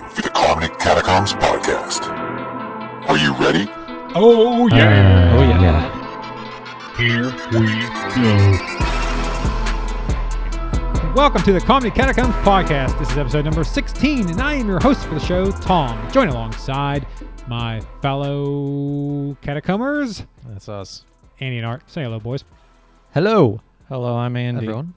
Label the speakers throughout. Speaker 1: the Catacombs Podcast. Are you ready?
Speaker 2: Oh yeah.
Speaker 3: Oh yeah. yeah.
Speaker 2: Here we
Speaker 4: Welcome to the Comedy Catacombs Podcast. This is episode number 16, and I am your host for the show, Tom. Join alongside my fellow catacombers,
Speaker 5: That's us.
Speaker 4: Andy and Art. Say hello, boys.
Speaker 3: Hello,
Speaker 5: Hello, I'm Andy.
Speaker 3: everyone.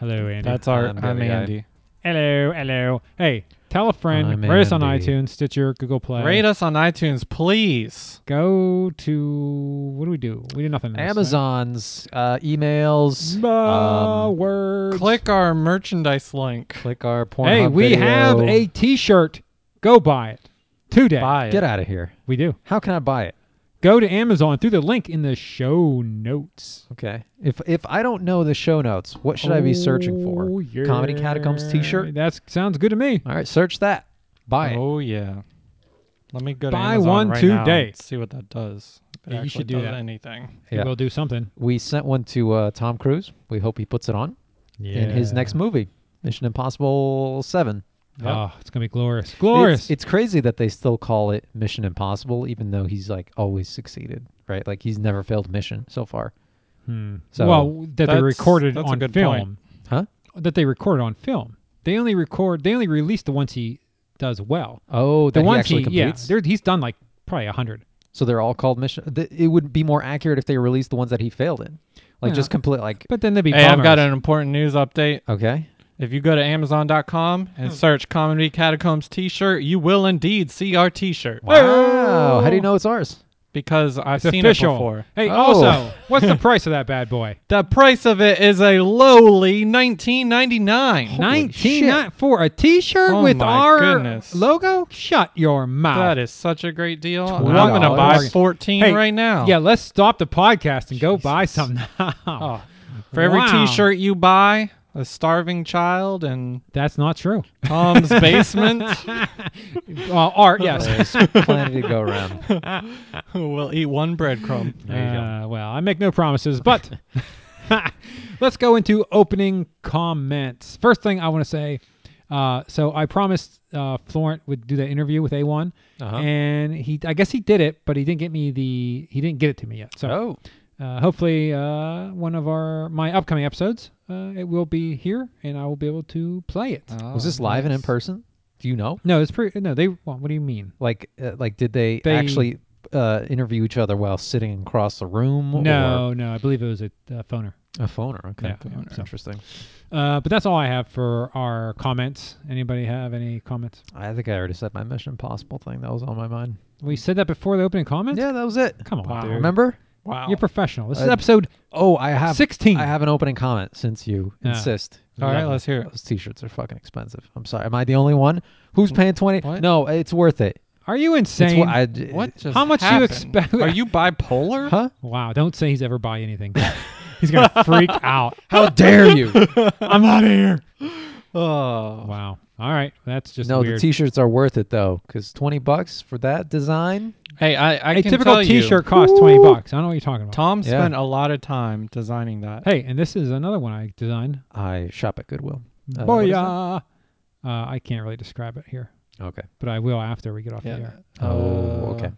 Speaker 4: Hello, Andy.
Speaker 3: That's our.
Speaker 5: I'm
Speaker 3: I'm,
Speaker 5: the other guy.
Speaker 3: Andy.
Speaker 4: hello, hello. Hey, tell a friend,
Speaker 5: I'm
Speaker 4: rate us on
Speaker 5: Andy.
Speaker 4: iTunes, Stitcher, Google Play.
Speaker 3: Rate us on iTunes, please.
Speaker 4: Go to, what do we do? We do nothing. on this,
Speaker 3: Amazon's uh, emails.
Speaker 4: Right? My
Speaker 3: um,
Speaker 4: words.
Speaker 3: click our merchandise link.
Speaker 5: Click our porn.
Speaker 4: Hey, we have a t shirt. Go buy it today.
Speaker 5: buy it.
Speaker 3: Get out of here.
Speaker 4: We do.
Speaker 3: How can I buy it?
Speaker 4: Go to Amazon through the link in the show notes.
Speaker 3: Okay. If if I don't know the show notes, what should I be searching for?
Speaker 4: Oh, yeah.
Speaker 3: Comedy Catacombs T-shirt.
Speaker 4: That sounds good to me.
Speaker 3: All right, search that. Buy it.
Speaker 5: Oh yeah. Let me go to
Speaker 4: Buy
Speaker 5: Amazon
Speaker 4: one
Speaker 5: right now
Speaker 4: today.
Speaker 5: and see what that does. If it
Speaker 4: Yeah, you
Speaker 5: actually
Speaker 4: should do
Speaker 5: does
Speaker 4: that.
Speaker 5: Anything.
Speaker 3: Yeah.
Speaker 4: We'll do something.
Speaker 3: We sent one to uh, Tom Cruise. We hope he puts it on in his next movie, Mission Impossible Seven.
Speaker 4: Oh, it's gonna be glorious,
Speaker 3: It's,
Speaker 4: glorious.
Speaker 3: it's crazy that they still call it Mission Impossible, even though he's like always succeeded, right? Like he's never failed mission so far.
Speaker 4: Hmm.
Speaker 3: so-
Speaker 4: well, that they
Speaker 5: That's-
Speaker 4: recorded
Speaker 5: that's a
Speaker 4: on
Speaker 5: good
Speaker 4: film.
Speaker 3: Huh?
Speaker 4: That they recorded on film. They only record. They only release the ones he does well.
Speaker 3: Oh,
Speaker 4: The
Speaker 3: that he
Speaker 4: ones
Speaker 3: actually
Speaker 4: yeah,
Speaker 3: completes.
Speaker 4: there- he's done like probably a hundred.
Speaker 3: so they're all called Mission. Th- it would be more accurate if they released the ones that he failed in, like
Speaker 4: Yeah.
Speaker 3: just complete. Like
Speaker 4: But then they'd be.
Speaker 5: Hey, I've got
Speaker 4: bummers.
Speaker 5: an important news update.
Speaker 3: okay,
Speaker 5: If you go to Amazon.com
Speaker 4: Hmm.
Speaker 5: and search Comedy Catacombs T-shirt, you will indeed see our T-shirt
Speaker 4: Oh.
Speaker 3: wow, how do you know it's ours?
Speaker 5: because I've
Speaker 4: It's
Speaker 5: seen
Speaker 4: official.
Speaker 5: it before.
Speaker 4: Hey,
Speaker 3: Oh.
Speaker 4: also, what's the price of that bad boy?
Speaker 5: The price of it is a lowly nineteen ninety nine.
Speaker 4: Nineteen
Speaker 3: shit.
Speaker 4: nine for a T-shirt
Speaker 5: Oh
Speaker 4: with
Speaker 5: my
Speaker 4: our
Speaker 5: goodness.
Speaker 4: logo. Shut your mouth.
Speaker 5: That is such a great deal. I'm
Speaker 3: Wow.
Speaker 5: gonna buy
Speaker 3: Bargain.
Speaker 5: fourteen
Speaker 4: Hey,
Speaker 5: right now.
Speaker 4: Yeah, let's stop the podcast and go buy some now.
Speaker 5: Oh, For every
Speaker 4: Wow.
Speaker 5: T-shirt you buy, a starving child in
Speaker 4: That's not true.
Speaker 5: Tom's basement
Speaker 4: Uh, art, yes.
Speaker 3: Plenty to go around.
Speaker 5: will eat one breadcrumb.
Speaker 4: Uh, well, I make no promises, but let's go into opening comments. First thing I want to say. Uh, so I promised uh, Florent would do that interview with A1,
Speaker 3: Uh-huh.
Speaker 4: and he I guess he did it, but he didn't get me the he didn't get it to me yet. So
Speaker 3: Oh,
Speaker 4: uh, hopefully uh, one of our my upcoming episodes uh, it will be here, and I will be able to play it.
Speaker 5: Oh.
Speaker 3: was this live and in person? Do you know?
Speaker 4: No, it's pretty. No, they. Well, what do you mean?
Speaker 3: Like, uh, like did they,
Speaker 4: They-
Speaker 3: actually uh, interview each other while sitting across the room?
Speaker 4: No, no, I believe it was a uh, phoner.
Speaker 3: or a phoner. Okay,
Speaker 4: Yeah, phoner.
Speaker 3: That's interesting.
Speaker 4: Uh, but that's all I have for our comments. Anybody have any comments?
Speaker 3: I think I already said my Mission Impossible thing. That was on my mind.
Speaker 4: We said that before the opening comments.
Speaker 3: Yeah, that was it.
Speaker 4: Come on, dude.
Speaker 3: Remember?
Speaker 5: Wow.
Speaker 4: You're professional. This is
Speaker 3: Uh,
Speaker 4: episode
Speaker 3: Oh, I have
Speaker 4: 16.
Speaker 3: I have an opening comment since you
Speaker 4: Yeah.
Speaker 3: insist.
Speaker 5: All right, let's hear it.
Speaker 3: Those t-shirts are fucking expensive. I'm sorry. Am I the only one who's paying 20?
Speaker 5: What?
Speaker 3: No, it's worth it.
Speaker 4: Are you
Speaker 3: It's
Speaker 4: insane?
Speaker 3: what I d-
Speaker 5: What just
Speaker 4: How much do you
Speaker 5: happened?
Speaker 4: expect-
Speaker 5: Are you bipolar?
Speaker 3: Huh?
Speaker 4: wow, don't say he's ever buy anything. he's going to freak out.
Speaker 3: How dare you?
Speaker 4: I'm out of here.
Speaker 5: Oh.
Speaker 4: Wow. All right. That's just
Speaker 3: no,
Speaker 4: weird.
Speaker 3: the t-shirts are worth it though cuz 20 bucks for that design?
Speaker 5: Hey, I, I
Speaker 4: a
Speaker 5: can
Speaker 4: typical
Speaker 5: tell you,
Speaker 4: t-shirt costs 20 bucks. I don't know what you're talking about.
Speaker 5: Tom
Speaker 3: Yeah.
Speaker 5: spent a lot of time designing that.
Speaker 4: hey, and this is another one I designed.
Speaker 3: I shop at Goodwill. Uh, what is that?
Speaker 4: Booyah. Uh, I can't really describe it here,
Speaker 3: Okay.
Speaker 4: but I will after we get off the
Speaker 5: Yeah. Uh,
Speaker 4: air.
Speaker 3: Oh, okay.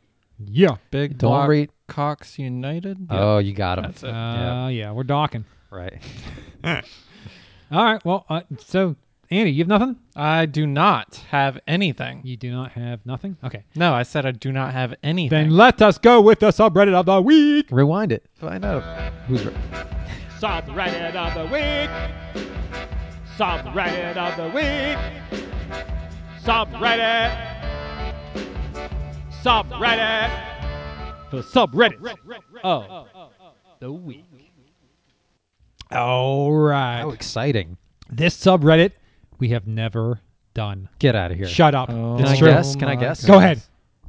Speaker 4: Yeah.
Speaker 5: Big
Speaker 3: Don't
Speaker 5: block
Speaker 3: read.
Speaker 5: Cox United.
Speaker 3: Oh, you got him.
Speaker 5: That's it.
Speaker 4: Uh, yeah, we're docking.
Speaker 3: Right.
Speaker 4: All right. Well, uh, so Andy, you have nothing?
Speaker 5: I do not have anything.
Speaker 4: You do not have nothing? Okay.
Speaker 5: No, I said I do not have anything.
Speaker 4: Then let us go with the subreddit of the week.
Speaker 3: Rewind it. Find out who's right.
Speaker 4: Subreddit of the week. Subreddit of the week. Subreddit. Subreddit. The subreddit of the week. All
Speaker 3: How
Speaker 4: right.
Speaker 3: exciting.
Speaker 4: This subreddit we have never done.
Speaker 3: Get out of here.
Speaker 4: Shut up.
Speaker 5: Oh
Speaker 3: Can
Speaker 4: it's
Speaker 3: I
Speaker 4: true.
Speaker 3: guess? Can I
Speaker 5: my
Speaker 3: guess?
Speaker 4: Go ahead.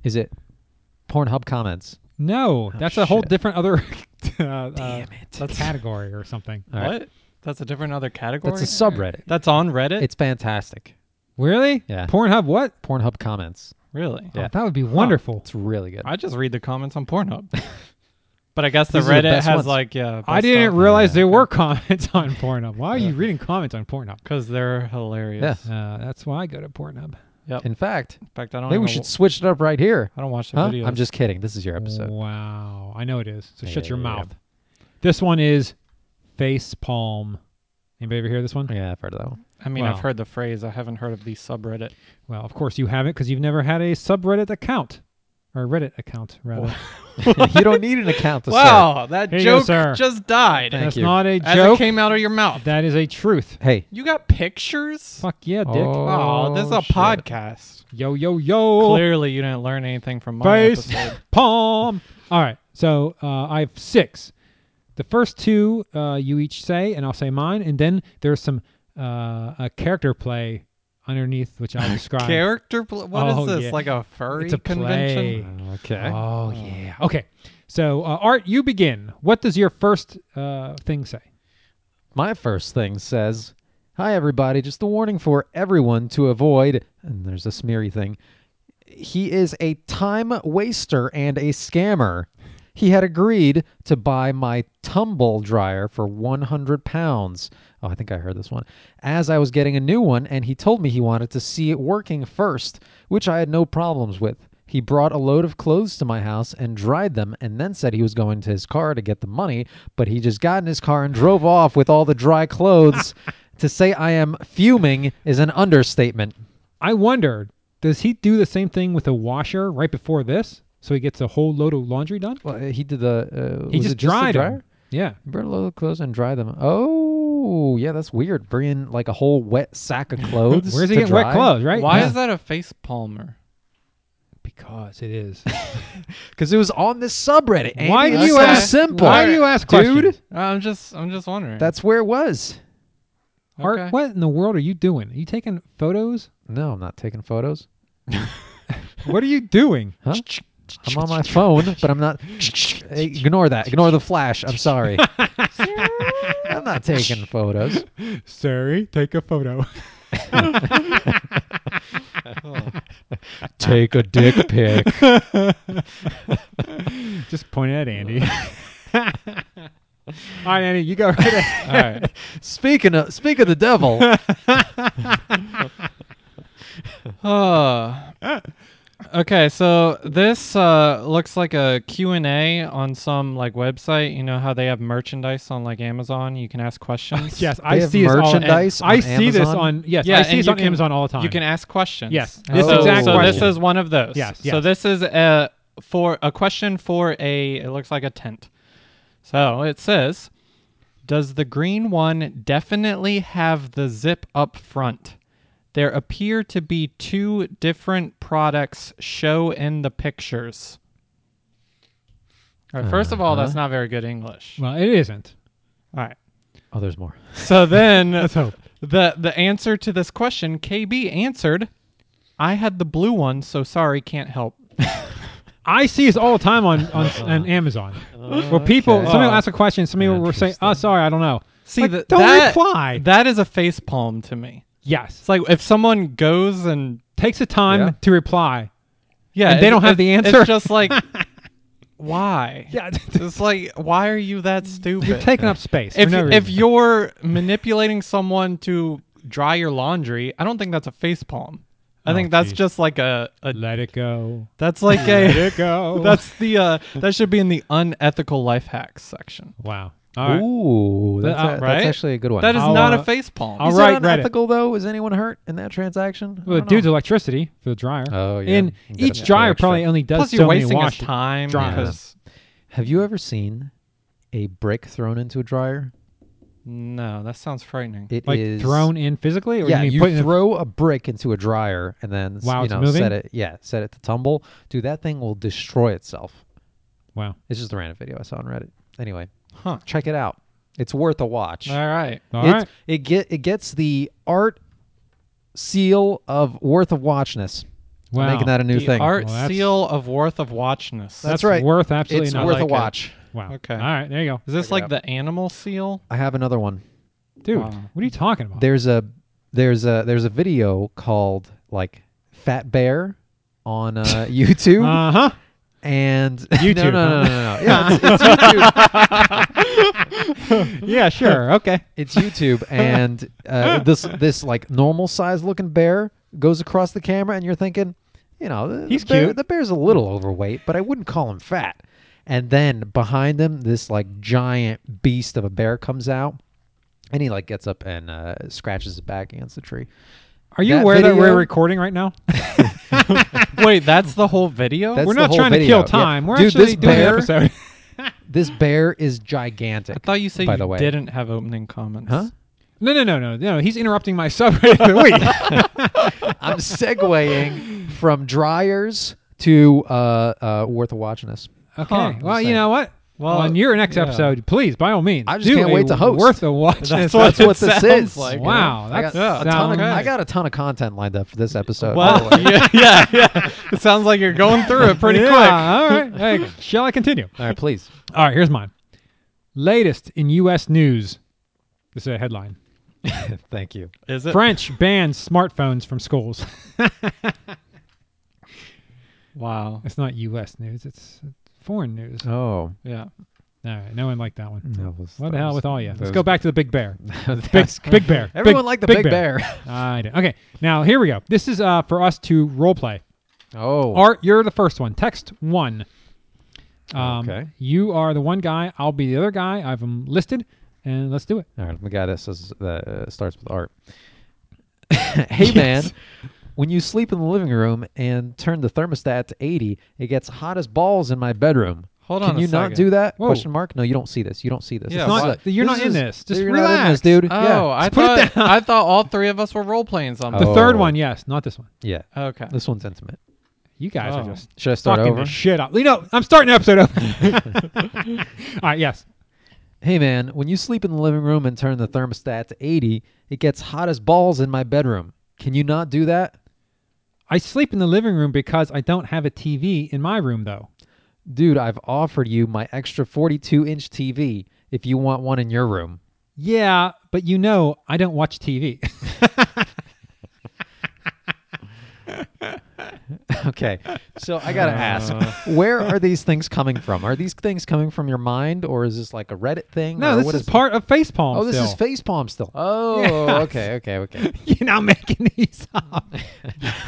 Speaker 3: Is it Pornhub comments?
Speaker 4: No, that's a whole
Speaker 3: shit.
Speaker 4: different other uh, uh,
Speaker 3: Damn it.
Speaker 4: category or something.
Speaker 3: All right.
Speaker 5: What? That's a different other category.
Speaker 3: That's a subreddit.
Speaker 5: That's on Reddit.
Speaker 3: It's fantastic.
Speaker 4: Really?
Speaker 3: Yeah.
Speaker 4: Pornhub what?
Speaker 3: Pornhub comments.
Speaker 5: really.
Speaker 3: Yeah.
Speaker 4: Oh, that would be wonderful.
Speaker 3: It's really good.
Speaker 5: I just read the comments on Pornhub. but I guess the
Speaker 3: These are the
Speaker 5: Reddit
Speaker 3: best
Speaker 5: has
Speaker 3: ones.
Speaker 5: like yeah.
Speaker 4: I didn't realize there
Speaker 3: uh,
Speaker 4: were comments on Pornhub. Why are you reading comments on Pornhub?
Speaker 5: because they're hilarious.
Speaker 4: Uh, that's why I go to Pornhub.
Speaker 5: Yep.
Speaker 3: In fact,
Speaker 5: In fact, I don't.
Speaker 3: maybe we
Speaker 5: even
Speaker 3: should
Speaker 5: wa-
Speaker 3: switch it up right here.
Speaker 5: I don't watch the
Speaker 3: Huh?
Speaker 5: videos.
Speaker 3: I'm just kidding. This is your episode.
Speaker 4: Wow. I know it is. So shut your
Speaker 3: Yeah.
Speaker 4: mouth. This one is face palm. Anybody ever hear this one?
Speaker 3: Yeah, I've heard of that one.
Speaker 5: I mean, I've
Speaker 4: Wow.
Speaker 5: heard the phrase. I haven't heard of the subreddit.
Speaker 4: Well, of course you haven't because you've never had a subreddit account or Reddit account, rather.
Speaker 3: you don't need an account to serve.
Speaker 5: Wow, that
Speaker 4: Here you go,
Speaker 5: joke
Speaker 4: sir.
Speaker 5: just died
Speaker 3: Thank
Speaker 4: That's
Speaker 3: you.
Speaker 4: not a
Speaker 5: as
Speaker 4: joke.
Speaker 5: it came out of your mouth.
Speaker 4: that is a truth.
Speaker 3: Hey,
Speaker 5: You got pictures?
Speaker 4: Fuck yeah, dick.
Speaker 3: Oh.
Speaker 5: Oh, this is a
Speaker 3: shit.
Speaker 5: podcast.
Speaker 4: Yo, yo, yo.
Speaker 5: Clearly, you didn't learn anything from my
Speaker 4: Face
Speaker 5: episode.
Speaker 4: palm. All right. So uh, I have six. The first two uh, you each say, and I'll say mine. And then there's some uh, a character play underneath, which I'll describe.
Speaker 5: Character? Pl- What is
Speaker 4: Oh,
Speaker 5: this?
Speaker 4: yeah.
Speaker 5: Like a furry
Speaker 4: It's a
Speaker 5: convention?
Speaker 4: play.
Speaker 3: okay.
Speaker 4: Oh, yeah. Okay. So, uh, Art, you begin. What does your first uh, thing say?
Speaker 3: My first thing says, "Hi everybody, just a warning for everyone to avoid." And there's a smeary thing. He is a time waster and a scammer. He had agreed to buy my tumble dryer for 100 pounds. Oh, I think I heard this one. As I was getting a new one, and he told me he wanted to see it working first, which I had no problems with. He brought a load of clothes to my house and dried them, and then said he was going to his car to get the money, but he just got in his car and drove off with all the dry clothes. to say I am fuming is an understatement.
Speaker 4: I wonder, does he do the same thing with a washer right before this? So he gets a whole load of laundry done?
Speaker 3: Well, uh, he did the. Uh,
Speaker 4: He
Speaker 3: was
Speaker 4: just
Speaker 3: it just the
Speaker 4: dried 'em.
Speaker 3: dryer?
Speaker 4: Yeah.
Speaker 3: Burn a load of clothes and dry them. Oh, yeah, that's weird. Bringing like a whole wet sack of clothes.
Speaker 4: Where's he
Speaker 3: to
Speaker 4: getting
Speaker 3: dry?
Speaker 4: wet clothes, right?
Speaker 5: Why
Speaker 4: Yeah.
Speaker 5: is that a face palmer?
Speaker 4: Because it is.
Speaker 3: Because it was on this subreddit. Andy.
Speaker 4: Why do
Speaker 3: It's
Speaker 4: you
Speaker 3: so
Speaker 4: ask-
Speaker 3: Simple.
Speaker 4: Why do you ask
Speaker 3: Dude,
Speaker 4: questions?
Speaker 5: I'm just, I'm just wondering.
Speaker 3: That's where it was.
Speaker 4: Art,
Speaker 5: Okay.
Speaker 4: what in the world are you doing? Are you taking photos?
Speaker 3: No, I'm not taking photos.
Speaker 4: What are you doing?
Speaker 3: Huh? I'm on my phone, but I'm not. Ignore that. Ignore the flash. I'm sorry. I'm not taking photos.
Speaker 4: Sorry, take a photo.
Speaker 3: Take a dick pic.
Speaker 4: Just point at Andy. All right, Andy, you go right ahead.
Speaker 5: All right.
Speaker 3: Speaking of speak of the devil,
Speaker 5: Uh, okay, so this uh, looks like a Q&A on some like website. You know how they have merchandise on like Amazon? You can ask questions.
Speaker 4: Yes,
Speaker 3: They
Speaker 4: I
Speaker 3: have
Speaker 4: see this all-
Speaker 3: merchandise
Speaker 4: I
Speaker 3: on
Speaker 4: see this
Speaker 3: Amazon?
Speaker 4: on yes,
Speaker 5: Yeah,
Speaker 4: I see
Speaker 5: and
Speaker 4: this
Speaker 5: you
Speaker 4: on
Speaker 5: can-
Speaker 4: Amazon all the time.
Speaker 5: You can ask questions.
Speaker 4: Yes, this
Speaker 5: so,
Speaker 3: exact
Speaker 5: so
Speaker 3: question.
Speaker 5: this is one of those.
Speaker 4: Yes,
Speaker 5: So
Speaker 4: yes.
Speaker 5: this is a for a question for a. It looks like a tent. So it says, "Does the green one definitely have the zip up front?" There appear to be two different products show in the pictures. All right, first of all, that's
Speaker 3: Uh-huh.
Speaker 5: not very good English.
Speaker 4: well, it isn't.
Speaker 5: All right.
Speaker 3: oh, there's more.
Speaker 5: So then
Speaker 4: hope.
Speaker 5: the the answer to this question, KB answered, "I had the blue one, so sorry, can't help."
Speaker 4: I see this all the time on on, on Amazon.
Speaker 5: Oh,
Speaker 4: Where people,
Speaker 3: okay.
Speaker 4: somebody will ask a question, somebody will say, "Oh, sorry, I don't know."
Speaker 5: See,
Speaker 4: Like,
Speaker 5: that
Speaker 4: don't
Speaker 5: that,
Speaker 4: reply.
Speaker 5: That is a face palm to me.
Speaker 4: Yes,
Speaker 5: It's like if someone goes and
Speaker 4: takes the time
Speaker 3: Yeah.
Speaker 4: to reply.
Speaker 5: yeah,
Speaker 4: And they
Speaker 5: it's-
Speaker 4: don't have the
Speaker 5: it's-
Speaker 4: answer.
Speaker 5: It's just like why?
Speaker 4: Yeah,
Speaker 5: It's like why are you that stupid?
Speaker 4: you're taking
Speaker 3: uh,
Speaker 4: up space. for
Speaker 5: if
Speaker 4: no
Speaker 5: if
Speaker 4: reason.
Speaker 5: you're manipulating someone to dry your laundry, I don't think that's a face palm. I
Speaker 4: Oh,
Speaker 5: think that's
Speaker 4: geez.
Speaker 5: just like a, a
Speaker 4: let it go,
Speaker 5: that's like
Speaker 4: let
Speaker 5: a
Speaker 4: it go.
Speaker 5: that's the uh that should be in the unethical life hacks section.
Speaker 4: wow. All right.
Speaker 3: Ooh, that's,
Speaker 4: Uh,
Speaker 3: a- that's
Speaker 5: right?
Speaker 3: actually a good one.
Speaker 5: That is
Speaker 4: I'll,
Speaker 5: not
Speaker 4: uh,
Speaker 5: a face palm.
Speaker 4: I'll
Speaker 3: Is
Speaker 4: write
Speaker 3: it
Speaker 4: Reddit.
Speaker 3: unethical though? Is anyone hurt in that transaction? I
Speaker 4: Well,
Speaker 3: don't
Speaker 4: it dude's
Speaker 3: know.
Speaker 4: electricity for the dryer.
Speaker 3: Oh, yeah.
Speaker 4: And
Speaker 3: You gotta
Speaker 4: each
Speaker 3: pay
Speaker 4: dryer
Speaker 3: extra.
Speaker 4: probably only does
Speaker 5: Plus,
Speaker 4: so
Speaker 5: you're
Speaker 4: many
Speaker 5: wasting his
Speaker 4: washes.
Speaker 5: time
Speaker 4: dries.
Speaker 5: because
Speaker 3: Have you ever seen a brick thrown into a dryer?
Speaker 5: no, that sounds frightening.
Speaker 3: It
Speaker 4: Like
Speaker 3: is
Speaker 4: thrown in physically, or
Speaker 3: Yeah,
Speaker 4: you, mean
Speaker 3: you,
Speaker 4: put in the-
Speaker 3: throw a brick into a dryer and then s-
Speaker 4: While
Speaker 3: you
Speaker 4: it's
Speaker 3: know
Speaker 4: moving?
Speaker 3: set it. Yeah, set it to tumble. Dude, that thing will destroy itself.
Speaker 4: wow.
Speaker 3: It's just a random video I saw on Reddit. Anyway,
Speaker 5: Huh.
Speaker 3: check it out. It's worth a watch.
Speaker 5: All right.
Speaker 4: All
Speaker 3: It's-
Speaker 4: right.
Speaker 3: It get it gets the art seal of worth of watchness. I'm
Speaker 4: Wow.
Speaker 3: Making that a new
Speaker 5: the
Speaker 3: thing.
Speaker 5: art
Speaker 4: Well, that's-
Speaker 5: seal of worth of watchness.
Speaker 3: That's
Speaker 4: That's
Speaker 3: right.
Speaker 4: worth absolutely
Speaker 3: it's
Speaker 4: nothing.
Speaker 3: worth
Speaker 5: like
Speaker 3: a
Speaker 5: it.
Speaker 3: watch.
Speaker 4: Wow.
Speaker 5: Okay.
Speaker 4: All right, there you go,
Speaker 5: is this like the animal seal?
Speaker 3: I have another one.
Speaker 4: dude.
Speaker 5: Wow.
Speaker 4: What are you talking about?
Speaker 3: There's a there's a there's a video called like Fat Bear on uh, YouTube.
Speaker 4: Uh huh.
Speaker 3: and no, no,
Speaker 4: YouTube,
Speaker 3: no,
Speaker 4: huh?
Speaker 3: no, no, no. Yeah, it's, it's YouTube.
Speaker 4: Yeah, sure. Okay.
Speaker 3: It's YouTube, and uh, this this like normal size looking bear goes across the camera, and you're thinking, you know, the-
Speaker 4: He's
Speaker 3: the bear-
Speaker 4: cute.
Speaker 3: The bear's a little overweight, but I wouldn't call him fat. And then behind him, this like giant beast of a bear comes out, and he like gets up and uh, scratches his back against the tree.
Speaker 4: Are you
Speaker 3: That
Speaker 4: aware that
Speaker 3: video-
Speaker 4: we're recording right now?
Speaker 5: Wait, that's the whole video?
Speaker 3: That's
Speaker 4: we're
Speaker 3: the
Speaker 4: not
Speaker 3: whole
Speaker 4: trying to
Speaker 3: video.
Speaker 4: kill
Speaker 3: Yeah.
Speaker 4: time. We're
Speaker 3: Dude,
Speaker 4: actually
Speaker 3: this
Speaker 4: doing an
Speaker 3: bear,
Speaker 4: episode.
Speaker 3: This bear is
Speaker 5: I
Speaker 3: gigantic.
Speaker 5: thought you said
Speaker 3: by
Speaker 5: you
Speaker 3: the way.
Speaker 5: didn't have opening comments.
Speaker 3: Huh?
Speaker 4: No, no, no, no, no. He's interrupting my subreddit of the week.
Speaker 3: I'm segueing from dryers to uh, uh, worth of watching us.
Speaker 4: Okay.
Speaker 5: Huh,
Speaker 4: well, you
Speaker 5: insane.
Speaker 4: know what? Well,
Speaker 5: Well,
Speaker 4: on your next
Speaker 5: yeah.
Speaker 4: episode, please, by all means,
Speaker 3: I just
Speaker 4: do
Speaker 3: can't
Speaker 4: a
Speaker 3: wait to host.
Speaker 4: Worth a watch.
Speaker 3: That's
Speaker 5: That's what
Speaker 3: what
Speaker 5: it
Speaker 3: this
Speaker 5: sounds
Speaker 3: is.
Speaker 5: like.
Speaker 3: you know?
Speaker 4: wow.
Speaker 3: I
Speaker 4: That's
Speaker 3: got,
Speaker 5: yeah,
Speaker 3: a ton of,
Speaker 4: sound-
Speaker 3: I got a ton of content lined up for this episode.
Speaker 5: Well, Uh, yeah, yeah, yeah. It sounds like you're going through it pretty
Speaker 4: yeah,
Speaker 5: quick.
Speaker 4: All right. Hey, shall I continue?
Speaker 3: all right, please.
Speaker 4: All right. Here's mine. Latest in U.S. news. This is a headline.
Speaker 3: Thank you.
Speaker 5: Is it?
Speaker 4: French bans smartphones from schools.
Speaker 5: Wow.
Speaker 4: it's not U.S. news. It's foreign news.
Speaker 3: Oh,
Speaker 5: Yeah.
Speaker 4: All right. No one liked that one.
Speaker 3: that was,
Speaker 4: What
Speaker 3: that
Speaker 4: the hell
Speaker 3: was-
Speaker 4: with all you? Let's
Speaker 3: those-
Speaker 4: go back to the big bear. Big,
Speaker 3: that's-
Speaker 4: big bear.
Speaker 3: Everyone liked the big, bear.
Speaker 4: I did. Okay. Now here we go. This is uh, for us to role play.
Speaker 3: Oh,
Speaker 4: Art, you're the first one. Text one. Um,
Speaker 3: Okay.
Speaker 4: You are the one guy. I'll be the other guy. I've them listed, and let's do it.
Speaker 3: all right. We got this. This uh, starts with art. hey man, when you sleep in the living room and turn the thermostat to 80, it gets hot as balls in my bedroom.
Speaker 5: Hold
Speaker 3: Can
Speaker 5: on a
Speaker 3: you not
Speaker 5: second.
Speaker 3: do that?
Speaker 4: Whoa.
Speaker 3: Question mark. No, you don't see this. You don't see this.
Speaker 5: Yeah,
Speaker 3: It's
Speaker 5: why-
Speaker 3: like-
Speaker 4: you're not in
Speaker 3: is-
Speaker 4: this. Just
Speaker 3: you're not in
Speaker 4: relax.
Speaker 3: this, dude.
Speaker 5: Oh,
Speaker 3: yeah.
Speaker 5: I
Speaker 4: put it
Speaker 5: thought I thought all three of us were role playing something.
Speaker 4: The
Speaker 3: Oh.
Speaker 4: third one, yes, not this one.
Speaker 3: Yeah.
Speaker 5: Okay.
Speaker 3: This one's intimate.
Speaker 4: You guys are
Speaker 5: Oh.
Speaker 4: just
Speaker 3: Should I start
Speaker 4: fucking
Speaker 3: over?
Speaker 4: the shit up. You know, I'm starting the episode over. All right. Yes.
Speaker 3: hey man, when you sleep in the living room and turn the thermostat to 80, it gets hot as balls in my bedroom. Can you not do that?
Speaker 4: I sleep in the living room because I don't have a TV in my room, though.
Speaker 3: Dude, I've offered you my extra 42 inch TV if you want one in your room.
Speaker 4: Yeah, but you know, I don't watch TV.
Speaker 3: Okay. So I got to ask,
Speaker 4: Uh.
Speaker 3: where are these things coming from? Are these things coming from your mind or is this like a Reddit thing?
Speaker 4: no,
Speaker 3: or
Speaker 4: this
Speaker 3: what
Speaker 4: is part of Facepalm.
Speaker 3: Oh, this
Speaker 4: still.
Speaker 3: is facepalm still. Oh, okay, okay, okay.
Speaker 4: You're not making these up.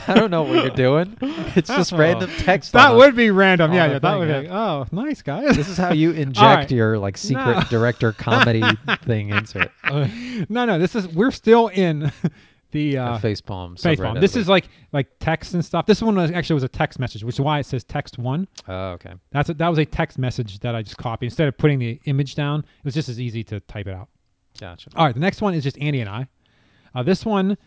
Speaker 3: I don't know what you're doing. It's just random text.
Speaker 4: Oh. that
Speaker 3: on a-
Speaker 4: would be random.
Speaker 3: on
Speaker 4: Yeah,
Speaker 3: the
Speaker 4: yeah, that
Speaker 3: thing,
Speaker 4: would be.
Speaker 3: yeah.
Speaker 4: Like, oh, nice guys.
Speaker 3: This is how you inject
Speaker 4: right.
Speaker 3: your like secret
Speaker 4: No.
Speaker 3: director comedy thing into it.
Speaker 4: no, no, this is. We're still in the uh,
Speaker 3: facepalm.
Speaker 4: Facepalm.
Speaker 3: subreddit.
Speaker 4: This is like like text and stuff. This one was, actually was a text message, which is why it says text one.
Speaker 3: Oh, okay.
Speaker 4: That's a, that was a text message that I just copied instead of putting the image down. It was just as easy to type it out.
Speaker 3: Gotcha.
Speaker 4: All right, the next one is just Andy and I. Uh, this one,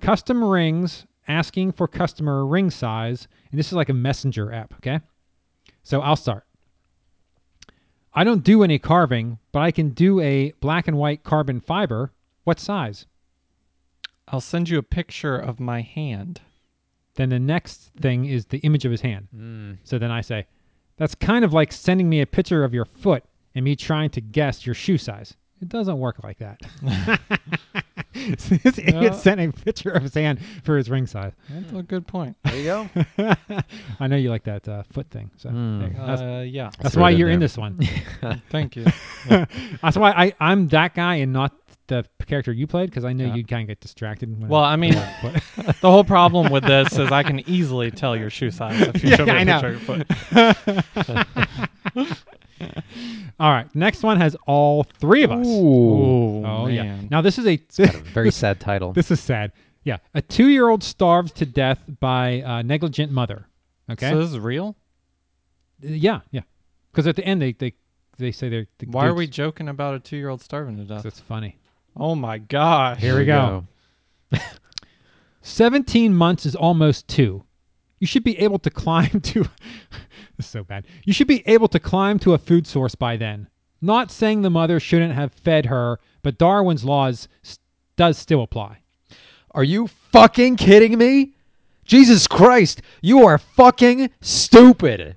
Speaker 4: custom rings asking for customer ring size, and this is like a messenger app. Okay, so I'll start. I don't do any carving, but I can do a black and white carbon fiber. What size?
Speaker 5: I'll send you a picture of my hand.
Speaker 4: Then the next thing is the image of his hand.
Speaker 5: Mm.
Speaker 4: So then I say, that's kind of like sending me a picture of your foot and me trying to guess your shoe size. It doesn't work like that. this idiot sent a picture of his hand for his ring size.
Speaker 5: That's a good point.
Speaker 3: There you go.
Speaker 4: I know you like that uh, foot thing. So there you go. that's,
Speaker 5: Uh, yeah.
Speaker 4: that's
Speaker 3: threw
Speaker 4: why
Speaker 3: it in
Speaker 4: you're in
Speaker 3: there.
Speaker 4: this one.
Speaker 5: Thank you.
Speaker 4: that's why I, I'm that guy and not the character you played because I know
Speaker 5: Yeah.
Speaker 4: you'd kind of get distracted. When
Speaker 5: Well, I mean,
Speaker 4: but-
Speaker 5: the whole problem with this is I can easily tell your shoe size if you
Speaker 4: Yeah,
Speaker 5: show me a
Speaker 4: I know.
Speaker 5: picture of your foot.
Speaker 4: all right, next one has all three of us.
Speaker 5: Ooh,
Speaker 4: oh yeah.
Speaker 5: man.
Speaker 4: Now this is a
Speaker 3: Very sad title.
Speaker 4: This is sad. Yeah, a two-year-old starved to death by uh, negligent mother. Okay.
Speaker 5: So this is real?
Speaker 4: yeah, yeah. Because at the end they they they say they're. The
Speaker 5: Why are we
Speaker 4: dudes-
Speaker 5: joking about a two year old starving to death?
Speaker 4: That's funny.
Speaker 5: Oh my gosh.
Speaker 4: Here we go. Seventeen months is almost two. You should be able to climb to. this is so bad. You should be able to climb to a food source by then. Not saying the mother shouldn't have fed her, but Darwin's laws s- does still apply.
Speaker 3: Are you fucking kidding me? Jesus Christ, you are fucking stupid.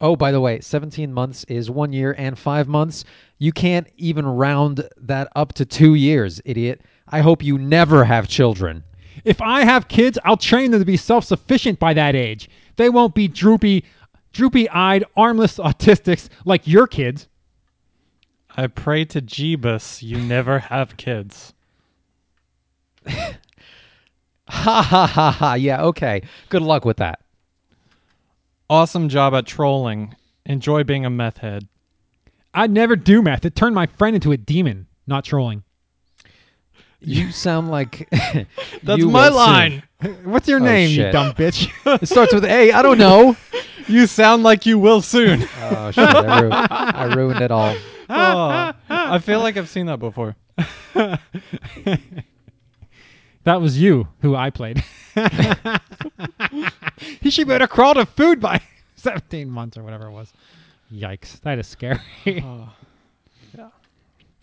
Speaker 3: Oh, by the way, 17 months is one year and five months. You can't even round that up to two years, idiot. I hope you never have children.
Speaker 4: If I have kids, I'll train them to be self sufficient by that age. They won't be droopy, droopy eyed, armless autistics like your kids.
Speaker 5: I pray to Jeebus you never have kids.
Speaker 3: Ha ha ha ha. Yeah, okay. Good luck with that.
Speaker 5: Awesome job at trolling. Enjoy being a meth head.
Speaker 4: I never do math. It turned my friend into a demon, not trolling.
Speaker 3: You sound like
Speaker 5: That's
Speaker 3: you
Speaker 5: my
Speaker 3: will soon.
Speaker 5: line.
Speaker 4: What's your
Speaker 3: Oh,
Speaker 4: name, you
Speaker 3: shit.
Speaker 4: dumb bitch?
Speaker 3: It starts with A. I don't know.
Speaker 5: You sound like you will soon.
Speaker 3: oh shit! I, ru- I ruined it all.
Speaker 5: Oh, I feel like I've seen that before.
Speaker 4: that was you who I played. he should be able to crawl to food by 17 months or whatever it was. Yikes. That is scary.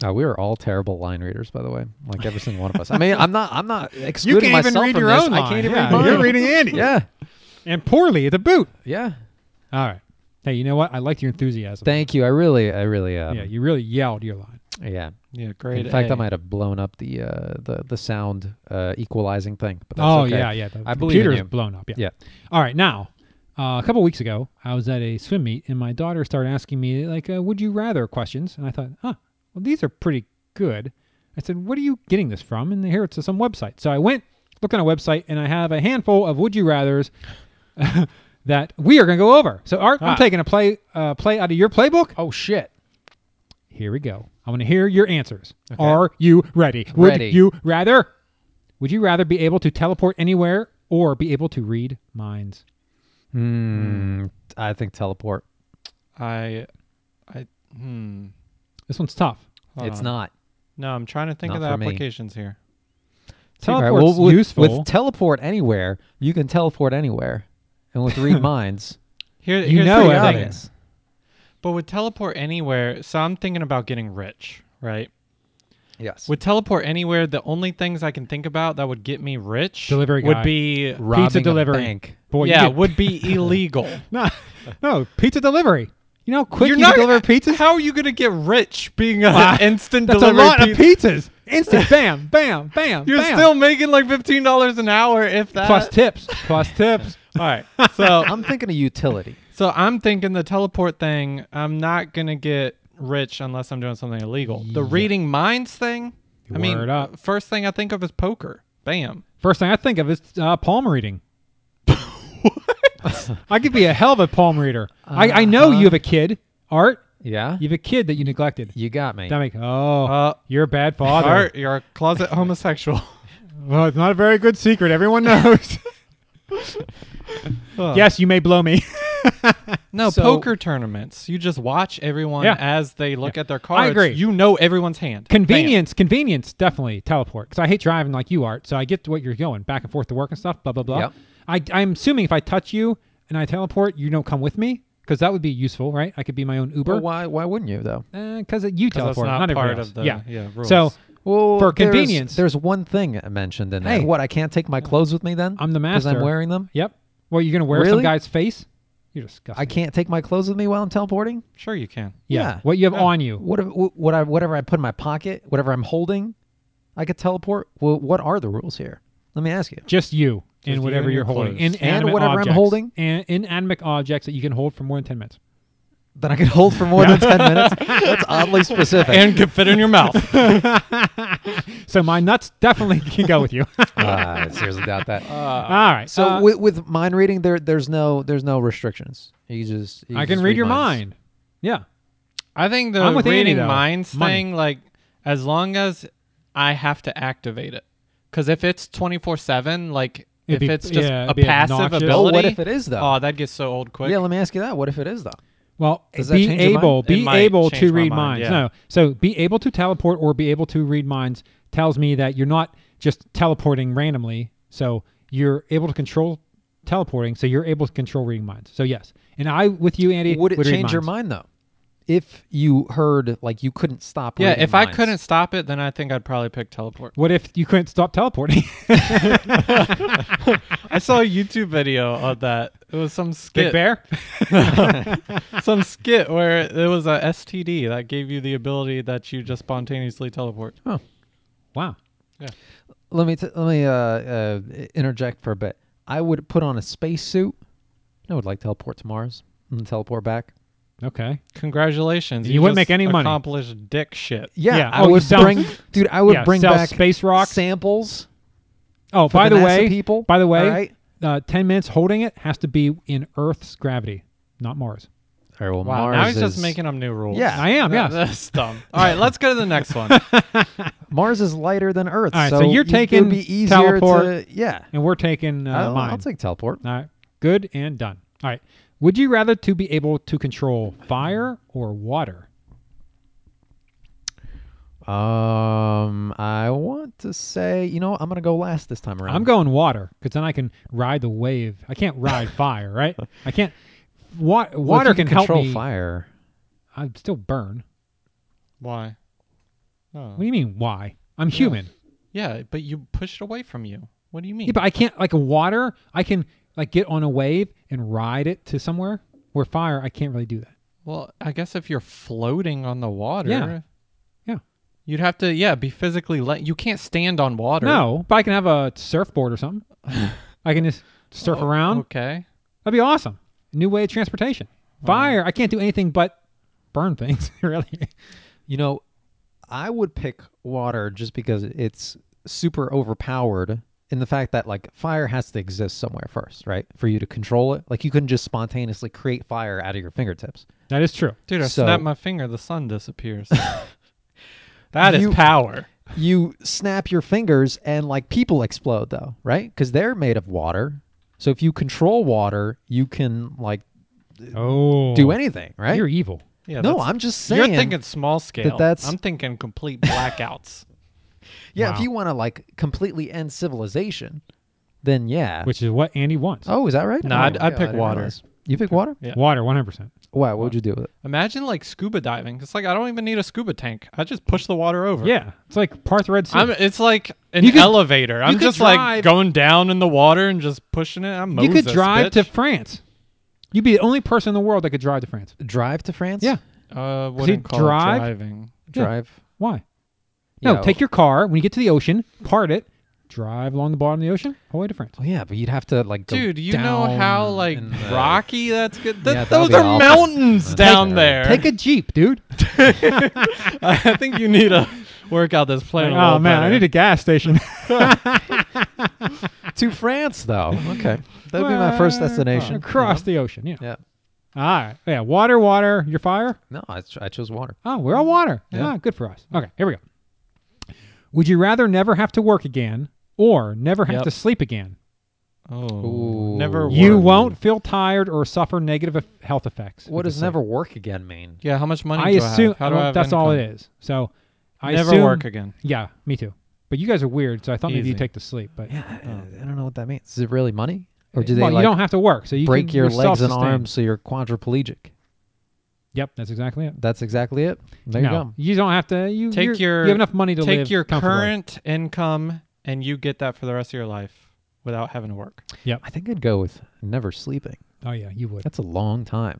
Speaker 3: Oh, we were all terrible line readers, by the way. Like every single one of us. I mean, I'm not. I'm not
Speaker 4: you
Speaker 3: excluding
Speaker 4: can't even
Speaker 3: myself
Speaker 4: read
Speaker 3: from
Speaker 4: your
Speaker 3: this.
Speaker 4: own
Speaker 3: I
Speaker 4: line.
Speaker 3: can't even
Speaker 4: Yeah,
Speaker 3: read mine.
Speaker 4: You're reading Andy.
Speaker 3: Yeah,
Speaker 4: And poorly at the boot.
Speaker 3: yeah.
Speaker 4: All right. Hey, you know what? I liked your enthusiasm.
Speaker 3: Thank you. I really, I really. Um,
Speaker 4: yeah,
Speaker 3: yeah.
Speaker 4: you really yelled your line.
Speaker 5: Yeah, great.
Speaker 3: In fact,
Speaker 5: A.
Speaker 3: I might have blown up the uh, the the sound uh, equalizing thing. But that's
Speaker 4: Oh
Speaker 3: okay.
Speaker 4: yeah, yeah. The
Speaker 3: I believe in
Speaker 4: computer is
Speaker 3: you.
Speaker 4: blown up. Yeah.
Speaker 3: Yeah.
Speaker 4: All right, now uh, a couple weeks ago, I was at a swim meet, and my daughter started asking me like, uh, "Would you rather?" questions, and I thought, "Huh, well, these are pretty good." I said, "What are you getting this from?" And here it's some website. So I went looked on a website, and I have a handful of "Would you rather's." That we are going to go over. So, Art, I'm
Speaker 5: Ah.
Speaker 4: taking a play uh, play out of your playbook.
Speaker 3: Oh shit.
Speaker 4: Here we go. I want to hear your answers. Are you ready? Would
Speaker 3: Ready.
Speaker 4: you rather? Would you rather be able to teleport anywhere or be able to read minds?
Speaker 3: Hmm. I think teleport.
Speaker 5: I, I, hmm.
Speaker 4: This one's tough.
Speaker 5: Hold
Speaker 3: it's
Speaker 5: on.
Speaker 3: not.
Speaker 5: No, I'm trying to think
Speaker 3: Not
Speaker 5: of the
Speaker 3: for me.
Speaker 5: applications here.
Speaker 3: All right,
Speaker 4: Teleport's
Speaker 3: well, with,
Speaker 4: useful.
Speaker 3: With teleport anywhere, you can teleport anywhere, and with read minds,
Speaker 5: Here,
Speaker 4: You
Speaker 5: here's
Speaker 4: know
Speaker 5: the
Speaker 4: it.
Speaker 5: thing.
Speaker 4: Yeah.
Speaker 3: it's-
Speaker 5: But with teleport anywhere, so I'm thinking about getting rich, right?
Speaker 3: Yes.
Speaker 5: With teleport anywhere, the only things I can think about that would get me rich
Speaker 4: Delivery guy.
Speaker 5: would be
Speaker 3: Robbing a
Speaker 4: delivery.
Speaker 3: bank.
Speaker 4: Boy, you
Speaker 5: yeah,
Speaker 4: get-
Speaker 5: would be illegal.
Speaker 4: no, no, pizza delivery. You know how quick
Speaker 5: You're
Speaker 4: you
Speaker 5: not
Speaker 4: can deliver pizzas?
Speaker 5: How are you gonna get rich being an
Speaker 4: Wow.
Speaker 5: instant
Speaker 4: That's
Speaker 5: delivery?
Speaker 4: a lot of
Speaker 5: pizza?
Speaker 4: pizzas. Instant, bam, bam, bam.
Speaker 5: You're
Speaker 4: bam.
Speaker 5: still making like fifteen dollars an hour, if that.
Speaker 4: plus tips, plus tips.
Speaker 5: All right, so
Speaker 3: I'm thinking of utility.
Speaker 5: so I'm thinking the teleport thing. I'm not gonna get rich unless I'm doing something illegal. The reading minds thing. I mean,
Speaker 4: Word up.
Speaker 5: first thing I think of is poker. Bam.
Speaker 4: First thing I think of is uh, palm reading. I could be a hell of a palm reader. I, I know you have a kid, Art.
Speaker 3: Yeah.
Speaker 4: You have a kid that you neglected.
Speaker 3: You got me.
Speaker 4: That make oh,
Speaker 5: Uh,
Speaker 4: you're a bad father.
Speaker 5: Art, you're a closet homosexual.
Speaker 4: Well, it's not a very good secret. Everyone knows. yes, you may blow me.
Speaker 5: No,
Speaker 3: So-
Speaker 5: poker tournaments. You just watch everyone
Speaker 4: Yeah.
Speaker 5: as they look at their cards.
Speaker 4: agree.
Speaker 5: You know everyone's hand. Bam.
Speaker 4: convenience, convenience, definitely teleport. Because I hate driving like you, Art. So I get to what you're going back and forth to work and stuff. Blah blah blah.
Speaker 3: Yep.
Speaker 4: I I'm assuming if I touch you and I teleport, you don't come with me because that would be useful, right? I could be my own Uber.
Speaker 3: Well, why? Why wouldn't you though?
Speaker 4: because you
Speaker 5: that's
Speaker 4: teleport,
Speaker 5: not
Speaker 4: everybody
Speaker 5: part of
Speaker 4: else.
Speaker 5: the-
Speaker 4: yeah.
Speaker 5: yeah,
Speaker 4: So
Speaker 5: rules.
Speaker 3: Well,
Speaker 4: For
Speaker 3: there's-
Speaker 4: convenience.
Speaker 3: There's one thing mentioned in there.
Speaker 4: Hey.
Speaker 3: What? I can't take my clothes with me then?
Speaker 4: I'm the
Speaker 3: Because I'm
Speaker 4: master.
Speaker 3: wearing them.
Speaker 4: yep. Well, you're gonna wear some
Speaker 3: Really?
Speaker 4: guy's face. You're disgusting.
Speaker 3: I can't take my clothes with me while I'm teleporting.
Speaker 5: Sure, you can.
Speaker 4: yeah.
Speaker 3: yeah.
Speaker 4: What you have on you?
Speaker 3: What? if- wh- What? I, whatever I put in my pocket, whatever I'm holding, I could teleport. Well, what are the rules here? Let me ask you.
Speaker 4: Just you
Speaker 5: you
Speaker 4: and whatever
Speaker 5: and
Speaker 4: you're
Speaker 5: your
Speaker 4: holding.
Speaker 5: clothes.
Speaker 4: Inanimate
Speaker 3: whatever I'm
Speaker 4: objects.
Speaker 3: holding?
Speaker 4: And inanimate objects that you can hold for more than ten minutes.
Speaker 3: That I could hold for more than ten minutes. That's oddly specific.
Speaker 5: And can fit in your mouth.
Speaker 4: So my nuts definitely can go with you.
Speaker 3: Ah, I seriously doubt that.
Speaker 4: All right.
Speaker 3: so
Speaker 4: uh,
Speaker 3: with, with mind reading, there there's no there's no restrictions. You just you
Speaker 4: I
Speaker 3: just
Speaker 4: can read your
Speaker 3: minds.
Speaker 4: mind. Yeah.
Speaker 5: I think the
Speaker 4: I'm with Andy,
Speaker 5: reading
Speaker 4: though.
Speaker 5: minds
Speaker 4: Money.
Speaker 5: thing, like, as long as I have to activate it. Because if it's 24 7, like,
Speaker 4: It'd
Speaker 5: if
Speaker 4: be-
Speaker 5: it's just
Speaker 4: yeah,
Speaker 5: a
Speaker 4: it'd be
Speaker 5: passive
Speaker 4: obnoxious.
Speaker 5: ability.
Speaker 3: Oh, what if it is though?
Speaker 5: Oh, that gets so old quick.
Speaker 3: yeah, let me ask you that. What if it is though?
Speaker 4: Well,
Speaker 3: Does that
Speaker 4: be
Speaker 3: change your mind?
Speaker 4: able,
Speaker 5: It
Speaker 4: be
Speaker 5: might
Speaker 4: able
Speaker 5: change
Speaker 4: to
Speaker 5: my
Speaker 4: read
Speaker 5: mind,
Speaker 4: minds.
Speaker 5: yeah.
Speaker 4: No, so be able to teleport or be able to read minds tells me that you're not just teleporting randomly. So you're able to control teleporting. So you're able to control reading minds. So yes, and I with you, Andy.
Speaker 3: Would it
Speaker 4: read
Speaker 3: change your
Speaker 4: minds.
Speaker 3: mind though? If you heard like you couldn't stop.
Speaker 5: Yeah,
Speaker 3: reading
Speaker 5: if I
Speaker 3: minds.
Speaker 5: couldn't stop it, then I think I'd probably pick teleport.
Speaker 4: What if you couldn't stop teleporting?
Speaker 5: I saw a YouTube video of that. It was some
Speaker 4: Big
Speaker 5: skit.
Speaker 4: Bear.
Speaker 5: some skit where it was a STD that gave you the ability that you just spontaneously teleport.
Speaker 4: Wow.
Speaker 3: let me t- let me uh, uh, interject for a bit. I would put on a spacesuit. I would like teleport to Mars and then teleport back.
Speaker 4: Okay.
Speaker 5: Congratulations!
Speaker 4: You wouldn't
Speaker 5: just
Speaker 4: make any money.
Speaker 5: Accomplished dick shit.
Speaker 3: Yeah,
Speaker 4: Yeah,
Speaker 3: I
Speaker 4: oh, you
Speaker 3: would
Speaker 4: sell-
Speaker 3: bring, dude. I would
Speaker 4: yeah,
Speaker 3: bring
Speaker 4: sell
Speaker 3: back
Speaker 4: space rocks.
Speaker 3: samples
Speaker 4: Oh,
Speaker 3: for
Speaker 4: by the
Speaker 3: NASA
Speaker 4: way,
Speaker 3: people.
Speaker 4: By the way,
Speaker 3: all right,
Speaker 4: uh, ten minutes holding it has to be in Earth's gravity, not Mars.
Speaker 3: All right, well,
Speaker 5: Wow,
Speaker 3: Mars
Speaker 5: now he's
Speaker 3: is-
Speaker 5: just making up new rules.
Speaker 3: Yeah.
Speaker 4: I am.
Speaker 5: Yeah,
Speaker 4: Yes.
Speaker 5: that's dumb. All right, let's go to the next one.
Speaker 3: Mars is lighter than Earth.
Speaker 4: All right,
Speaker 3: so,
Speaker 4: so you're
Speaker 3: you- it would
Speaker 4: taking
Speaker 3: be easier
Speaker 4: teleport.
Speaker 3: To, yeah,
Speaker 4: and we're taking uh,
Speaker 3: Oh, I'll,
Speaker 4: mine.
Speaker 3: I'll take teleport.
Speaker 4: All right, good and done. All right, would you rather to be able to control fire or water?
Speaker 3: Um, I want to say, you know, what, I'm gonna go last this time around.
Speaker 4: I'm going water because then I can ride the wave. I can't ride fire, right? I can't. Wa- water
Speaker 3: Well, if you
Speaker 4: can, help
Speaker 3: control
Speaker 4: me.
Speaker 3: fire.
Speaker 4: I still burn.
Speaker 5: Why? Oh.
Speaker 4: What do you mean? Why? I'm human.
Speaker 5: Yeah, but you pushed away from you. What do you mean?
Speaker 4: Yeah, but I can't like water. I can like get on a wave and ride it to somewhere. Where fire, I can't really do that.
Speaker 5: well, I guess if you're floating on the water,
Speaker 4: Yeah. Yeah.
Speaker 5: you'd have to yeah be physically let. You can't stand on water.
Speaker 4: No, but I can have a surfboard or something. I can just surf around.
Speaker 5: Okay.
Speaker 4: That'd be awesome. New way of transportation. Fire, I can't do anything but burn things. really,
Speaker 3: You know, I would pick water just because it's super overpowered in the fact that like fire has to exist somewhere first, right? For you to control it. Like you couldn't just spontaneously create fire out of your fingertips.
Speaker 4: that is true.
Speaker 5: Dude, I
Speaker 3: So-
Speaker 5: snap my finger, the sun disappears. That is
Speaker 3: You-
Speaker 5: power.
Speaker 3: You snap your fingers and like people explode though, right? Cuz they're made of water. So if you control water, you can like
Speaker 4: Oh,
Speaker 3: do anything, right?
Speaker 4: You're evil.
Speaker 5: Yeah,
Speaker 3: no,
Speaker 5: that's-
Speaker 3: I'm just
Speaker 5: You're
Speaker 3: saying.
Speaker 5: thinking small scale.
Speaker 3: that's-
Speaker 5: I'm thinking complete blackouts.
Speaker 3: yeah,
Speaker 4: Wow.
Speaker 3: if you want to like completely end civilization, then yeah.
Speaker 4: Which is what Andy wants.
Speaker 3: oh, is that right?
Speaker 5: No,
Speaker 3: Oh,
Speaker 5: I'd- I'd
Speaker 3: yeah, I
Speaker 5: pick
Speaker 3: didn't
Speaker 5: water.
Speaker 3: realize. You pick water?
Speaker 5: Yeah.
Speaker 4: Water, one hundred percent.
Speaker 3: Wow, what would you do with it?
Speaker 5: Imagine like scuba diving. It's like I don't even need a scuba tank. I just push the water over.
Speaker 4: Yeah, it's like Parth Red Sea.
Speaker 5: I'm, it's like an
Speaker 4: You could-
Speaker 5: elevator. I'm
Speaker 4: could
Speaker 5: just
Speaker 4: drive-
Speaker 5: like going down in the water and just pushing it. I'm
Speaker 4: you could
Speaker 5: Moses,
Speaker 4: drive
Speaker 5: bitch.
Speaker 4: to France. You'd be the only person in the word that could drive to France.
Speaker 3: Drive to France?
Speaker 4: Yeah.
Speaker 5: Uh,
Speaker 4: Does he
Speaker 5: wouldn't call
Speaker 4: drive?
Speaker 5: it driving.
Speaker 4: Yeah.
Speaker 3: Drive.
Speaker 4: Why? No,
Speaker 3: Yeah,
Speaker 4: take your car when you get to the ocean, part it, drive along the bottom of the ocean, all the way to France.
Speaker 3: Well, yeah, but you'd have to like go
Speaker 5: Dude, you know
Speaker 3: down uh,
Speaker 5: how like
Speaker 3: in the-
Speaker 5: rocky that's good.
Speaker 3: Yeah,
Speaker 5: That,
Speaker 3: that'll
Speaker 5: those
Speaker 3: be
Speaker 5: are
Speaker 3: awful.
Speaker 5: mountains
Speaker 3: Take-
Speaker 5: down there.
Speaker 4: Take a jeep, dude.
Speaker 5: I think you need to work out this plan. a
Speaker 4: oh
Speaker 5: little
Speaker 4: man, I
Speaker 5: better.
Speaker 4: need a gas station.
Speaker 3: to France though. Oh, Okay, that'd be my first destination.
Speaker 4: Across the ocean. Yeah.
Speaker 3: Yeah.
Speaker 4: All right. Yeah. Water, water. Your fire.
Speaker 3: No, I, ch- I chose water.
Speaker 4: Oh, we're all water.
Speaker 3: Yeah.
Speaker 4: Ah, good for us. Okay. Here we go. Would you rather never have to work again or never have
Speaker 5: Yep.
Speaker 4: to sleep again?
Speaker 5: Oh,
Speaker 3: Ooh.
Speaker 5: never.
Speaker 3: Or
Speaker 4: You
Speaker 5: work.
Speaker 4: won't feel tired or suffer negative eff- health effects.
Speaker 3: What
Speaker 4: with the
Speaker 3: does
Speaker 4: sleep.
Speaker 3: never work again mean?
Speaker 5: Yeah, how much money?
Speaker 4: I
Speaker 5: do
Speaker 4: assume
Speaker 5: I have? How do I
Speaker 4: well,
Speaker 5: have
Speaker 4: that's all
Speaker 5: income?
Speaker 4: it is. So I
Speaker 5: Never
Speaker 4: assume-
Speaker 5: work again.
Speaker 4: Yeah, me too. But you guys are weird, so I thought maybe you
Speaker 5: Easy.
Speaker 4: take the sleep. But
Speaker 3: Yeah, I, I don't know what that means. Is it really money, or do they
Speaker 4: well,
Speaker 3: like
Speaker 4: you don't have to work, so you
Speaker 3: break
Speaker 4: can, you're
Speaker 3: your legs and
Speaker 4: self-sustained.
Speaker 3: arms so you're quadriplegic?
Speaker 4: Yep, that's exactly it.
Speaker 3: That's exactly it. There
Speaker 4: no,
Speaker 3: you go.
Speaker 4: don't have to. You
Speaker 5: Take
Speaker 4: you're-
Speaker 5: your-
Speaker 4: You have enough money to
Speaker 5: Take
Speaker 4: live
Speaker 5: your
Speaker 4: comfortably.
Speaker 5: current income and you get that for the rest of your life without having to work.
Speaker 3: I think I'd go with never sleeping.
Speaker 4: Oh yeah, you would.
Speaker 3: That's a long time.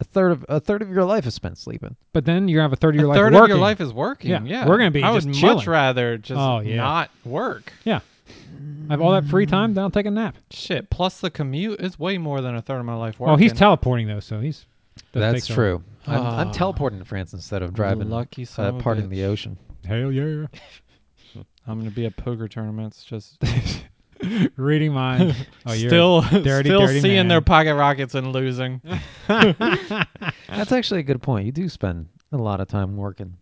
Speaker 3: A third of a third of your life is spent sleeping.
Speaker 4: But then you have a third of your
Speaker 5: a
Speaker 4: life
Speaker 5: third
Speaker 4: working.
Speaker 5: of your life is working.
Speaker 4: Yeah,
Speaker 5: Yeah,
Speaker 4: we're gonna be
Speaker 5: I
Speaker 4: just
Speaker 5: would
Speaker 4: chilling.
Speaker 5: much rather just
Speaker 4: Oh, yeah.
Speaker 5: not work.
Speaker 4: Yeah, I have all that free
Speaker 5: Mm-hmm.
Speaker 4: time. Then I'll take a nap.
Speaker 5: Shit. Plus the commute is way more than a third of my life working.
Speaker 4: Well, Oh, he's teleporting though, so he's. doesn't
Speaker 3: That's
Speaker 4: take so-
Speaker 3: true. I'm, I'm
Speaker 5: Ah.
Speaker 3: teleporting to France instead of driving,
Speaker 5: Lucky son
Speaker 3: uh,
Speaker 5: of a
Speaker 3: parting the
Speaker 5: bitch.
Speaker 3: ocean.
Speaker 4: Hell yeah!
Speaker 5: I'm gonna be at poker tournaments just
Speaker 4: Reading mine. Oh, you're
Speaker 5: still
Speaker 4: dirty,
Speaker 5: still
Speaker 4: dirty
Speaker 5: seeing
Speaker 4: man.
Speaker 5: their pocket rockets and losing.
Speaker 3: That's actually a good point. You do spend a lot of time working.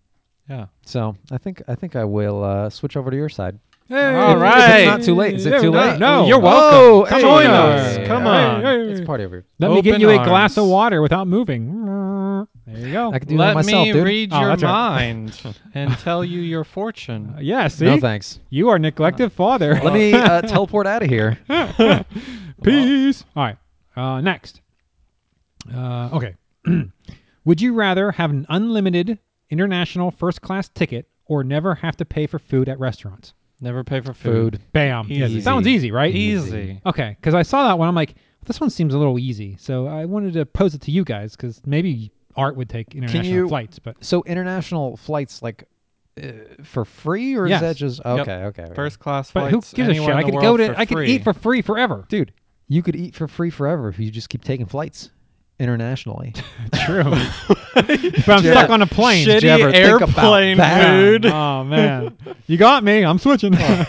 Speaker 5: yeah.
Speaker 3: So I think I think I will uh, switch over to your side.
Speaker 4: Hey,
Speaker 5: All
Speaker 4: if-
Speaker 5: right.
Speaker 4: if
Speaker 3: It's not too late. Is it
Speaker 4: Yeah,
Speaker 3: too
Speaker 4: no,
Speaker 3: late?
Speaker 4: no.
Speaker 5: You're
Speaker 3: Oh,
Speaker 5: welcome.
Speaker 3: hey.
Speaker 5: Join us.
Speaker 3: Hey,
Speaker 5: Come
Speaker 3: hey,
Speaker 5: on.
Speaker 4: hey.
Speaker 3: It's party over. here.
Speaker 4: Let me get
Speaker 5: Open
Speaker 4: you a glass of
Speaker 5: arms.
Speaker 4: water without moving. There you go.
Speaker 3: I can do
Speaker 5: Let
Speaker 3: that myself,
Speaker 5: me
Speaker 3: dude.
Speaker 5: read
Speaker 4: Oh,
Speaker 5: your
Speaker 4: that's right.
Speaker 5: mind and tell you your fortune.
Speaker 4: yeah, see,
Speaker 3: No thanks.
Speaker 4: you are neglected father.
Speaker 3: Let me uh, teleport out of here.
Speaker 4: Peace. All right. Uh, next. Uh, okay. Would you rather have an unlimited international first class ticket or never have to pay for food at restaurants?
Speaker 5: Never pay for food.
Speaker 3: Food.
Speaker 4: Bam. Yeah,
Speaker 5: Easy.
Speaker 4: that one's easy, right?
Speaker 5: Easy.
Speaker 4: Okay, because I saw that one. I'm like, this one seems a little easy. So I wanted to pose it to you guys because maybe Art would take international
Speaker 3: you-
Speaker 4: flights, but
Speaker 3: So international flights like uh, for free, or
Speaker 4: Yes.
Speaker 3: is that just okay? Okay. okay.
Speaker 5: First class
Speaker 4: but
Speaker 5: flights.
Speaker 4: who gives a shit?
Speaker 5: anywhere in
Speaker 4: I
Speaker 5: the
Speaker 4: could go
Speaker 5: world
Speaker 4: to
Speaker 5: for
Speaker 4: I could
Speaker 5: free.
Speaker 4: eat for free forever.
Speaker 3: dude, you could eat for free forever if you just keep taking flights. internationally.
Speaker 4: True. if I'm stuck on a plane.
Speaker 3: Did
Speaker 5: Shitty
Speaker 3: you ever think about
Speaker 5: airplane
Speaker 3: that?
Speaker 5: food.
Speaker 4: Oh man, you got me. I'm switching. All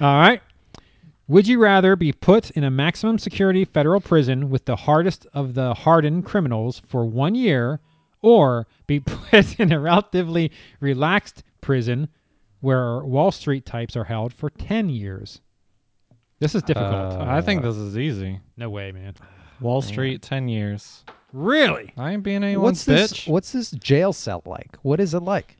Speaker 4: right. Would you rather be put in a maximum security federal prison with the hardest of the hardened criminals for one year, or be put in a relatively relaxed prison where Wall Street types are held for ten years? This is difficult.
Speaker 3: Uh,
Speaker 5: I think this is easy.
Speaker 4: no way, man.
Speaker 5: Wall Street, 10 years.
Speaker 4: Really?
Speaker 5: I ain't being
Speaker 3: What's
Speaker 5: anyone's
Speaker 3: this?
Speaker 5: bitch.
Speaker 3: What's this jail cell like? What is it like?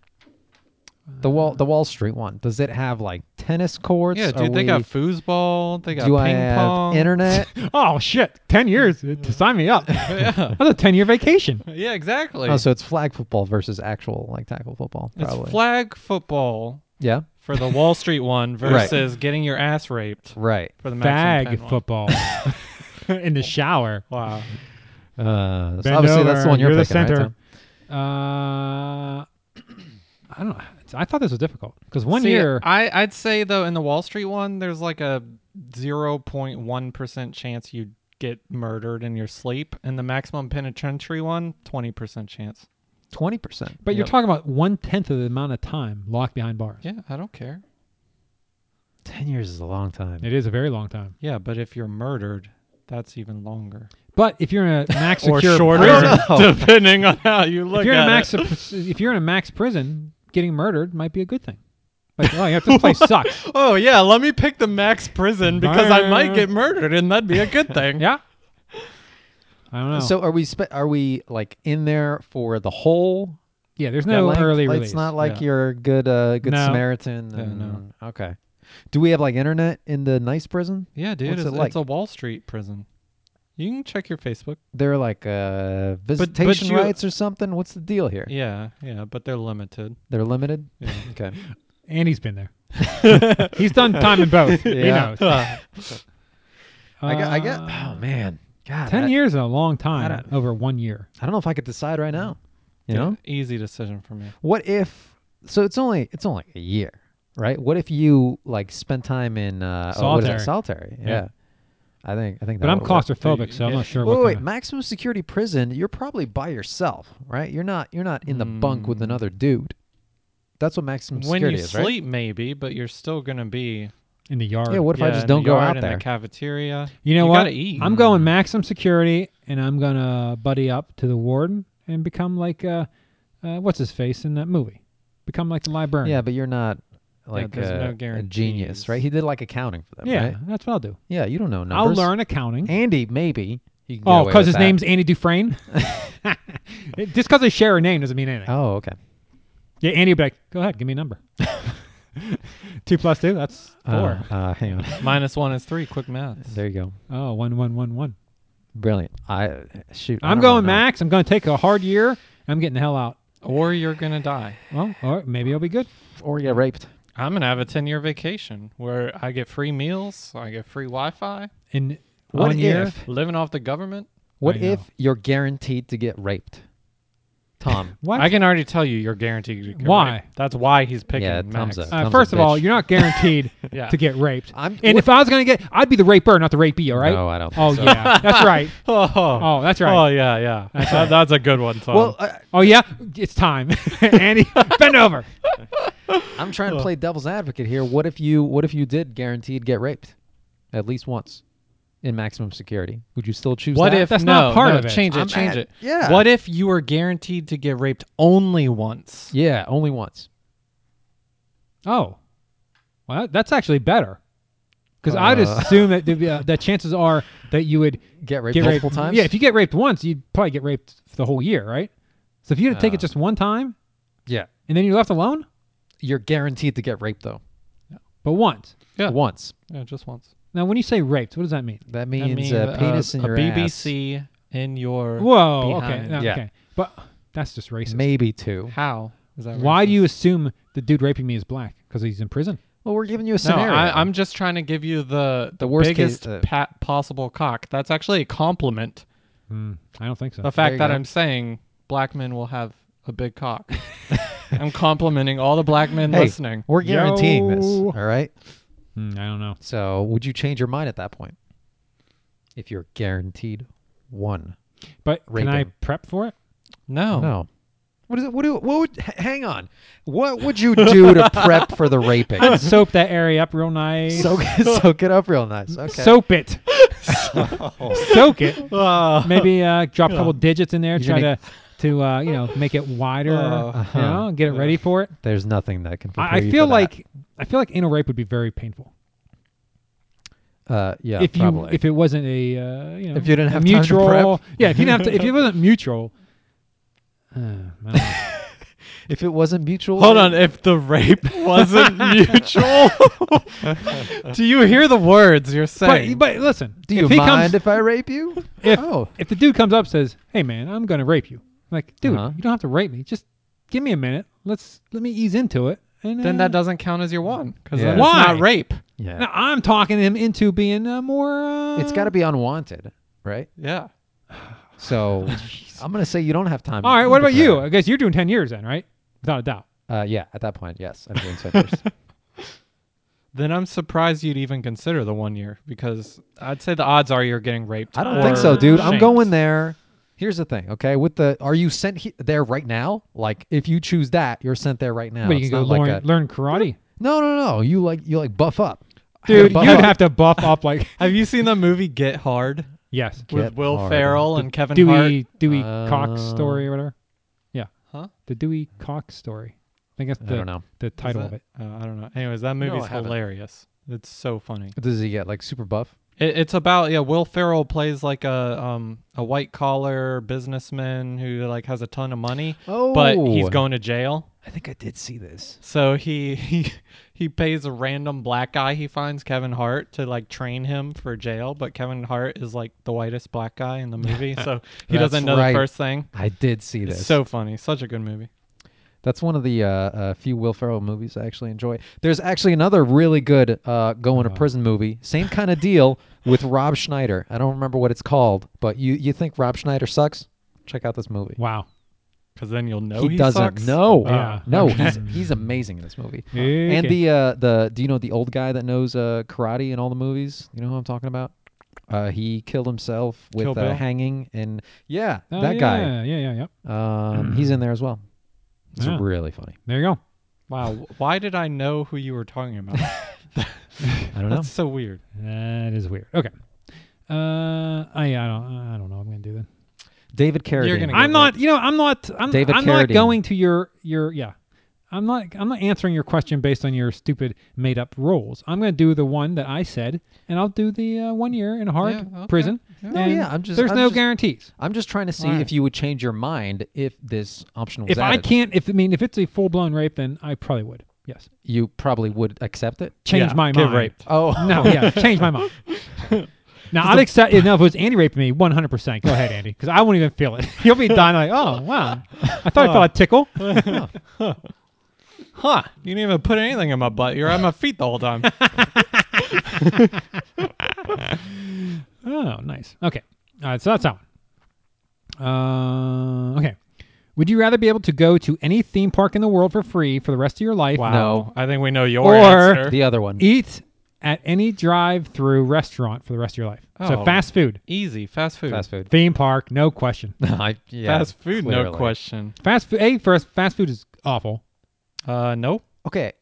Speaker 3: The wall, the Wall Street one. Does it have like tennis courts?
Speaker 5: yeah,
Speaker 3: Are
Speaker 5: dude, they
Speaker 3: we-
Speaker 5: got foosball. They got
Speaker 3: do
Speaker 5: ping
Speaker 3: I have
Speaker 5: pong.
Speaker 3: internet?
Speaker 4: Oh shit! Ten years to sign me up.
Speaker 5: yeah.
Speaker 4: That's a ten-year vacation.
Speaker 5: yeah, exactly.
Speaker 3: oh, so it's flag football versus actual like tackle football.
Speaker 5: it's
Speaker 3: Probably.
Speaker 5: flag football
Speaker 3: yeah.
Speaker 5: for the Wall Street one
Speaker 3: Right.
Speaker 5: versus getting your ass raped
Speaker 3: Right.
Speaker 5: for the Maximum
Speaker 4: Bag
Speaker 5: Pen one.
Speaker 4: football in the shower.
Speaker 5: Wow.
Speaker 3: Uh, so
Speaker 4: Bend
Speaker 3: obviously, that's
Speaker 4: over,
Speaker 3: the one you're,
Speaker 4: you're the
Speaker 3: picking, right,
Speaker 4: center. Uh,
Speaker 3: Tom?
Speaker 4: I don't know. I thought this was difficult because one
Speaker 5: See,
Speaker 4: year.
Speaker 5: I, I'd say, though, in the Wall Street one, there's like a 0.1% chance you get murdered in your sleep. And the maximum penitentiary one, 20% chance.
Speaker 3: Twenty percent.
Speaker 4: but you're
Speaker 5: Yep.
Speaker 4: talking about one tenth of the amount of time locked behind bars.
Speaker 5: Yeah, I don't care.
Speaker 3: Ten years is a long time.
Speaker 4: It is a very long time.
Speaker 5: Yeah, but if you're murdered, that's even longer.
Speaker 4: But if you're in a max
Speaker 5: Or
Speaker 4: secure
Speaker 5: shorter.
Speaker 4: prison,
Speaker 5: Depending on how you look
Speaker 4: if you're in a
Speaker 5: at
Speaker 4: max,
Speaker 5: it.
Speaker 4: if you're in a max prison, getting murdered might be a good thing. Like, oh, yeah, this place sucks.
Speaker 5: Oh yeah, let me pick the max prison because I might get murdered, and that'd be a good thing.
Speaker 4: Yeah. I don't know.
Speaker 3: So are we? Spe- are we like in there for the whole?
Speaker 4: yeah, there's no
Speaker 3: length?
Speaker 4: early
Speaker 3: Like,
Speaker 4: release.
Speaker 3: It's not like
Speaker 5: Yeah.
Speaker 3: you're a good, uh, good
Speaker 4: No.
Speaker 3: Samaritan.
Speaker 5: Yeah,
Speaker 3: and-
Speaker 5: no.
Speaker 3: Okay. Do we have like internet in the nice prison?
Speaker 5: yeah, dude,
Speaker 3: What's
Speaker 5: it's,
Speaker 3: it like?
Speaker 5: it's a Wall Street prison. You can check your Facebook.
Speaker 3: There are like uh,
Speaker 5: but
Speaker 3: visitation
Speaker 5: you-
Speaker 3: rights or something. What's the deal here?
Speaker 5: Yeah, yeah, but they're limited.
Speaker 3: They're limited. Okay.
Speaker 4: Andy's been there. He's done time in both. He
Speaker 3: Yeah.
Speaker 4: knows.
Speaker 3: I got. I got.
Speaker 4: Uh,
Speaker 3: Oh man. God.
Speaker 4: Ten
Speaker 3: I,
Speaker 4: years is a long
Speaker 3: I
Speaker 4: time
Speaker 3: don't-
Speaker 4: over one year.
Speaker 3: I don't know if I could decide right now. You
Speaker 5: Yeah,
Speaker 3: know.
Speaker 5: easy decision for me.
Speaker 3: What if? So it's only it's only a year, right? What if you like spent time in uh, oh, what is that? Solitary. Yeah. I think I think.
Speaker 4: But
Speaker 3: that
Speaker 4: I'm
Speaker 3: would work.
Speaker 4: claustrophobic, so I'm not sure.
Speaker 3: Wait,
Speaker 4: what
Speaker 3: wait, wait,
Speaker 4: kinda-
Speaker 3: maximum security prison. You're probably by yourself, right? You're not. You're not in the bunk
Speaker 4: Mm.
Speaker 3: with another dude. That's what maximum
Speaker 5: when
Speaker 3: security
Speaker 5: you
Speaker 3: is,
Speaker 5: sleep, maybe, but you're still gonna be.
Speaker 4: in the yard.
Speaker 3: right? Yeah. What if I
Speaker 5: yeah,
Speaker 3: just
Speaker 5: in
Speaker 3: don't
Speaker 5: the
Speaker 3: go
Speaker 5: yard,
Speaker 3: out
Speaker 5: in
Speaker 3: there?
Speaker 5: the cafeteria?
Speaker 4: you know what?
Speaker 5: Gotta eat.
Speaker 4: I'm going maximum security, and I'm gonna buddy up to the warden and become like uh, uh what's his face in that movie? Become like the librarian.
Speaker 3: yeah, but you're not like
Speaker 5: there's
Speaker 3: uh,
Speaker 5: no
Speaker 3: a
Speaker 5: guarantees.
Speaker 3: genius, right? He did like accounting for them,
Speaker 4: yeah,
Speaker 3: right?
Speaker 4: that's what I'll do.
Speaker 3: Yeah. You don't know
Speaker 4: I'll
Speaker 3: numbers.
Speaker 4: learn accounting.
Speaker 3: Andy, maybe. You can get
Speaker 4: oh,
Speaker 3: away
Speaker 4: because his
Speaker 3: with that.
Speaker 4: name's Andy Dufresne. It- Just because they share a name doesn't mean anything.
Speaker 3: Oh, okay.
Speaker 4: Yeah, Andy would be like, go ahead, give me a number. two plus two, that's four.
Speaker 3: Uh, uh, hang on.
Speaker 5: Minus one is three. Quick math.
Speaker 3: There you go.
Speaker 4: oh, one, one, one, one.
Speaker 3: Brilliant. I shoot. I
Speaker 4: I'm
Speaker 3: don't really
Speaker 4: going
Speaker 3: know.
Speaker 4: max. I'm going to take a hard year. and I'm getting the hell out.
Speaker 5: Or you're gonna die.
Speaker 4: Well, or maybe I'll be good.
Speaker 3: Or get raped.
Speaker 5: I'm gonna have a ten year vacation where I get free meals, I get free Wi Fi,
Speaker 4: In
Speaker 3: What
Speaker 4: one year,
Speaker 3: if-
Speaker 5: living off the government.
Speaker 3: What
Speaker 4: I know.
Speaker 3: if you're guaranteed to get raped, Tom?
Speaker 4: what?
Speaker 5: I can already tell you, you're guaranteed. To get
Speaker 4: Why?
Speaker 5: raped. That's why he's picking
Speaker 3: Yeah,
Speaker 5: Max.
Speaker 3: thumbs up.
Speaker 4: uh,
Speaker 3: Tom's
Speaker 4: first
Speaker 3: a
Speaker 4: of all,
Speaker 3: bitch.
Speaker 4: you're not guaranteed
Speaker 5: Yeah.
Speaker 4: to get raped.
Speaker 3: I'm-
Speaker 4: and if I was going to get, I'd be the raper, not the rapee. All right.
Speaker 3: No, I don't.
Speaker 4: oh
Speaker 3: think so.
Speaker 4: yeah, that's right.
Speaker 5: Oh,
Speaker 4: Oh, that's
Speaker 5: oh
Speaker 4: right.
Speaker 5: yeah, yeah. That- that's a good one, Tom.
Speaker 3: Well, uh, I,
Speaker 4: Oh, yeah, it's time, Andy. bend over.
Speaker 3: I'm trying to play devil's advocate here. What if you? What if you did guaranteed get raped, at least once, in maximum security? Would you still choose?
Speaker 5: what
Speaker 3: that?
Speaker 5: if
Speaker 4: that's
Speaker 5: no,
Speaker 4: not part
Speaker 5: no,
Speaker 4: of it.
Speaker 5: Change it,
Speaker 3: I'm
Speaker 5: change
Speaker 3: at-
Speaker 5: it.
Speaker 3: yeah.
Speaker 5: What if you were guaranteed to get raped only once?
Speaker 3: Yeah, only once.
Speaker 4: Oh, well, that- that's actually better. Because I'd assume that the, uh, that chances are that you would
Speaker 3: Get raped
Speaker 4: get
Speaker 3: multiple
Speaker 4: raped
Speaker 3: times.
Speaker 4: Yeah, if you get raped once, you'd probably get raped for the whole year, right? So if you had to take
Speaker 3: Oh.
Speaker 4: it just one time
Speaker 3: yeah,
Speaker 4: and then you're left alone,
Speaker 3: you're guaranteed to get raped though.
Speaker 4: but once.
Speaker 5: Yeah.
Speaker 3: Once.
Speaker 5: Yeah, just once.
Speaker 4: Now, when you say raped, what does that mean?
Speaker 3: That
Speaker 5: That
Speaker 3: means
Speaker 5: means,
Speaker 3: uh, penis
Speaker 5: a,
Speaker 3: in
Speaker 5: a
Speaker 3: your ass.
Speaker 5: BBC in your
Speaker 4: Whoa. Okay.
Speaker 5: behind.
Speaker 4: no,
Speaker 3: Yeah.
Speaker 4: Okay. But that's just racist.
Speaker 3: Maybe two.
Speaker 5: How is that?
Speaker 4: Why
Speaker 5: racist?
Speaker 4: do you assume the dude raping me is black? Because he's in prison.
Speaker 3: Well, we're giving you a
Speaker 5: No,
Speaker 3: scenario.
Speaker 5: I, I'm just trying to give you the
Speaker 3: The worst
Speaker 5: biggest
Speaker 3: case, uh,
Speaker 5: pa- possible cock. That's actually a compliment.
Speaker 4: Hmm, I don't think so.
Speaker 5: The
Speaker 3: you
Speaker 5: fact that
Speaker 3: go.
Speaker 5: I'm saying black men will have a big cock. I'm complimenting all the black men
Speaker 3: Hey,
Speaker 5: listening.
Speaker 3: We're guaranteeing this.
Speaker 4: Yo.
Speaker 3: All right.
Speaker 4: Hmm, I don't know.
Speaker 3: So, would you change your mind at that point? If you're guaranteed one.
Speaker 4: But can I
Speaker 3: Rating.
Speaker 4: prep for it?
Speaker 5: No.
Speaker 3: No. What is it? What do? What would? h- Hang on. What would you do to prep for the raping?
Speaker 4: Soap that area up real nice.
Speaker 3: soak, soak it up real nice. Okay.
Speaker 4: Soap it. Soak it. Maybe uh, drop a couple digits in there.
Speaker 3: Oh. You're
Speaker 4: try
Speaker 3: gonna- Oh.
Speaker 4: to to uh, you know make it wider.
Speaker 5: Uh-huh.
Speaker 4: You know, get it ready for it.
Speaker 3: There's nothing that can.
Speaker 4: I,
Speaker 3: prepare
Speaker 4: I
Speaker 3: you
Speaker 4: feel
Speaker 3: for that.
Speaker 4: like I feel like anal rape would be very painful
Speaker 3: Uh, yeah.
Speaker 4: if you
Speaker 3: probably.
Speaker 4: if it wasn't a uh, you know
Speaker 3: If you didn't
Speaker 4: a
Speaker 3: have time to
Speaker 4: mutual
Speaker 3: prep.
Speaker 4: yeah if you didn't have to, if it wasn't mutual. Uh, I don't know.
Speaker 3: If it wasn't mutual.
Speaker 5: Hold
Speaker 3: then-
Speaker 5: on. If the rape wasn't mutual, do you hear the words you're saying?
Speaker 4: but, but listen,
Speaker 3: Do you
Speaker 4: if he
Speaker 3: mind
Speaker 4: comes,
Speaker 3: if I rape you?
Speaker 4: if
Speaker 3: oh.
Speaker 4: if the dude comes up and says, "Hey man, I'm gonna rape you," I'm like, dude,
Speaker 3: Uh-huh.
Speaker 4: you don't have to rape me. Just give me a minute. Let's let me ease into it. And,
Speaker 5: then
Speaker 4: uh,
Speaker 5: that doesn't count as your one because
Speaker 3: Yeah.
Speaker 5: it's not
Speaker 4: Why?
Speaker 5: rape.
Speaker 3: Yeah.
Speaker 4: Now, I'm talking him into being uh, more. Uh,
Speaker 3: It's got to be unwanted, right?
Speaker 5: Yeah.
Speaker 3: So I'm gonna say you don't have time.
Speaker 4: All right.
Speaker 3: to
Speaker 4: What about you?
Speaker 3: prepare.
Speaker 4: I guess you're doing ten years then, right? Without a doubt.
Speaker 3: Uh, yeah. At that point, yes, I'm doing ten years.
Speaker 5: Then I'm surprised you'd even consider the one year because I'd say the odds are you're getting raped.
Speaker 3: I don't
Speaker 5: or
Speaker 3: think so, dude. I'm
Speaker 5: shanked.
Speaker 3: going there. Here's the thing, okay? With the are you sent he- there right now? Like if you choose that, you're sent there right now.
Speaker 4: but you
Speaker 3: It's
Speaker 4: can go
Speaker 3: not
Speaker 4: learn,
Speaker 3: like a-
Speaker 4: learn karate,
Speaker 3: no, no, no. You like you like buff up,
Speaker 4: dude.
Speaker 3: buff
Speaker 4: You'd
Speaker 3: up.
Speaker 4: have to buff up like
Speaker 5: Have you seen the movie Get Hard
Speaker 4: yes,
Speaker 3: Get
Speaker 5: with Will
Speaker 3: Hard.
Speaker 5: Ferrell and Kevin Hart?
Speaker 4: Dewey Dewey Cox
Speaker 3: Uh,
Speaker 4: story or whatever. Yeah.
Speaker 5: Huh?
Speaker 4: The Dewey Cox story. I think that's
Speaker 3: I
Speaker 4: the
Speaker 3: don't know.
Speaker 4: the title
Speaker 5: Is
Speaker 4: of
Speaker 5: that-
Speaker 4: it.
Speaker 5: Oh, I don't know. Anyways, that
Speaker 3: No, I
Speaker 5: movie's
Speaker 3: haven't.
Speaker 5: hilarious. It's so funny.
Speaker 3: Does he get like super buff?
Speaker 5: It, it's about yeah. Will Ferrell plays like a um a white collar businessman who like has a ton of money,
Speaker 3: Oh,
Speaker 5: but he's going to jail.
Speaker 3: I think I did see this.
Speaker 5: So he he he pays a random black guy he finds Kevin Hart to like train him for jail, but Kevin Hart is like the whitest black guy in the movie, so he
Speaker 3: That's
Speaker 5: doesn't know
Speaker 3: right.
Speaker 5: the first thing.
Speaker 3: I did see
Speaker 5: It's
Speaker 3: this.
Speaker 5: so funny. Such a good movie.
Speaker 3: That's one of the uh, uh, few Will Ferrell movies I actually enjoy. There's actually another really good uh, going to prison movie, same kind of deal with Rob Schneider. I don't remember what it's called, but you you think Rob Schneider sucks? Check out this movie.
Speaker 4: Wow.
Speaker 5: Because then you'll know
Speaker 3: he,
Speaker 5: he,
Speaker 3: doesn't.
Speaker 5: Sucks.
Speaker 3: No,
Speaker 4: Yeah.
Speaker 3: no, he's he's amazing in this movie. And the uh, the do you know the old guy that knows uh, karate in all the movies? You know who I'm talking about? Uh, he killed himself with
Speaker 5: Kill
Speaker 3: uh,
Speaker 5: Bill?
Speaker 3: hanging, and yeah,
Speaker 4: Oh,
Speaker 3: that
Speaker 4: Yeah, yeah, yeah, yeah.
Speaker 3: guy. Um, he's in there as well. It's
Speaker 4: Yeah.
Speaker 3: really funny.
Speaker 4: There you go.
Speaker 5: Wow. wh- Why did I know who you were talking about?
Speaker 3: I don't know.
Speaker 5: That's so weird.
Speaker 4: That is weird. Okay. Uh, I, I don't, I don't know. what I'm gonna do that.
Speaker 3: David Carradine.
Speaker 5: You're gonna get
Speaker 4: I'm not. You know, I'm not. I'm,
Speaker 3: David
Speaker 4: I'm not
Speaker 3: Carradine.
Speaker 4: going to your, your. Yeah. I'm not. I'm not answering your question based on your stupid made up rules. I'm gonna do the one that I said, and I'll do the uh, one year in a hard
Speaker 5: Yeah, okay.
Speaker 4: prison.
Speaker 3: No,
Speaker 4: and
Speaker 3: yeah, I'm just-
Speaker 4: There's
Speaker 3: I'm
Speaker 4: no
Speaker 3: just-
Speaker 4: guarantees.
Speaker 3: I'm just trying to see
Speaker 5: Alright.
Speaker 3: if you would change your mind if this option was
Speaker 4: If I
Speaker 3: added.
Speaker 4: can't, if I mean, if it's a full blown rape, then I probably would. Yes.
Speaker 3: you probably would accept it.
Speaker 4: Change
Speaker 5: Yeah,
Speaker 4: my
Speaker 5: get
Speaker 4: mind.
Speaker 5: raped.
Speaker 3: Oh
Speaker 4: No, yeah, change my mind. Now uh, I'd accept it. Now if it was Andy raping me, one hundred percent. Go ahead, Andy, because I won't even feel it. You'll be dying like, oh wow, I thought I felt a tickle.
Speaker 5: Huh. You didn't even put anything in my butt. You're at my feet the whole time.
Speaker 4: Oh, nice. Okay, all right. So that's that one. Uh, okay. Would you rather be able to go to any theme park in the world for free for the rest of your life?
Speaker 3: No.
Speaker 5: I think we know your
Speaker 4: Or
Speaker 5: answer.
Speaker 3: the other
Speaker 5: E-
Speaker 3: one.
Speaker 4: Eat at any drive-through restaurant for the rest of your life. So
Speaker 5: Oh.
Speaker 4: fast food,
Speaker 5: Easy. Fast food.
Speaker 3: Fast food.
Speaker 4: theme park, no question.
Speaker 3: I, yeah,
Speaker 5: Fast food, no
Speaker 3: clearly.
Speaker 5: question.
Speaker 4: Fast food. A first, fast food is awful.
Speaker 5: Uh, no.
Speaker 3: Okay.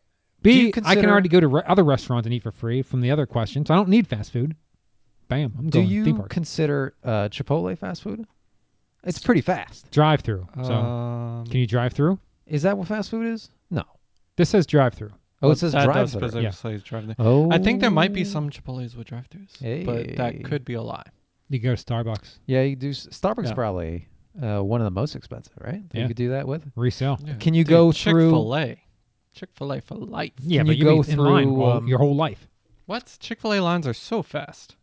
Speaker 3: Do
Speaker 4: B,
Speaker 3: you
Speaker 4: I can
Speaker 3: consider-
Speaker 4: already go to re- other restaurants and eat for free from the other question, so I don't need fast food. Bam, I'm
Speaker 3: Do
Speaker 4: going theme
Speaker 3: you
Speaker 4: park.
Speaker 3: consider uh, Chipotle fast food? It's pretty fast.
Speaker 4: drive through. So
Speaker 5: Um,
Speaker 4: can you drive through?
Speaker 3: Is that what fast food is? No.
Speaker 4: This says drive through.
Speaker 3: Oh, it says
Speaker 5: that
Speaker 3: drive
Speaker 5: does
Speaker 3: through.
Speaker 5: specifically
Speaker 4: Yeah.
Speaker 5: say drive-thru.
Speaker 3: Oh,
Speaker 5: I think there might be some Chipotle's with drive-thrus, but
Speaker 3: Hey.
Speaker 5: that could be a lie.
Speaker 4: You can go to Starbucks,
Speaker 3: Yeah, you do. s- Starbucks
Speaker 4: Yeah.
Speaker 3: probably uh, one of the most expensive, right? That
Speaker 4: Yeah.
Speaker 3: You could do that with.
Speaker 4: resell.
Speaker 3: Can you go through-
Speaker 5: Chick-fil-A? Chick-fil-A for life.
Speaker 4: Yeah,
Speaker 3: Can
Speaker 4: but you
Speaker 3: you go
Speaker 4: go in line
Speaker 3: through,
Speaker 4: all-
Speaker 3: um,
Speaker 4: your whole life.
Speaker 5: What? Chick-fil-A lines are so fast.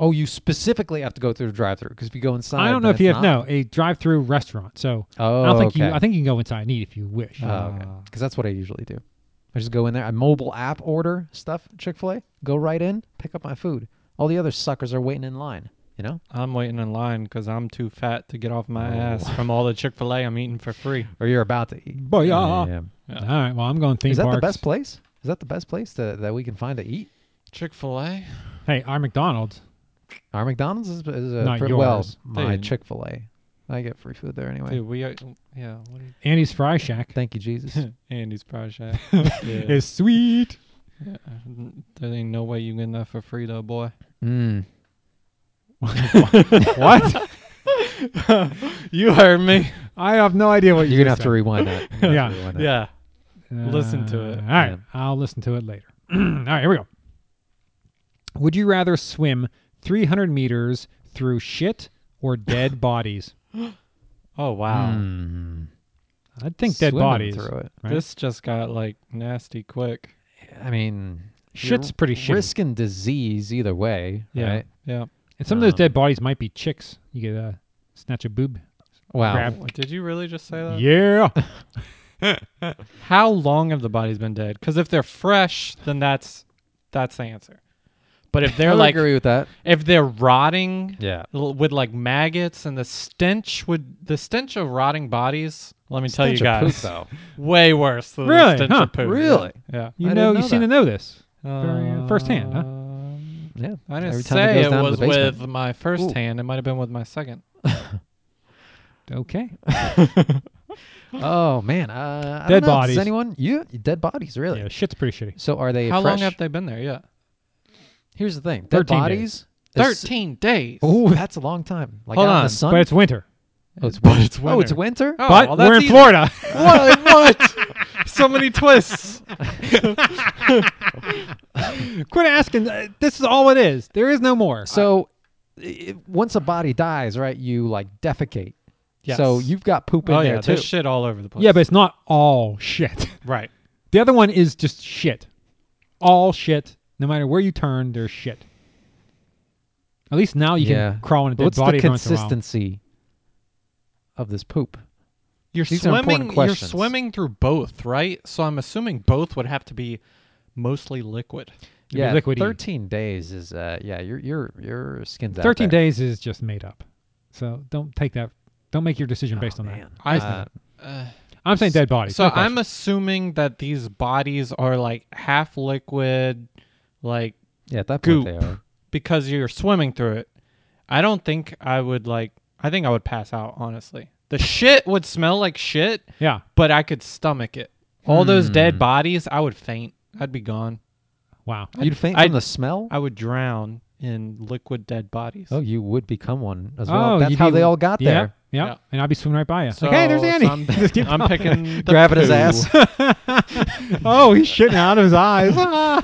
Speaker 3: Oh, you specifically have to go through the drive through because if you go inside,
Speaker 4: I don't know
Speaker 3: then
Speaker 4: if you
Speaker 3: it's
Speaker 4: have
Speaker 3: not.
Speaker 4: no a drive through restaurant. So
Speaker 3: Oh,
Speaker 4: I don't think you.
Speaker 3: okay.
Speaker 4: I think Uh. you can go inside and eat if you wish.
Speaker 3: Oh, okay. Because that's what I usually do. I just go in there, I mobile app order stuff, Chick fil A, go right in, pick up my food. All the other suckers are waiting in line, you know?
Speaker 5: I'm waiting in line because I'm too fat to get off my
Speaker 3: Oh.
Speaker 5: ass from all the Chick-fil-A I'm eating for free.
Speaker 3: Or you're about to eat.
Speaker 4: Boy, yeah.
Speaker 3: Yeah.
Speaker 4: All right. Well, I'm going theme
Speaker 3: Is that
Speaker 4: parks.
Speaker 3: the best place? Is that the best place to, that we can find to eat?
Speaker 5: Chick-fil-A?
Speaker 4: Hey, our McDonald's.
Speaker 3: Our McDonald's is, is a
Speaker 4: Not
Speaker 3: fr- well,
Speaker 4: yours.
Speaker 3: my
Speaker 5: Dude.
Speaker 3: Chick Fil A. I get free food there anyway.
Speaker 5: Dude, we are, yeah. What are you,
Speaker 4: Andy's Fry Shack
Speaker 3: Thank you, Jesus.
Speaker 5: Andy's project. yeah.
Speaker 4: is sweet.
Speaker 5: Yeah. There ain't no way you getting that for free though, boy.
Speaker 3: mm.
Speaker 4: what?
Speaker 5: You heard me.
Speaker 4: I have no idea what
Speaker 3: You're
Speaker 4: you
Speaker 3: gonna have
Speaker 4: just
Speaker 3: to rewind that. You're gonna have to
Speaker 4: Yeah.
Speaker 3: rewind that.
Speaker 5: Yeah.
Speaker 4: said.
Speaker 5: listen to it.
Speaker 4: All right,
Speaker 3: Uh, Yeah.
Speaker 4: I'll listen to it later. all right, here we go. Would you rather swim 300 meters through shit or dead bodies?
Speaker 5: Oh wow.
Speaker 3: Mm.
Speaker 4: I think dead
Speaker 3: Swimming
Speaker 4: bodies.
Speaker 3: Through it.
Speaker 4: Hmm, right?
Speaker 5: This just got like nasty quick.
Speaker 3: I mean,
Speaker 4: Shit's pretty shitty.
Speaker 3: risking disease either way,
Speaker 5: Yeah.
Speaker 3: right?
Speaker 5: Yeah.
Speaker 4: And some of those
Speaker 3: Um,
Speaker 4: dead bodies might be chicks. You get a snatch a boob.
Speaker 3: Wow.
Speaker 4: Grab-
Speaker 5: Did you really just say
Speaker 3: Uh,
Speaker 5: that?
Speaker 4: Yeah.
Speaker 5: How long have the bodies been dead? Because if they're fresh, then that's that's the answer. But if
Speaker 3: I
Speaker 5: they're
Speaker 3: would
Speaker 5: like
Speaker 3: agree with that.
Speaker 5: if they're rotting
Speaker 3: Yeah.
Speaker 5: l- with like maggots and the stench would the stench of rotting bodies. Let me tell you
Speaker 3: Stench of poop,
Speaker 5: guys,
Speaker 3: though.
Speaker 5: way worse than
Speaker 4: Really?
Speaker 5: the stench
Speaker 4: Huh.
Speaker 5: of poop.
Speaker 3: Really?
Speaker 5: Yeah.
Speaker 4: You
Speaker 3: I
Speaker 4: know,
Speaker 3: didn't
Speaker 4: you
Speaker 3: know
Speaker 4: seem
Speaker 3: that.
Speaker 4: to know this.
Speaker 5: yeah.
Speaker 4: Very, uh, firsthand, huh?
Speaker 5: Um,
Speaker 3: Yeah.
Speaker 5: I didn't
Speaker 3: Every time it
Speaker 5: say
Speaker 3: goes
Speaker 5: it,
Speaker 3: down to
Speaker 5: was
Speaker 3: the basement.
Speaker 5: with my first
Speaker 3: Ooh.
Speaker 5: hand. It might have been with my second.
Speaker 4: Okay.
Speaker 3: Oh man. Uh, I
Speaker 4: Dead
Speaker 3: don't know.
Speaker 4: bodies.
Speaker 3: Does anyone? You dead bodies? Really?
Speaker 4: Yeah, shit's pretty shitty.
Speaker 3: So are they
Speaker 5: How
Speaker 3: fresh?
Speaker 5: long have they been there? Yeah,
Speaker 3: Here's the thing. Dead
Speaker 4: 13 days.
Speaker 3: bodies. is-
Speaker 5: thirteen days.
Speaker 3: Oh, that's a long time. Like
Speaker 5: Hold
Speaker 3: out in
Speaker 5: on,
Speaker 3: the sun.
Speaker 4: But it's winter.
Speaker 3: oh, it's
Speaker 5: but
Speaker 3: winter.
Speaker 5: it's
Speaker 3: Oh, it's
Speaker 5: winter.
Speaker 3: winter.
Speaker 5: Oh,
Speaker 4: but
Speaker 5: well,
Speaker 4: we're in
Speaker 5: that's easy.
Speaker 4: Florida.
Speaker 5: What? what? so many twists.
Speaker 4: Quit asking. Uh, This is all it is. There is no more.
Speaker 3: So i- once a body dies, right? You like defecate.
Speaker 5: Yes.
Speaker 3: So you've got poop in
Speaker 5: oh
Speaker 3: there
Speaker 5: yeah,
Speaker 3: too.
Speaker 5: there's shit all over the place.
Speaker 4: yeah, but it's not all shit.
Speaker 5: right.
Speaker 4: The other one is just shit. All shit. No matter where you turn, there's shit. At least now you
Speaker 3: Yeah.
Speaker 4: can crawl in a dead
Speaker 3: What's
Speaker 4: body
Speaker 3: the
Speaker 4: every once in a while.
Speaker 3: consistency of this poop?
Speaker 5: You're
Speaker 3: These are important
Speaker 5: swimming. You're
Speaker 3: questions.
Speaker 5: swimming through both, right? So I'm assuming both would have to be mostly liquid.
Speaker 4: It'd be
Speaker 3: yeah,
Speaker 4: liquidy.
Speaker 3: thirteen days is uh yeah your your your skin's out.
Speaker 4: 13
Speaker 3: there.
Speaker 4: days is just made up. So don't take that. Don't make your decision based on
Speaker 3: man.
Speaker 4: that. I,
Speaker 3: Uh,
Speaker 4: I'm saying dead bodies.
Speaker 5: Oh, So
Speaker 4: no question.
Speaker 5: I'm assuming that these bodies are like half liquid, like
Speaker 3: yeah, at that point
Speaker 5: goop,
Speaker 3: they are.
Speaker 5: because you're swimming through it. I don't think I would like. I think I would pass out honestly. The shit would smell like shit,
Speaker 4: Yeah.
Speaker 5: but I could stomach it. All those dead bodies, I would faint. I'd be gone.
Speaker 4: Wow.
Speaker 3: You'd faint
Speaker 5: I'd-
Speaker 3: from the smell.
Speaker 5: I would drown in liquid dead bodies.
Speaker 3: oh, you would become one as
Speaker 4: Oh,
Speaker 3: well. That's
Speaker 4: you'd
Speaker 3: how
Speaker 4: be-
Speaker 3: they all got
Speaker 4: Yeah.
Speaker 3: there.
Speaker 4: Yeah.
Speaker 5: Yeah.
Speaker 4: And I'd be swimming right by you.
Speaker 5: So,
Speaker 4: okay, there's
Speaker 5: so
Speaker 4: Andy.
Speaker 5: I'm, I'm picking the
Speaker 3: Grabbing his
Speaker 5: poo.
Speaker 3: ass.
Speaker 4: oh, he's shitting out of his eyes. Ah.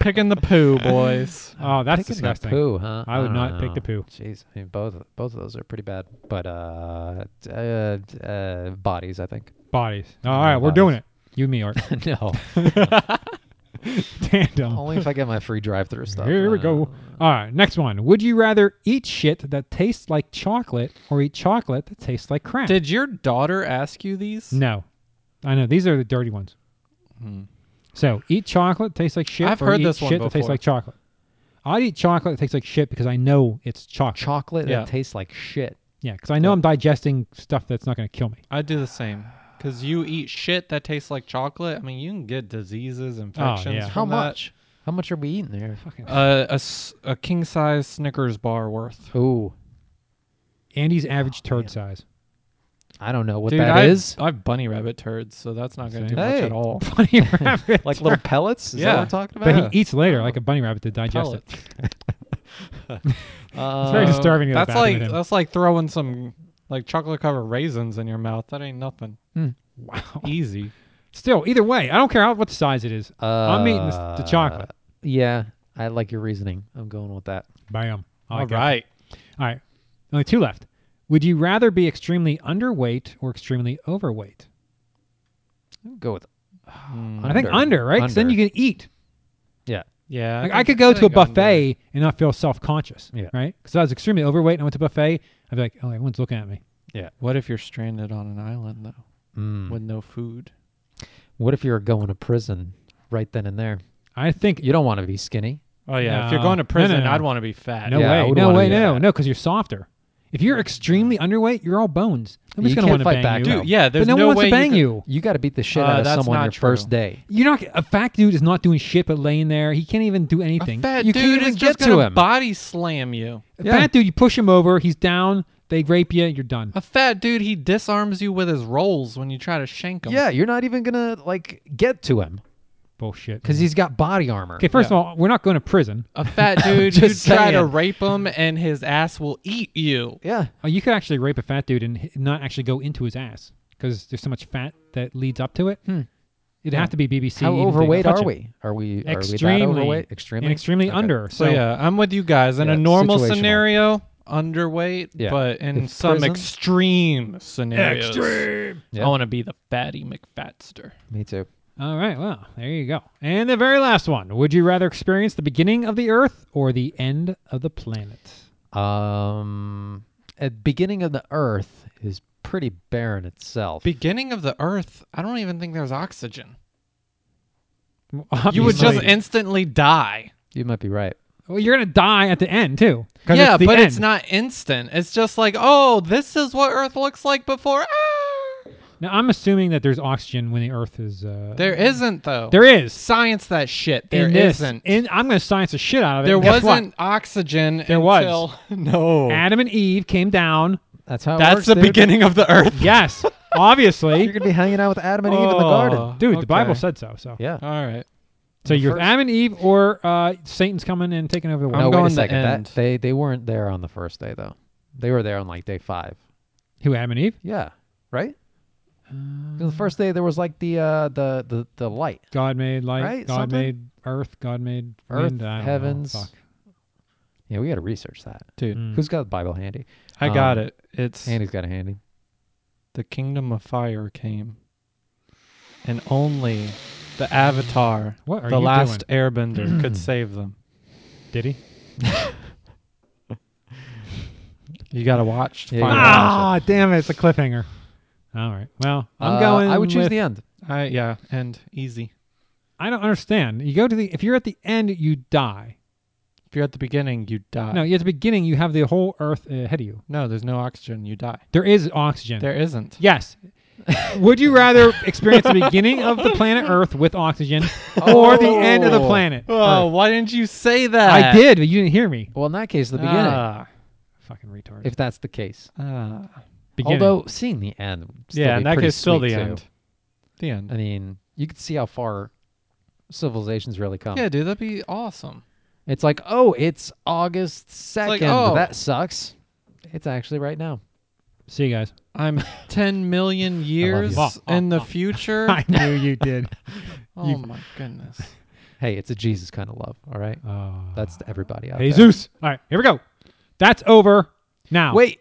Speaker 5: Picking the poo, boys.
Speaker 4: oh, that's
Speaker 3: Picking the
Speaker 4: disgusting.
Speaker 3: poo, huh?
Speaker 4: I would
Speaker 3: don't
Speaker 4: not pick the
Speaker 3: know.
Speaker 4: poo.
Speaker 3: Jeez, I mean, both both of those are pretty bad. But uh, d- uh, d- uh bodies, I think.
Speaker 4: Bodies. All right, we're
Speaker 3: bodies.
Speaker 4: doing it. You and me, Art.
Speaker 3: no,
Speaker 4: Tandem.
Speaker 5: Oh,
Speaker 3: only if I get my free drive-through stuff.
Speaker 4: Here we
Speaker 3: Uh,
Speaker 4: go. All right, next one. Would you rather eat shit that tastes like chocolate or eat chocolate that tastes like crap?
Speaker 5: Did your daughter ask you these?
Speaker 4: no, I know these are the dirty ones.
Speaker 3: Hmm.
Speaker 4: So eat chocolate tastes like shit.
Speaker 5: I've
Speaker 4: or
Speaker 5: heard
Speaker 4: eat
Speaker 5: this
Speaker 4: shit
Speaker 5: one
Speaker 4: that tastes
Speaker 5: before.
Speaker 4: like chocolate. I'd eat chocolate that tastes like shit because I know it's chocolate.
Speaker 3: Chocolate
Speaker 5: Yeah.
Speaker 3: that tastes like shit.
Speaker 4: yeah, because I know I'm digesting stuff that's not going to kill me.
Speaker 5: I do the same. Cause you eat shit that tastes like chocolate. I mean, you can get diseases, infections.
Speaker 4: yeah.
Speaker 3: How
Speaker 5: from that.
Speaker 3: much? How much are we eating there?
Speaker 5: Uh, a s- a king size Snickers bar worth.
Speaker 3: Ooh,
Speaker 4: Andy's average turd size.
Speaker 3: I don't know what
Speaker 5: Dude,
Speaker 3: that
Speaker 5: I,
Speaker 3: is.
Speaker 5: I have bunny rabbit turds, so that's not gonna do much
Speaker 3: Hey.
Speaker 5: at all.
Speaker 4: Bunny rabbit.
Speaker 3: Like little pellets? Is
Speaker 5: Yeah.
Speaker 3: that what we're talking
Speaker 4: but
Speaker 3: about?
Speaker 4: he eats later like a bunny rabbit to digest
Speaker 5: Pellet.
Speaker 4: it.
Speaker 3: Uh,
Speaker 4: It's very disturbing. To go to the
Speaker 5: Um, That's
Speaker 4: bathroom
Speaker 5: like
Speaker 4: with him.
Speaker 5: that's like throwing some like chocolate covered raisins in your mouth. That ain't nothing.
Speaker 4: wow.
Speaker 5: Easy.
Speaker 4: Still, either way, I don't care how, what size it is. I'm eating this, the
Speaker 3: Uh,
Speaker 4: chocolate.
Speaker 3: Yeah, I like your reasoning. I'm going with that.
Speaker 4: Bam. Oh, I
Speaker 5: All
Speaker 4: like that.
Speaker 5: right.
Speaker 4: All right. Only two left. Would you rather be extremely underweight or extremely overweight?
Speaker 3: Go with.
Speaker 5: Hmm.
Speaker 4: I think under, right? 'Cause then you
Speaker 3: under.
Speaker 4: can eat.
Speaker 3: Yeah.
Speaker 5: Yeah.
Speaker 4: Like,
Speaker 5: think-
Speaker 4: I could go to a
Speaker 5: think I'm
Speaker 4: buffet and not feel self conscious,
Speaker 3: Yeah.
Speaker 4: right? Because I was extremely overweight and I went to a buffet. I'd be like, oh, everyone's looking at me.
Speaker 5: good. What if you're stranded on an island though,
Speaker 4: Hmm.
Speaker 3: Mm.
Speaker 5: with no food?
Speaker 3: What if you're going to prison right then and there?
Speaker 4: I think,
Speaker 3: You don't want to be skinny.
Speaker 5: Oh yeah. If you're
Speaker 4: No.
Speaker 5: going to
Speaker 4: No, no,
Speaker 5: prison,
Speaker 4: no.
Speaker 5: I'd want to be fat.
Speaker 4: no
Speaker 3: yeah, I
Speaker 4: way.
Speaker 3: would
Speaker 4: No
Speaker 3: wanna
Speaker 4: way,
Speaker 3: do
Speaker 4: no,
Speaker 3: that.
Speaker 4: no, because you're softer. If you're extremely underweight, you're all bones. Nobody's
Speaker 3: You
Speaker 4: gonna
Speaker 3: can't
Speaker 4: want to bang
Speaker 3: fight back,
Speaker 4: you.
Speaker 3: though.
Speaker 5: Dude, yeah, there's
Speaker 4: but no,
Speaker 5: no
Speaker 4: one wants
Speaker 5: way
Speaker 4: to
Speaker 5: you
Speaker 4: bang
Speaker 5: could-
Speaker 4: you.
Speaker 3: You got to beat the shit
Speaker 5: Uh,
Speaker 3: out of
Speaker 5: that's
Speaker 3: someone
Speaker 5: not
Speaker 3: your
Speaker 5: true.
Speaker 3: first day.
Speaker 4: You're not a fat dude is not doing shit but laying there. He can't even do
Speaker 5: A
Speaker 4: anything.
Speaker 5: fat
Speaker 3: You can't
Speaker 5: dude
Speaker 3: even
Speaker 5: is just
Speaker 3: get to
Speaker 5: gonna
Speaker 3: him.
Speaker 5: body slam you.
Speaker 4: A
Speaker 3: Yeah.
Speaker 4: fat dude, you push him over, he's down, they rape you, you're done.
Speaker 5: A fat dude, he disarms you with his rolls when you try to shank him.
Speaker 3: Yeah, you're not even gonna like get to him
Speaker 4: Bullshit.
Speaker 3: because he's got body armor.
Speaker 4: okay, first of all, we're not going to prison.
Speaker 5: A fat dude, you
Speaker 3: Just
Speaker 5: try to
Speaker 3: saying.
Speaker 5: rape him and his ass will eat you.
Speaker 3: Yeah,
Speaker 4: Oh, you could actually rape a fat dude and h- not actually go into his ass because there's so much fat that leads up to it.
Speaker 5: Hmm.
Speaker 4: It'd have to be BBC.
Speaker 3: how
Speaker 4: even if they
Speaker 3: overweight
Speaker 4: touch
Speaker 3: are
Speaker 4: it.
Speaker 3: we? Are we are
Speaker 4: Extremely.
Speaker 3: we that overweight?
Speaker 4: And
Speaker 3: Extremely,
Speaker 4: extremely
Speaker 3: Okay.
Speaker 4: under.
Speaker 5: So, yeah, I'm with you guys. In
Speaker 3: Yeah,
Speaker 5: a
Speaker 3: it's
Speaker 5: normal
Speaker 3: situational.
Speaker 5: scenario, underweight,
Speaker 3: Yeah.
Speaker 5: but in
Speaker 3: In
Speaker 5: some
Speaker 3: prison?
Speaker 5: extreme scenarios,
Speaker 3: Yeah.
Speaker 5: I want to be the fatty McFatster.
Speaker 3: Me too.
Speaker 4: All right, well, there you go. And the very last one. Would you rather experience the beginning of the Earth or the end of the planet?
Speaker 3: Um, at beginning of the Earth is pretty barren itself.
Speaker 5: Beginning of the Earth, I don't even think there's oxygen.
Speaker 4: Obviously.
Speaker 5: You would just instantly die.
Speaker 3: you might be right.
Speaker 4: Well, you're gonna die at the end too. 'cause
Speaker 5: Yeah,
Speaker 4: the
Speaker 5: but it's
Speaker 4: end.
Speaker 5: not instant. It's just like, oh, this is what Earth looks like before. Ah!
Speaker 4: Now I'm assuming that there's oxygen when the Earth is. Uh,
Speaker 5: There isn't though.
Speaker 4: there is.
Speaker 5: science that shit. There
Speaker 4: in this,
Speaker 5: not
Speaker 4: In, I'm gonna science the shit out of it.
Speaker 5: there
Speaker 4: and guess what?
Speaker 5: wasn't oxygen.
Speaker 4: There was.
Speaker 5: until, No.
Speaker 4: Adam and Eve came down.
Speaker 3: That's how. It
Speaker 5: That's
Speaker 3: works,
Speaker 5: the
Speaker 3: dude.
Speaker 5: beginning of the Earth.
Speaker 4: Yes,
Speaker 3: You're
Speaker 4: obviously,
Speaker 3: gonna be hanging out with Adam and Eve in the garden.
Speaker 5: Oh.
Speaker 4: dude. The Bible
Speaker 5: Okay.
Speaker 4: said so. So
Speaker 3: Yeah.
Speaker 5: All right.
Speaker 4: so you're with
Speaker 3: first-
Speaker 4: Adam and Eve, or uh, Satan's coming and taking over the
Speaker 5: I'm
Speaker 3: no,
Speaker 4: world.
Speaker 3: wait
Speaker 5: going
Speaker 3: a
Speaker 5: the
Speaker 3: second.
Speaker 5: end.
Speaker 3: That they they weren't there on the first day though. They were there on like day five.
Speaker 4: Who Adam and Eve?
Speaker 3: Yeah. Right.
Speaker 5: Uh,
Speaker 3: 'Cause the first day there was like the uh the the the light.
Speaker 4: God made light.
Speaker 3: Right,
Speaker 4: God
Speaker 3: something?
Speaker 4: made earth. God made
Speaker 3: Earth,
Speaker 4: wind, I don't know,
Speaker 3: heavens.
Speaker 4: fuck.
Speaker 3: Yeah, we got to research that.
Speaker 5: Dude,
Speaker 4: Mm.
Speaker 3: Who's got the Bible handy?
Speaker 5: I got
Speaker 3: Um,
Speaker 5: it. It's
Speaker 3: Andy's got it handy.
Speaker 5: the kingdom of fire came, and only the Avatar,
Speaker 4: What are
Speaker 5: the
Speaker 4: you
Speaker 5: last Airbender, could save them.
Speaker 4: Did he?
Speaker 5: You gotta watch. To
Speaker 3: Yeah, you
Speaker 5: find
Speaker 3: gotta
Speaker 5: out.
Speaker 4: Ah, damn it! It's a cliffhanger. All right. Well, I'm
Speaker 3: Uh,
Speaker 4: going.
Speaker 3: I would choose
Speaker 4: with-
Speaker 3: the end.
Speaker 5: I, yeah, and easy.
Speaker 4: I don't understand. You go to the if you're at the end, you die.
Speaker 5: If you're at the beginning, you
Speaker 3: Uh,
Speaker 5: die.
Speaker 4: No, at the beginning, you have the whole Earth ahead of you.
Speaker 5: no, there's no oxygen. You die.
Speaker 4: There is oxygen.
Speaker 5: There isn't.
Speaker 4: Yes. Would you rather experience the beginning of the planet Earth with oxygen or the end of the
Speaker 5: Oh.
Speaker 4: planet?
Speaker 5: Oh,
Speaker 4: Earth?
Speaker 5: why didn't you say that?
Speaker 4: I did, but you didn't hear me.
Speaker 3: Well, in that case, the beginning.
Speaker 5: Ah,
Speaker 4: Fucking retard.
Speaker 3: if that's the case.
Speaker 5: ah.
Speaker 4: Beginning.
Speaker 3: Although seeing the end, would still
Speaker 5: yeah,
Speaker 3: be
Speaker 5: and that
Speaker 3: pretty
Speaker 5: case still
Speaker 3: sweet,
Speaker 5: the
Speaker 3: too.
Speaker 5: end. The end.
Speaker 3: I mean, you could see how far civilizations really come.
Speaker 5: Yeah, dude, that'd be awesome.
Speaker 3: It's like, oh, it's August second.
Speaker 5: like, oh.
Speaker 3: That sucks. It's actually right now.
Speaker 4: see you guys.
Speaker 5: I'm 10 million years
Speaker 4: Oh, oh,
Speaker 5: in the
Speaker 4: oh.
Speaker 5: future.
Speaker 4: I knew you did.
Speaker 5: oh
Speaker 4: you-
Speaker 5: my goodness.
Speaker 3: Hey, it's a Jesus kind of love. All right,
Speaker 4: Oh.
Speaker 3: that's to everybody out
Speaker 4: Hey
Speaker 3: there.
Speaker 4: Zeus. All right, here we go. That's over. Now,
Speaker 3: Wait,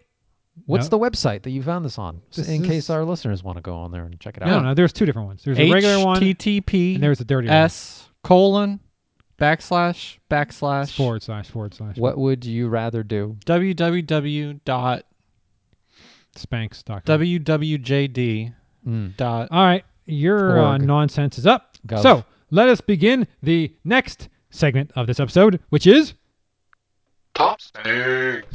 Speaker 3: what's
Speaker 4: No.
Speaker 3: the website that you found this on? Just
Speaker 4: This
Speaker 3: in case
Speaker 4: is-
Speaker 3: our listeners want to go on there and check it out.
Speaker 4: No, no. There's two different ones. There's a regular one
Speaker 5: HTTP
Speaker 4: and there's a dirty
Speaker 5: S colon backslash
Speaker 4: one.
Speaker 5: backslash
Speaker 4: Forward slash forward slash.
Speaker 3: What would you rather do?
Speaker 5: www dot
Speaker 4: Spanx. dot com.
Speaker 5: wwjd
Speaker 3: Mm.
Speaker 5: dot
Speaker 4: All right, your uh,
Speaker 3: Org.
Speaker 4: nonsense is up.
Speaker 3: Gov.
Speaker 4: So let us begin the next segment of this episode, which is
Speaker 1: Top sticks.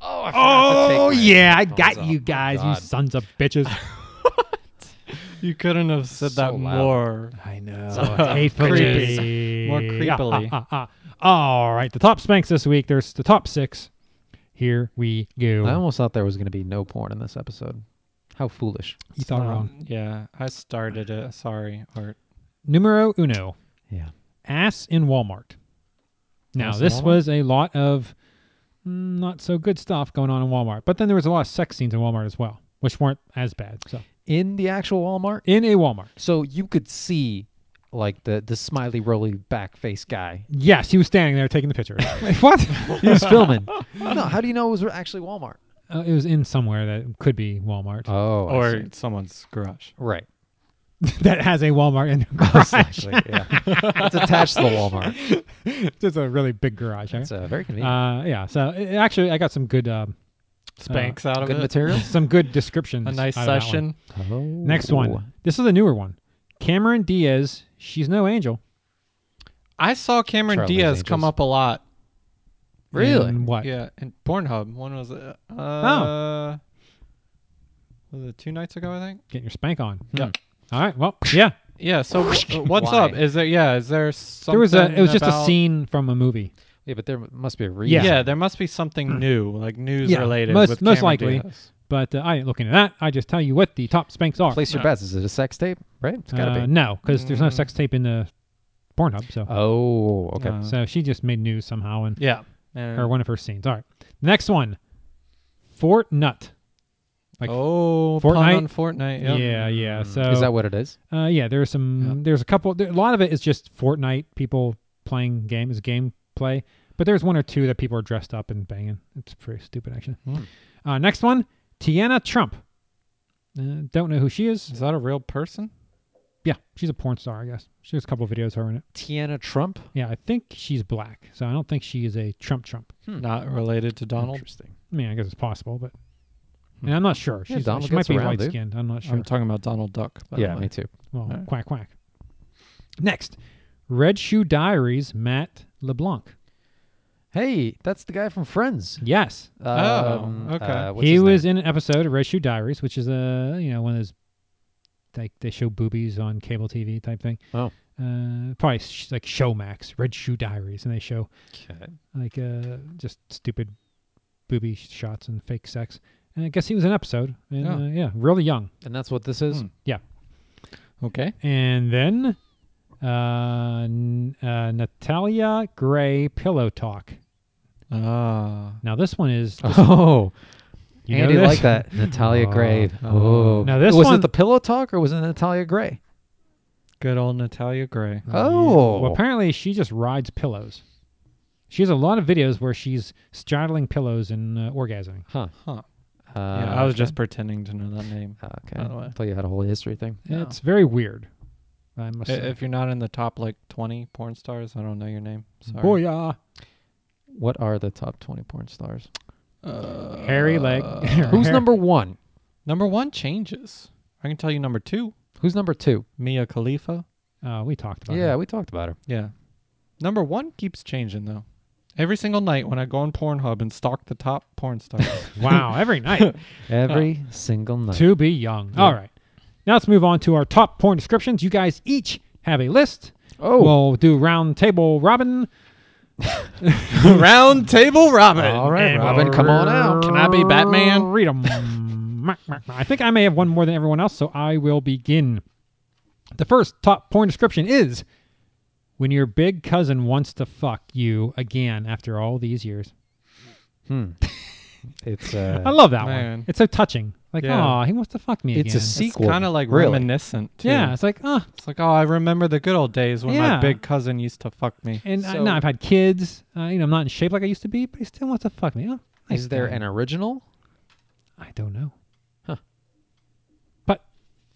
Speaker 3: Oh,
Speaker 4: oh yeah, I got you guys, you sons of bitches.
Speaker 5: you couldn't have said
Speaker 3: So
Speaker 5: that
Speaker 3: loud.
Speaker 5: more
Speaker 4: I know,
Speaker 5: it's
Speaker 4: hatefully,
Speaker 5: creepy. More creepily.
Speaker 4: Ah, ah, ah. All right, the top spanks this week. There's the top six. Here we go.
Speaker 3: I almost thought there was going to be no porn in this episode. How foolish.
Speaker 4: you thought
Speaker 5: Um,
Speaker 4: wrong.
Speaker 5: yeah i started it sorry art
Speaker 4: Numero uno.
Speaker 3: Yeah.
Speaker 4: ass in Walmart. Now,
Speaker 5: Ass in
Speaker 4: this
Speaker 5: Walmart?
Speaker 4: was a lot of mm, not so good stuff going on in Walmart, but then there was a lot of sex scenes in Walmart as well, which weren't as bad. So,
Speaker 3: In the actual Walmart?
Speaker 4: in a Walmart,
Speaker 3: So you could see like the the smiley roly back face guy.
Speaker 4: yes, he was standing there taking the picture. Wait, what?
Speaker 3: He was filming. no, how do you know it was actually Walmart?
Speaker 4: uh, it was in somewhere that could be Walmart
Speaker 3: Oh, I
Speaker 5: or
Speaker 3: see.
Speaker 5: someone's garage
Speaker 3: right.
Speaker 4: that has a Walmart in their
Speaker 3: It's
Speaker 4: garage.
Speaker 3: actually, yeah. It's attached to the Walmart.
Speaker 4: Just a really big garage. Right?
Speaker 3: It's uh, very convenient.
Speaker 4: Uh, yeah. So it, it actually, I got some good, um,
Speaker 5: spanks out of
Speaker 3: Good
Speaker 5: it
Speaker 3: material.
Speaker 4: some Uh, good descriptions.
Speaker 5: a nice
Speaker 4: out of that one.
Speaker 5: session
Speaker 3: Oh.
Speaker 4: Uh, Next one. This is a newer one. Cameron Diaz. She's no angel.
Speaker 5: i saw cameron
Speaker 3: Charlie's
Speaker 5: diaz come
Speaker 3: Angels.
Speaker 5: up a lot
Speaker 3: Really?
Speaker 4: in what?
Speaker 5: Yeah, and Pornhub. One was uh, uh, was it two nights ago? I think.
Speaker 4: Getting your spank on.
Speaker 5: Yeah.
Speaker 4: All right. Well, yeah.
Speaker 5: Yeah. So w- what's
Speaker 3: Why?
Speaker 5: up? Is there? Yeah. Is there something?
Speaker 4: There was a. It was just a
Speaker 5: about-
Speaker 4: scene from a movie.
Speaker 3: Yeah, but there m- must be a
Speaker 5: Yeah.
Speaker 3: reason.
Speaker 5: there must be something new, like news
Speaker 4: Yeah,
Speaker 5: related.
Speaker 4: most-
Speaker 5: with
Speaker 4: most
Speaker 5: Cameron
Speaker 4: likely.
Speaker 5: Diaz.
Speaker 4: But uh, I ain't looking at that. I just tell you what the top spanks are.
Speaker 3: Place your bets. Is it a sex tape? Right? It's gotta
Speaker 4: Uh,
Speaker 3: be.
Speaker 4: No, because there's no
Speaker 5: Mm.
Speaker 4: sex tape in the Pornhub. So,
Speaker 3: Oh, okay.
Speaker 5: Uh,
Speaker 4: so she just made news somehow in
Speaker 5: Yeah. And-
Speaker 4: her one of her scenes. All right. Next one, Fort Nut. like,
Speaker 5: oh,
Speaker 4: Fortnite?
Speaker 5: Pun on Fortnite. Yep.
Speaker 4: Yeah, yeah. So
Speaker 3: Mm. is that what it is?
Speaker 4: Uh, yeah, there's some. There's a couple. There, a lot of it is just Fortnite people playing games, gameplay. But there's one or two that people are dressed up and banging. It's pretty stupid, actually.
Speaker 3: Hmm.
Speaker 4: Uh, next one, Tiana Trump. Uh, don't know who she is.
Speaker 5: Is that a real person?
Speaker 4: Yeah, she's a porn star, I guess. She has a couple of videos of her in it.
Speaker 3: Tiana Trump.
Speaker 4: Yeah, I think she's black, so I don't think she is a Trump Trump.
Speaker 5: Not related to Donald.
Speaker 3: Interesting.
Speaker 4: I mean, I guess it's possible, but and I'm not sure.
Speaker 3: Hmm. Yeah,
Speaker 4: She's,
Speaker 3: Donald
Speaker 4: she might
Speaker 3: gets
Speaker 4: be
Speaker 3: around,
Speaker 4: light
Speaker 3: dude.
Speaker 4: skinned. I'm not sure.
Speaker 5: I'm talking about Donald Duck. by the
Speaker 3: Yeah,
Speaker 5: way.
Speaker 3: me too.
Speaker 4: well,
Speaker 5: Alright.
Speaker 4: quack quack. Next, Red Shoe Diaries, Matt LeBlanc.
Speaker 3: Hey, that's the guy from Friends.
Speaker 4: Yes,
Speaker 3: Um,
Speaker 5: okay.
Speaker 3: uh, what's
Speaker 4: Oh, he
Speaker 3: his
Speaker 4: was
Speaker 3: name?
Speaker 4: in an episode of Red Shoe Diaries, which is a you know one of those like they show boobies on cable TV type thing.
Speaker 3: Oh.
Speaker 4: Uh, probably sh- like Showmax, Red Shoe Diaries, and they show like uh, just stupid booby sh- shots and fake sex. And I guess he was in an episode,
Speaker 3: Oh.
Speaker 4: and
Speaker 5: Yeah.
Speaker 4: uh, yeah, really young.
Speaker 3: And that's what this is.
Speaker 5: Hmm. Okay.
Speaker 4: And then uh, n- uh, Natalia Gray Pillow Talk.
Speaker 5: Ah.
Speaker 4: Now this one is
Speaker 3: Oh,
Speaker 4: you know
Speaker 3: Andy
Speaker 4: this?
Speaker 3: like that. Natalia
Speaker 4: Oh.
Speaker 3: Gray. Oh,
Speaker 4: Now this
Speaker 3: was
Speaker 4: one-
Speaker 3: it the pillow talk or was it Natalia Gray?
Speaker 5: Good old Natalia Gray.
Speaker 3: Oh,
Speaker 4: Well, apparently she just rides pillows. She has a lot of videos where she's straddling pillows and uh, orgasming.
Speaker 3: huh?
Speaker 5: Huh.
Speaker 3: Uh,
Speaker 5: yeah, I was just pretending to know that name.
Speaker 3: okay.
Speaker 5: by the way.
Speaker 3: I thought you had a whole history thing.
Speaker 4: It's very weird. I must
Speaker 5: I-
Speaker 3: Eh,
Speaker 4: say.
Speaker 5: If you're not in the top like 20 porn stars, I don't know your name. Sorry.
Speaker 4: Booyah!
Speaker 3: What are the top twenty porn stars?
Speaker 4: Hairy leg.
Speaker 3: Uh, Who's number one?
Speaker 5: Uh, Number one changes. I can tell you number two,
Speaker 3: Who's number two?
Speaker 5: Mia Khalifa.
Speaker 4: Uh, we talked about
Speaker 3: Yeah,
Speaker 4: that.
Speaker 3: we talked about her.
Speaker 5: Yeah. Number one keeps changing though. Every single night when I go on Pornhub and stalk the top porn stars.
Speaker 4: Wow, every night.
Speaker 3: Every
Speaker 4: Uh,
Speaker 3: single night.
Speaker 4: to be young. All right. Now let's move on to our top porn descriptions. You guys each have a list.
Speaker 3: Oh,
Speaker 4: We'll do round table robin.
Speaker 5: Round table Robin.
Speaker 4: Oh,
Speaker 3: all right, Robin, come on out.
Speaker 5: Can I be Batman?
Speaker 4: Read 'em. Mark, mark, mark. I think I may have one more than everyone else, so I will begin. The first top porn description is when your big cousin wants to fuck you again after all these years.
Speaker 3: It's
Speaker 4: I
Speaker 3: uh,
Speaker 4: love that one.
Speaker 5: Man.
Speaker 4: It's so touching. Like, oh,
Speaker 5: Yeah.
Speaker 4: he wants to fuck me
Speaker 3: It's a
Speaker 4: again.
Speaker 3: se-
Speaker 5: It's
Speaker 3: Sequel.
Speaker 5: kind of like
Speaker 3: Really?
Speaker 5: reminiscent. too.
Speaker 4: yeah, it's like, oh,
Speaker 5: It's like, oh, I remember the good old days when
Speaker 4: Yeah.
Speaker 5: my big cousin used to fuck me.
Speaker 4: And I,
Speaker 3: So-
Speaker 4: now I've had kids. Uh, you know, I'm not in shape like I used to be, but he still wants to fuck me. Oh, nice
Speaker 3: is there
Speaker 4: guy.
Speaker 3: an original?
Speaker 4: I don't know.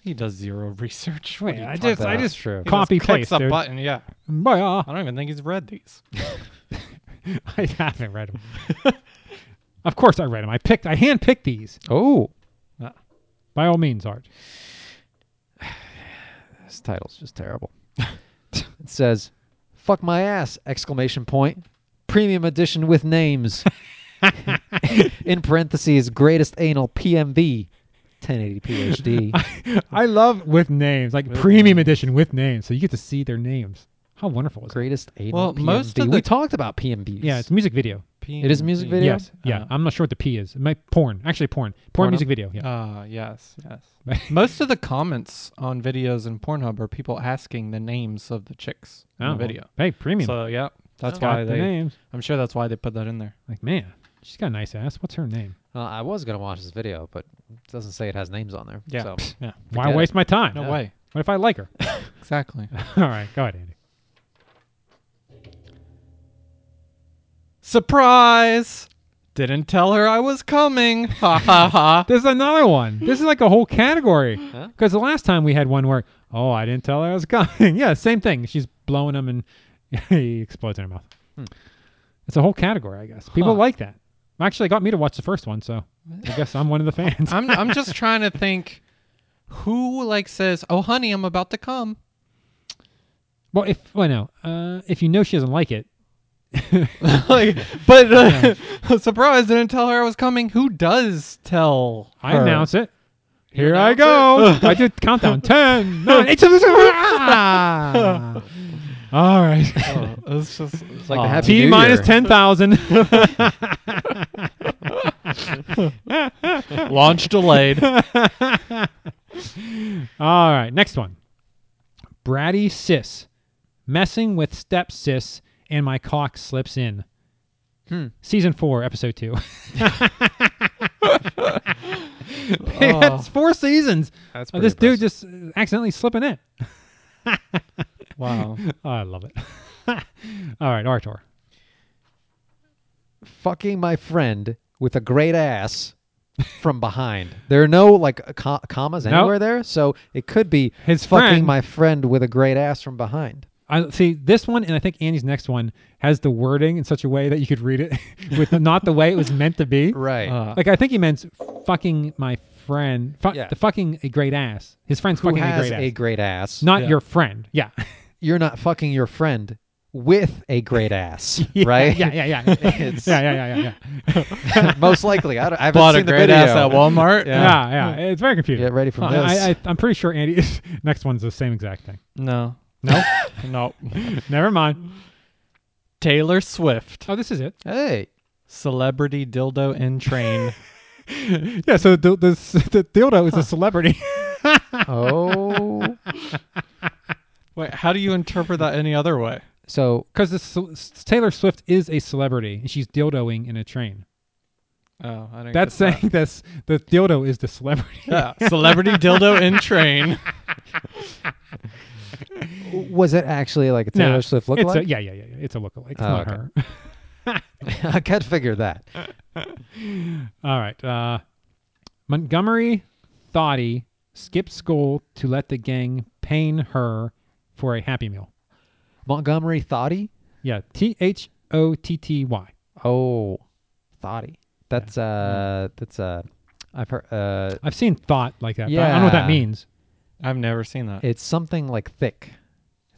Speaker 5: He does zero research.
Speaker 4: Wait,
Speaker 5: What are you
Speaker 4: I
Speaker 5: talking
Speaker 4: just, I
Speaker 5: about?
Speaker 3: about?
Speaker 4: just
Speaker 3: True. He
Speaker 5: He just
Speaker 4: copy
Speaker 5: clicks
Speaker 4: paste.
Speaker 5: a
Speaker 4: dude.
Speaker 5: button. Yeah,
Speaker 4: Bye.
Speaker 5: I don't even think he's read these.
Speaker 4: uh, I haven't read them. of course, I read them. I picked. I hand picked these.
Speaker 3: Oh,
Speaker 4: By all means, Art.
Speaker 3: this title's just terrible. it says, "Fuck my ass!" Exclamation point. Premium edition with names. In parentheses, greatest anal PMV, 1080 PhD.
Speaker 4: I love with names, like premium edition with names, so you get to see their names. How wonderful is it?
Speaker 3: greatest anal
Speaker 5: Well,
Speaker 3: PMV.
Speaker 5: most of
Speaker 3: we
Speaker 5: the-
Speaker 3: talked about PMVs.
Speaker 4: Yeah, it's a music video.
Speaker 3: It is a music video?
Speaker 4: Yes. Yeah.
Speaker 5: Uh,
Speaker 4: I'm not sure what the P is. It might porn. Actually, porn. Porn
Speaker 3: Porno?
Speaker 4: music video. Yeah.
Speaker 5: Ah, yes, yes. Most of the comments on videos in Pornhub are people asking the names of the chicks in
Speaker 4: Oh,
Speaker 5: the video.
Speaker 4: Hey, premium.
Speaker 5: So yeah, that's
Speaker 4: Got
Speaker 5: why
Speaker 4: Oh. the
Speaker 5: they.
Speaker 4: names.
Speaker 5: I'm sure that's why they put that in there.
Speaker 4: Like, man, she's got a nice ass. What's her name?
Speaker 3: Uh, I was gonna watch this video, but it doesn't say it has names on there.
Speaker 5: Yeah,
Speaker 3: So.
Speaker 5: yeah.
Speaker 4: Why
Speaker 3: Forget
Speaker 4: waste my time?
Speaker 5: No
Speaker 4: Yeah.
Speaker 5: way.
Speaker 4: What if I like her?
Speaker 5: Exactly.
Speaker 4: All right, go ahead, Andy.
Speaker 5: Surprise! Didn't tell her I was coming. Ha ha ha.
Speaker 4: There's another one. This is like a whole category.
Speaker 3: Huh?
Speaker 4: Because the last time we had one where, oh, I didn't tell her I was coming. yeah, same thing. She's blowing him and he explodes in her mouth. It's a whole category, I guess. People
Speaker 5: Hmm. Huh.
Speaker 4: like that. Actually, it got me to watch the first one, so I guess I'm one of the fans.
Speaker 5: I'm I'm just trying to think who like says, "Oh honey, I'm about to come."
Speaker 4: well, if well, no, uh, if you know she doesn't like it,
Speaker 5: like, but uh, surprise! Didn't tell her I was coming. Who does tell?
Speaker 4: I
Speaker 5: her?
Speaker 4: announce it. Here I
Speaker 5: announce
Speaker 4: go. I did countdown. 10, 9, 8, 7, 6, ah. All right.
Speaker 5: Oh, it's just it's
Speaker 3: like the
Speaker 4: Uh,
Speaker 3: happy-
Speaker 4: T
Speaker 3: New
Speaker 4: minus
Speaker 3: Year.
Speaker 4: 10,000.
Speaker 5: launch delayed.
Speaker 4: All right, next one. Bratty sis, messing with step sis, and my cock slips in.
Speaker 3: Hmm.
Speaker 4: Season four, episode two.
Speaker 3: Oh.
Speaker 4: That's four seasons.
Speaker 3: That's
Speaker 4: of Oh, this dude just accidentally slipping in. Oh,
Speaker 5: wow.
Speaker 4: I love it. All right, Artur.
Speaker 3: fucking my friend with a great ass from behind. There are no like co- commas
Speaker 4: Nope.
Speaker 3: anywhere there, so it could be
Speaker 4: His
Speaker 3: fucking
Speaker 4: friend-
Speaker 3: my friend with a great ass from behind.
Speaker 4: I see this one, and I think Andy's next one has the wording in such a way that you could read it with not the way it was meant to be.
Speaker 3: Right.
Speaker 5: Uh,
Speaker 4: Like I think he meant fucking my friend, fu-
Speaker 3: Yeah.
Speaker 4: the fucking a great ass. His friend's
Speaker 3: Who
Speaker 4: fucking a
Speaker 3: has
Speaker 4: great ass,
Speaker 3: a great ass?
Speaker 4: not
Speaker 5: Yeah.
Speaker 4: your friend. Yeah,
Speaker 3: You're not fucking your friend with a great ass, right?
Speaker 4: Yeah, yeah, yeah, yeah, yeah,
Speaker 3: It's-
Speaker 4: yeah, yeah, yeah, yeah.
Speaker 3: Most likely. I, don't, I haven't
Speaker 5: Bought
Speaker 3: seen
Speaker 5: a
Speaker 3: the
Speaker 5: great
Speaker 3: video.
Speaker 5: ass at Walmart.
Speaker 4: yeah, yeah. It's very confusing.
Speaker 3: Get ready for
Speaker 4: Uh, I,
Speaker 3: this.
Speaker 4: I, I'm pretty sure Andy is next one's the same exact thing.
Speaker 5: No.
Speaker 4: No,
Speaker 5: No.
Speaker 4: never mind.
Speaker 5: Taylor Swift,
Speaker 4: Oh, this is it.
Speaker 3: Hey,
Speaker 5: celebrity dildo in train.
Speaker 4: Yeah. So the the, the dildo is a celebrity.
Speaker 3: oh,
Speaker 5: Wait, how do you interpret that any other way?
Speaker 3: so
Speaker 4: Because Taylor Swift is a celebrity, and she's dildoing in a train.
Speaker 5: Oh, I didn't
Speaker 4: That's
Speaker 5: get that.
Speaker 4: saying that's the dildo is the celebrity.
Speaker 5: Yeah, celebrity dildo in train.
Speaker 3: was it actually like a Taylor
Speaker 4: No,
Speaker 3: Swift
Speaker 4: it's
Speaker 3: lookalike?
Speaker 4: a, yeah, yeah, yeah, yeah. It's a lookalike. It's
Speaker 3: Oh,
Speaker 4: not
Speaker 3: okay.
Speaker 4: her.
Speaker 3: I can't figure that.
Speaker 4: All right. Uh, Montgomery Thoughty skipped school to let the gang pain her for a Happy Meal.
Speaker 3: Montgomery Thotty.
Speaker 4: Yeah, T H O T T Y.
Speaker 3: Oh, Thotty. That's
Speaker 4: Mm-hmm.
Speaker 3: uh, that's uh, I've heard uh,
Speaker 4: I've seen thought like that. but I don't know what that
Speaker 3: Yeah.
Speaker 4: means.
Speaker 5: I've never seen that.
Speaker 3: it's something like thick,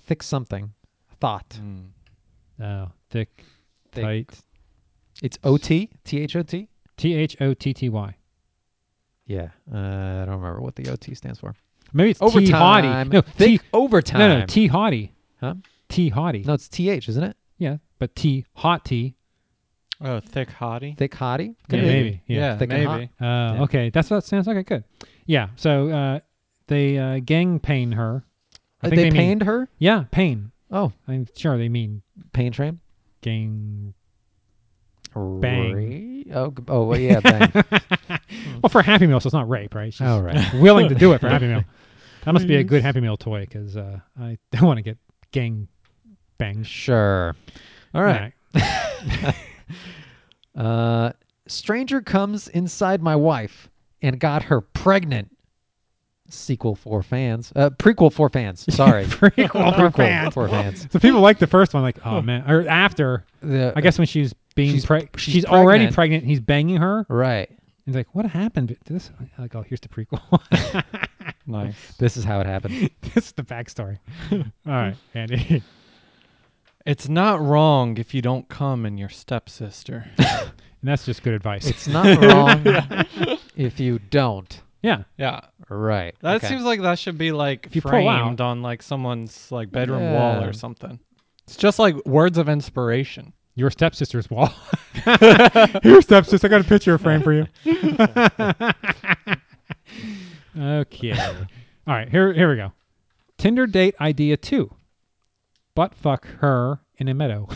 Speaker 3: thick something, thought.
Speaker 5: Hmm.
Speaker 4: Oh, thick,
Speaker 3: Thick.
Speaker 4: Mm, tight.
Speaker 3: It's O T T H O T.
Speaker 4: T H O T T Y.
Speaker 3: Yeah, uh, I don't remember what the O T stands for.
Speaker 4: Maybe it's T
Speaker 3: Overtime.
Speaker 4: Hottie. No, T.
Speaker 3: thick overtime.
Speaker 4: No, no, T Hottie.
Speaker 3: Huh?
Speaker 4: T Hottie.
Speaker 3: No, it's T H, isn't it?
Speaker 4: Yeah, but T Hot T.
Speaker 5: Oh, thick hottie.
Speaker 3: Thick hottie.
Speaker 4: Yeah,
Speaker 3: be.
Speaker 4: maybe. Yeah.
Speaker 5: Yeah,
Speaker 3: thick and hot.
Speaker 5: maybe.
Speaker 4: Uh, Okay, that's what it sounds like. Good. Yeah. So uh, they uh, gang pain her. I
Speaker 3: Uh,
Speaker 4: think
Speaker 3: they,
Speaker 4: they mean-
Speaker 3: pained her.
Speaker 4: Yeah, pain.
Speaker 3: Oh,
Speaker 4: I'm sure they mean
Speaker 3: pain train.
Speaker 4: gang. Bang.
Speaker 3: Bang. Oh, g- oh, well, yeah, bang.
Speaker 4: Well, for a Happy Meal, so it's not rape, right? She's
Speaker 3: All right.
Speaker 4: willing to do it for a Happy Meal. That must be a good Happy Meal toy because uh, I don't want to get gang banged.
Speaker 3: Sure. All right. Uh, stranger comes inside my wife and got her pregnant. Sequel for fans. Uh, prequel for fans. Sorry.
Speaker 4: Prequel for
Speaker 3: Prequel
Speaker 4: fans.
Speaker 3: for fans.
Speaker 4: So people like the first one, like, oh man, or after.
Speaker 3: The-
Speaker 4: I guess when she's being
Speaker 3: She's-
Speaker 4: preg-
Speaker 3: she's
Speaker 4: she's already
Speaker 3: pregnant.
Speaker 4: pregnant. He's banging her.
Speaker 3: Right.
Speaker 4: He's like, what happened to this? Like, oh, here's the prequel.
Speaker 5: Nice.
Speaker 3: This is how it happened.
Speaker 4: this is the backstory. All right, Andy.
Speaker 5: It's not wrong if you don't come in your stepsister.
Speaker 4: And that's just good advice.
Speaker 3: It's not wrong if you don't.
Speaker 4: yeah.
Speaker 5: yeah.
Speaker 3: Right.
Speaker 5: That
Speaker 3: Okay.
Speaker 5: seems like that should be like
Speaker 4: you pull out-
Speaker 5: framed on like someone's like bedroom wall
Speaker 3: Yeah.
Speaker 5: or something. It's just like words of inspiration.
Speaker 4: Your stepsister's wall. Your stepsister. I got a picture frame for you. okay. All right. Here, here we go. Tinder date idea two. Butt fuck her in a meadow.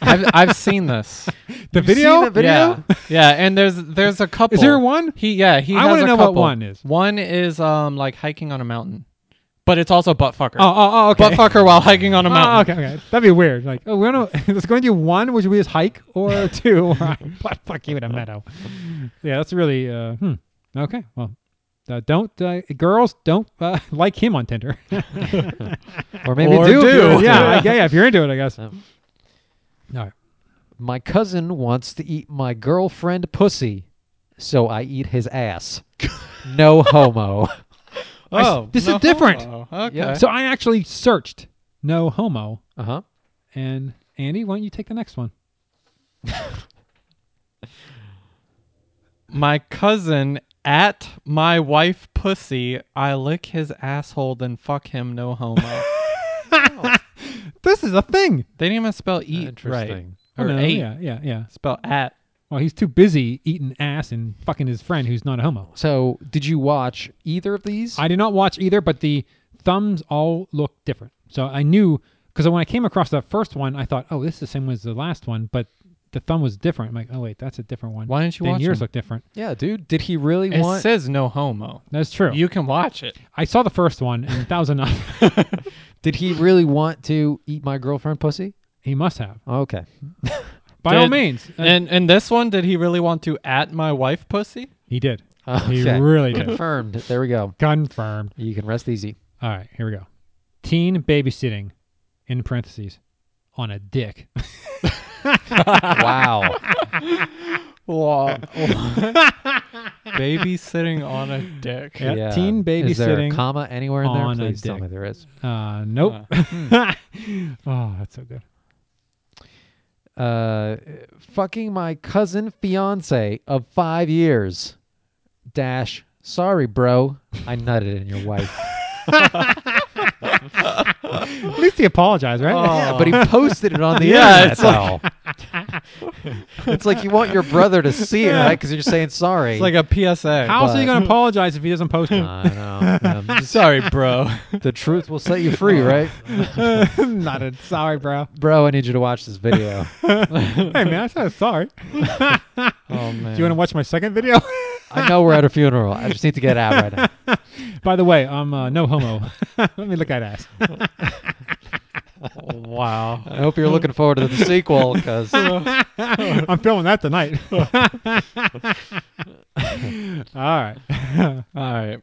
Speaker 5: I've, I've seen this.
Speaker 4: the
Speaker 3: You've
Speaker 4: video.
Speaker 3: seen the video?
Speaker 5: Yeah. Yeah, and there's there's a couple.
Speaker 4: Is there one?
Speaker 5: He yeah, he
Speaker 4: I
Speaker 5: has
Speaker 4: wanna
Speaker 5: a
Speaker 4: know what
Speaker 5: couple.
Speaker 4: one is.
Speaker 5: One is um like hiking on a mountain. But it's also butt fucker.
Speaker 4: Oh, oh, oh, okay.
Speaker 5: Butt fucker while hiking on a mountain.
Speaker 4: Oh, okay, okay. That'd be weird. Like, oh, we're gonna let's go and do one, which would be his hike, or two, or I butt fuck you in a meadow. Yeah, that's really uh, hmm. Okay, well, uh, don't uh, girls don't uh, like him on Tinder.
Speaker 3: Or maybe
Speaker 5: Or
Speaker 3: do. if you're
Speaker 5: do. Oh.
Speaker 3: into
Speaker 4: yeah,
Speaker 3: it.
Speaker 4: like, yeah, yeah. If you're into it, I guess.
Speaker 3: Yeah.
Speaker 4: All right.
Speaker 3: My cousin wants to eat my girlfriend pussy, so I eat his ass. No homo.
Speaker 4: I s-
Speaker 5: Oh,
Speaker 4: this
Speaker 5: no
Speaker 4: is different.
Speaker 5: homo. Okay.
Speaker 3: Yeah.
Speaker 4: So I actually searched no homo
Speaker 3: Uh huh.
Speaker 4: and Andy, why don't you take the next one?
Speaker 5: My cousin at my wife pussy. I lick his asshole then fuck him. No homo. Oh.
Speaker 4: This is a thing. Oh,
Speaker 5: they didn't even spell eat
Speaker 3: Interesting.
Speaker 5: right or
Speaker 4: no,
Speaker 5: ate.
Speaker 4: Yeah, yeah, yeah.
Speaker 5: Spell at.
Speaker 4: Well, he's too busy eating ass and fucking his friend who's not a homo.
Speaker 3: So, did you watch either of these?
Speaker 4: I did not watch either, but the thumbs all look different. So I knew because when I came across that first one, I thought, oh, this is the same as the last one, but the thumb was different. I'm like, oh wait, that's a different one.
Speaker 5: Why didn't you
Speaker 4: then
Speaker 5: watch
Speaker 4: yours
Speaker 5: them?
Speaker 4: look different?
Speaker 3: yeah, dude. Did he really
Speaker 5: It
Speaker 3: want?
Speaker 5: says no homo.
Speaker 4: That's true.
Speaker 5: You can watch it.
Speaker 4: I saw the first one, and that was enough.
Speaker 3: did he really want to eat my girlfriend pussy?
Speaker 4: he must have,
Speaker 3: Okay.
Speaker 4: by all
Speaker 5: Did-
Speaker 4: means. Uh,
Speaker 5: And and this one, did he really want to at my wife pussy?
Speaker 4: he did. He
Speaker 3: Okay.
Speaker 4: really did.
Speaker 3: Confirmed. There we go.
Speaker 4: Confirmed.
Speaker 3: You can rest easy.
Speaker 4: All right, here we go. Teen babysitting, in parentheses, on a dick.
Speaker 3: Wow.
Speaker 5: Wow. Babysitting on a dick.
Speaker 4: Yeah, teen
Speaker 3: Is there a
Speaker 4: babysitting
Speaker 3: comma anywhere in there?
Speaker 4: on a
Speaker 3: Please tell
Speaker 4: dick.
Speaker 3: me there is.
Speaker 4: Uh, nope.
Speaker 5: hmm.
Speaker 4: oh, that's so good.
Speaker 3: Uh, fucking my cousin fiance of five years. Dash. Sorry, bro. I nutted in your wife.
Speaker 4: At least he apologized,
Speaker 5: Oh,
Speaker 4: right?
Speaker 3: Yeah, but he posted it on the
Speaker 5: Yeah,
Speaker 3: internet.
Speaker 5: it's
Speaker 3: though. it's like you want your brother to see it, right? Because you're saying sorry.
Speaker 5: It's like a PSA.
Speaker 4: How else are you
Speaker 3: but-
Speaker 4: going to apologize if he doesn't post it?
Speaker 3: I know. Yeah, just-
Speaker 5: Sorry, bro.
Speaker 3: the truth will set you free, right?
Speaker 4: Not a sorry, bro.
Speaker 3: Bro, I need you to watch this video.
Speaker 4: hey, man, I said sorry.
Speaker 5: oh man.
Speaker 4: Do you want to watch my second video?
Speaker 3: I know we're at a funeral. I just need to get out right now.
Speaker 4: By the way, I'm uh, no homo. Let me look at ass.
Speaker 5: Wow.
Speaker 3: I hope you're looking forward to the sequel because
Speaker 4: I'm filming that tonight. All right.
Speaker 5: All right.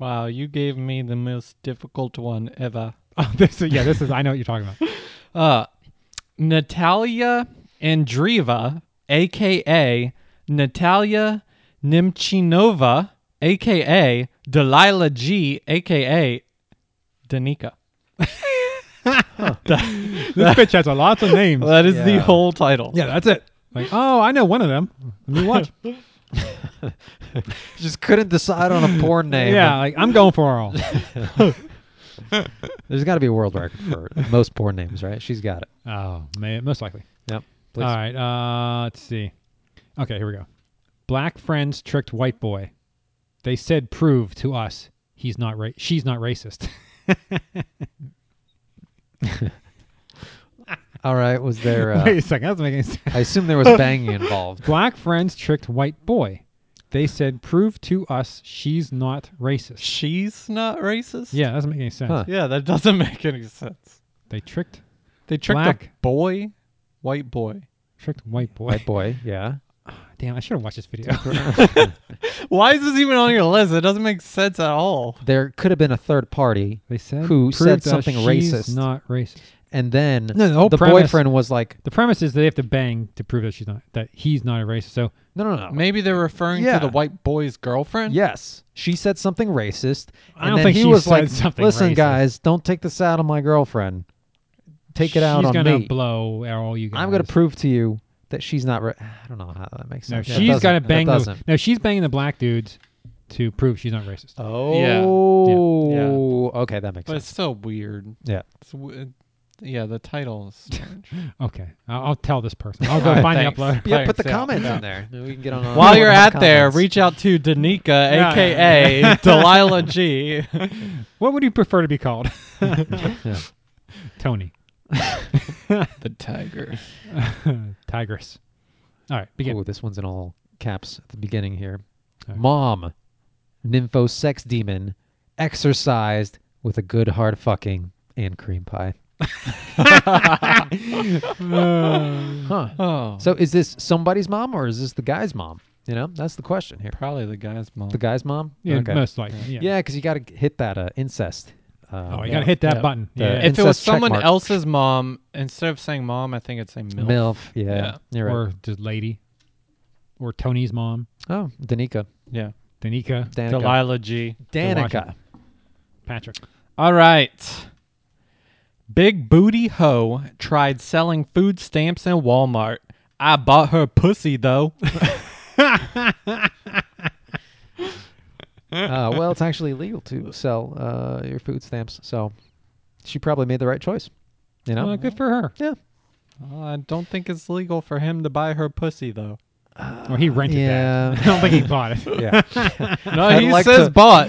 Speaker 5: Wow, you gave me the most difficult one ever.
Speaker 4: Oh, this is, yeah, this is, I know what you're talking about.
Speaker 5: Uh, Natalia Andreeva, aka Natalia Nemchinova, aka Delilah G, aka Danica.
Speaker 4: This bitch has a lots of names.
Speaker 5: That is the
Speaker 3: Yeah.
Speaker 5: whole title.
Speaker 4: Yeah, that's it. Like, oh, I know one of them. Let me watch.
Speaker 3: just couldn't decide on a porn name.
Speaker 4: yeah, like I'm going for all.
Speaker 3: There's got to be a world record for most porn names, right? She's got it.
Speaker 4: Oh man, most likely.
Speaker 3: Yep. Please.
Speaker 4: All right. Uh, let's see. Okay, here we go. Black friends tricked white boy. They said, "Prove to us he's not ra- she's not racist."
Speaker 3: All right. Was there? Uh,
Speaker 4: Wait a second, that doesn't make any sense.
Speaker 3: I assume there was banging involved.
Speaker 4: Black friends tricked white boy. They said, "Prove to us she's not racist."
Speaker 5: She's not racist?
Speaker 4: Yeah, that doesn't make any sense.
Speaker 3: Huh.
Speaker 5: Yeah, that doesn't make any sense.
Speaker 4: They tricked
Speaker 5: They tricked a
Speaker 4: Black.
Speaker 5: boy, white boy.
Speaker 4: tricked white boy.
Speaker 3: White boy. Yeah.
Speaker 4: Damn, I should have watched this video.
Speaker 5: Why is this even on your list? It doesn't make sense at all.
Speaker 3: There could have been a third party,
Speaker 4: they said
Speaker 3: Who
Speaker 4: "Prove
Speaker 3: said
Speaker 4: to us
Speaker 3: something
Speaker 4: she's
Speaker 3: racist."
Speaker 4: Not racist.
Speaker 3: and then
Speaker 4: No, the whole premise-
Speaker 3: boyfriend was like,
Speaker 4: The premise is they have to bang to prove that she's not that he's not a racist. So
Speaker 3: "No, no, no.
Speaker 5: Maybe they're referring
Speaker 3: Yeah.
Speaker 5: to the white boy's girlfriend?
Speaker 3: Yes, she said something racist."
Speaker 4: I don't
Speaker 3: and then
Speaker 4: think
Speaker 3: he
Speaker 4: she
Speaker 3: was
Speaker 4: said
Speaker 3: like,
Speaker 4: something
Speaker 3: "Listen,
Speaker 4: racist."
Speaker 3: guys, don't take this out on my girlfriend. Take it out
Speaker 4: she's
Speaker 3: on
Speaker 4: gonna
Speaker 3: me.
Speaker 4: blow all you guys.
Speaker 3: I'm going to prove to you that she's not. Ra- I don't know how that makes
Speaker 4: No,
Speaker 3: sense. That
Speaker 4: she's
Speaker 3: doesn't-
Speaker 4: got to
Speaker 3: that
Speaker 4: bang. The,
Speaker 3: doesn't.
Speaker 4: no, she's banging the black dudes to prove she's not racist.
Speaker 3: Oh, okay, that makes
Speaker 5: But it's
Speaker 3: sense.
Speaker 5: so weird.
Speaker 3: Yeah,
Speaker 5: It's w- yeah, the title is strange.
Speaker 4: Okay, I'll, I'll tell this person. I'll go find
Speaker 5: thanks.
Speaker 4: the upload.
Speaker 3: yeah. Put the
Speaker 5: Thanks, yeah.
Speaker 3: comments in there. Maybe We can get on.
Speaker 5: While you're
Speaker 3: on
Speaker 5: at there,
Speaker 3: comments.
Speaker 5: reach out to Danica,
Speaker 4: Yeah.
Speaker 5: aka Delilah G.
Speaker 4: What would you prefer to be called?
Speaker 3: Yeah.
Speaker 4: Tony,
Speaker 5: the tiger.
Speaker 4: tigress. All right, begin.
Speaker 3: Ooh, this one's in all caps at the beginning here.
Speaker 4: Okay.
Speaker 3: Mom, nympho sex demon, exercised with a good hard fucking and cream pie. huh.
Speaker 5: Oh,
Speaker 3: So is this somebody's mom or is this the guy's mom? You know, that's the question here.
Speaker 5: probably the guy's mom.
Speaker 3: The guy's mom?
Speaker 4: Yeah,
Speaker 3: okay.
Speaker 4: most likely. Yeah.
Speaker 3: Yeah, because you got to hit that uh, incest. Um,
Speaker 4: Oh, you
Speaker 5: Yeah.
Speaker 4: gotta hit that
Speaker 5: Yeah.
Speaker 4: button.
Speaker 3: The-
Speaker 4: Yeah.
Speaker 3: It's
Speaker 5: if it was
Speaker 3: Incest check
Speaker 5: someone
Speaker 3: mark.
Speaker 5: else's mom, instead of saying mom, I think it's would say
Speaker 3: MILF.
Speaker 5: milf.
Speaker 3: yeah,
Speaker 5: Yeah.
Speaker 3: You're right.
Speaker 4: or the lady, or Tony's mom,
Speaker 3: oh, Danica.
Speaker 5: Yeah,
Speaker 4: Danica,
Speaker 3: Danica.
Speaker 5: Delilah G.
Speaker 4: Danica.
Speaker 3: Danica.
Speaker 4: Patrick.
Speaker 5: All right. Big Booty Ho tried selling food stamps in Walmart. I bought her pussy though.
Speaker 3: uh, well, it's actually legal to sell uh, your food stamps, so she probably made the right choice. You know,
Speaker 4: Well, Uh, good for her.
Speaker 3: yeah,
Speaker 5: Well, I don't think it's legal for him to buy her pussy though.
Speaker 4: Or he rented that.
Speaker 3: yeah.
Speaker 4: I don't think he bought it.
Speaker 3: yeah.
Speaker 5: No,
Speaker 3: I'd
Speaker 5: he
Speaker 3: like
Speaker 5: says
Speaker 3: to-
Speaker 5: bought.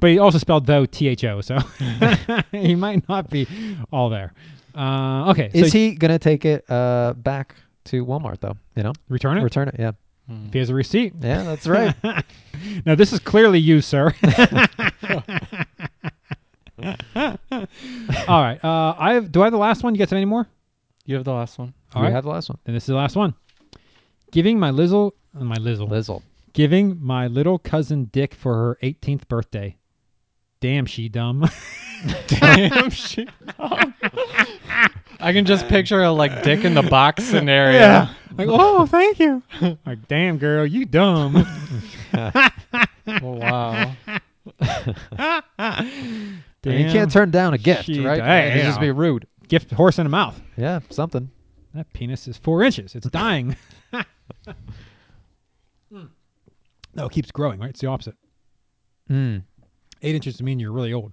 Speaker 4: But he also spelled though T H O, so he might not be all there. Uh, okay.
Speaker 3: Is
Speaker 4: so
Speaker 3: he gonna take it uh, back to Walmart though? You know,
Speaker 4: return it?
Speaker 3: return it. Yeah,
Speaker 4: if he has a receipt.
Speaker 3: yeah, that's right.
Speaker 4: Now this is clearly you, sir. All right. Uh, I have. Do I have the last one? You guys have any more?
Speaker 5: You have the last one.
Speaker 4: All
Speaker 3: we
Speaker 4: right.
Speaker 3: have the last one.
Speaker 4: Then this is the last one. Giving my lizzle, uh, my lizzle,
Speaker 3: Lizzle.
Speaker 4: giving my little cousin Dick for her 18th birthday. Damn, she dumb.
Speaker 5: Damn shit. I can just picture a like dick in the box scenario.
Speaker 4: like, oh, thank you. like, damn, girl, you dumb. Oh,
Speaker 5: Wow.
Speaker 3: you can't turn down a gift,
Speaker 4: She-
Speaker 3: right?
Speaker 4: Hey,
Speaker 3: It'd just
Speaker 4: yeah.
Speaker 3: be rude.
Speaker 4: gift horse in the mouth.
Speaker 3: Yeah, something.
Speaker 4: That penis is four inches. It's dying.
Speaker 3: Hmm.
Speaker 4: no, it keeps growing, right? It's the opposite.
Speaker 3: Mm.
Speaker 4: Eight inches to mean you're really old.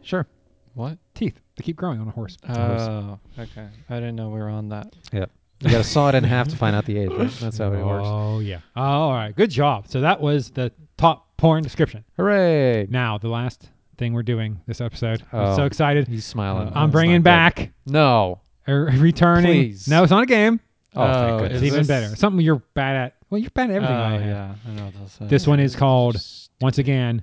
Speaker 3: Sure.
Speaker 5: What?
Speaker 4: Teeth. They keep growing on a horse.
Speaker 5: Oh, okay. I didn't know we were on that.
Speaker 3: Yeah. You gotta saw it in half to find out the age. Right? That's how it works.
Speaker 4: Oh yeah. Oh, all right. Good job. So that was the top porn description.
Speaker 3: Hooray!
Speaker 4: Now the last thing we're doing this episode. I'm
Speaker 3: Oh,
Speaker 4: so excited.
Speaker 3: He's smiling.
Speaker 4: I'm
Speaker 3: That's
Speaker 4: bringing
Speaker 3: not good.
Speaker 4: back
Speaker 3: No.
Speaker 4: or returning.
Speaker 3: Please.
Speaker 4: No, it's not a game.
Speaker 3: Oh, thank
Speaker 5: Oh,
Speaker 3: goodness.
Speaker 4: It's
Speaker 5: Is
Speaker 4: even
Speaker 5: this-
Speaker 4: better. Something you're bad at. Well, you're bad at everything.
Speaker 5: oh,
Speaker 4: I am.
Speaker 5: yeah. I know what this is.
Speaker 4: This one is called once again.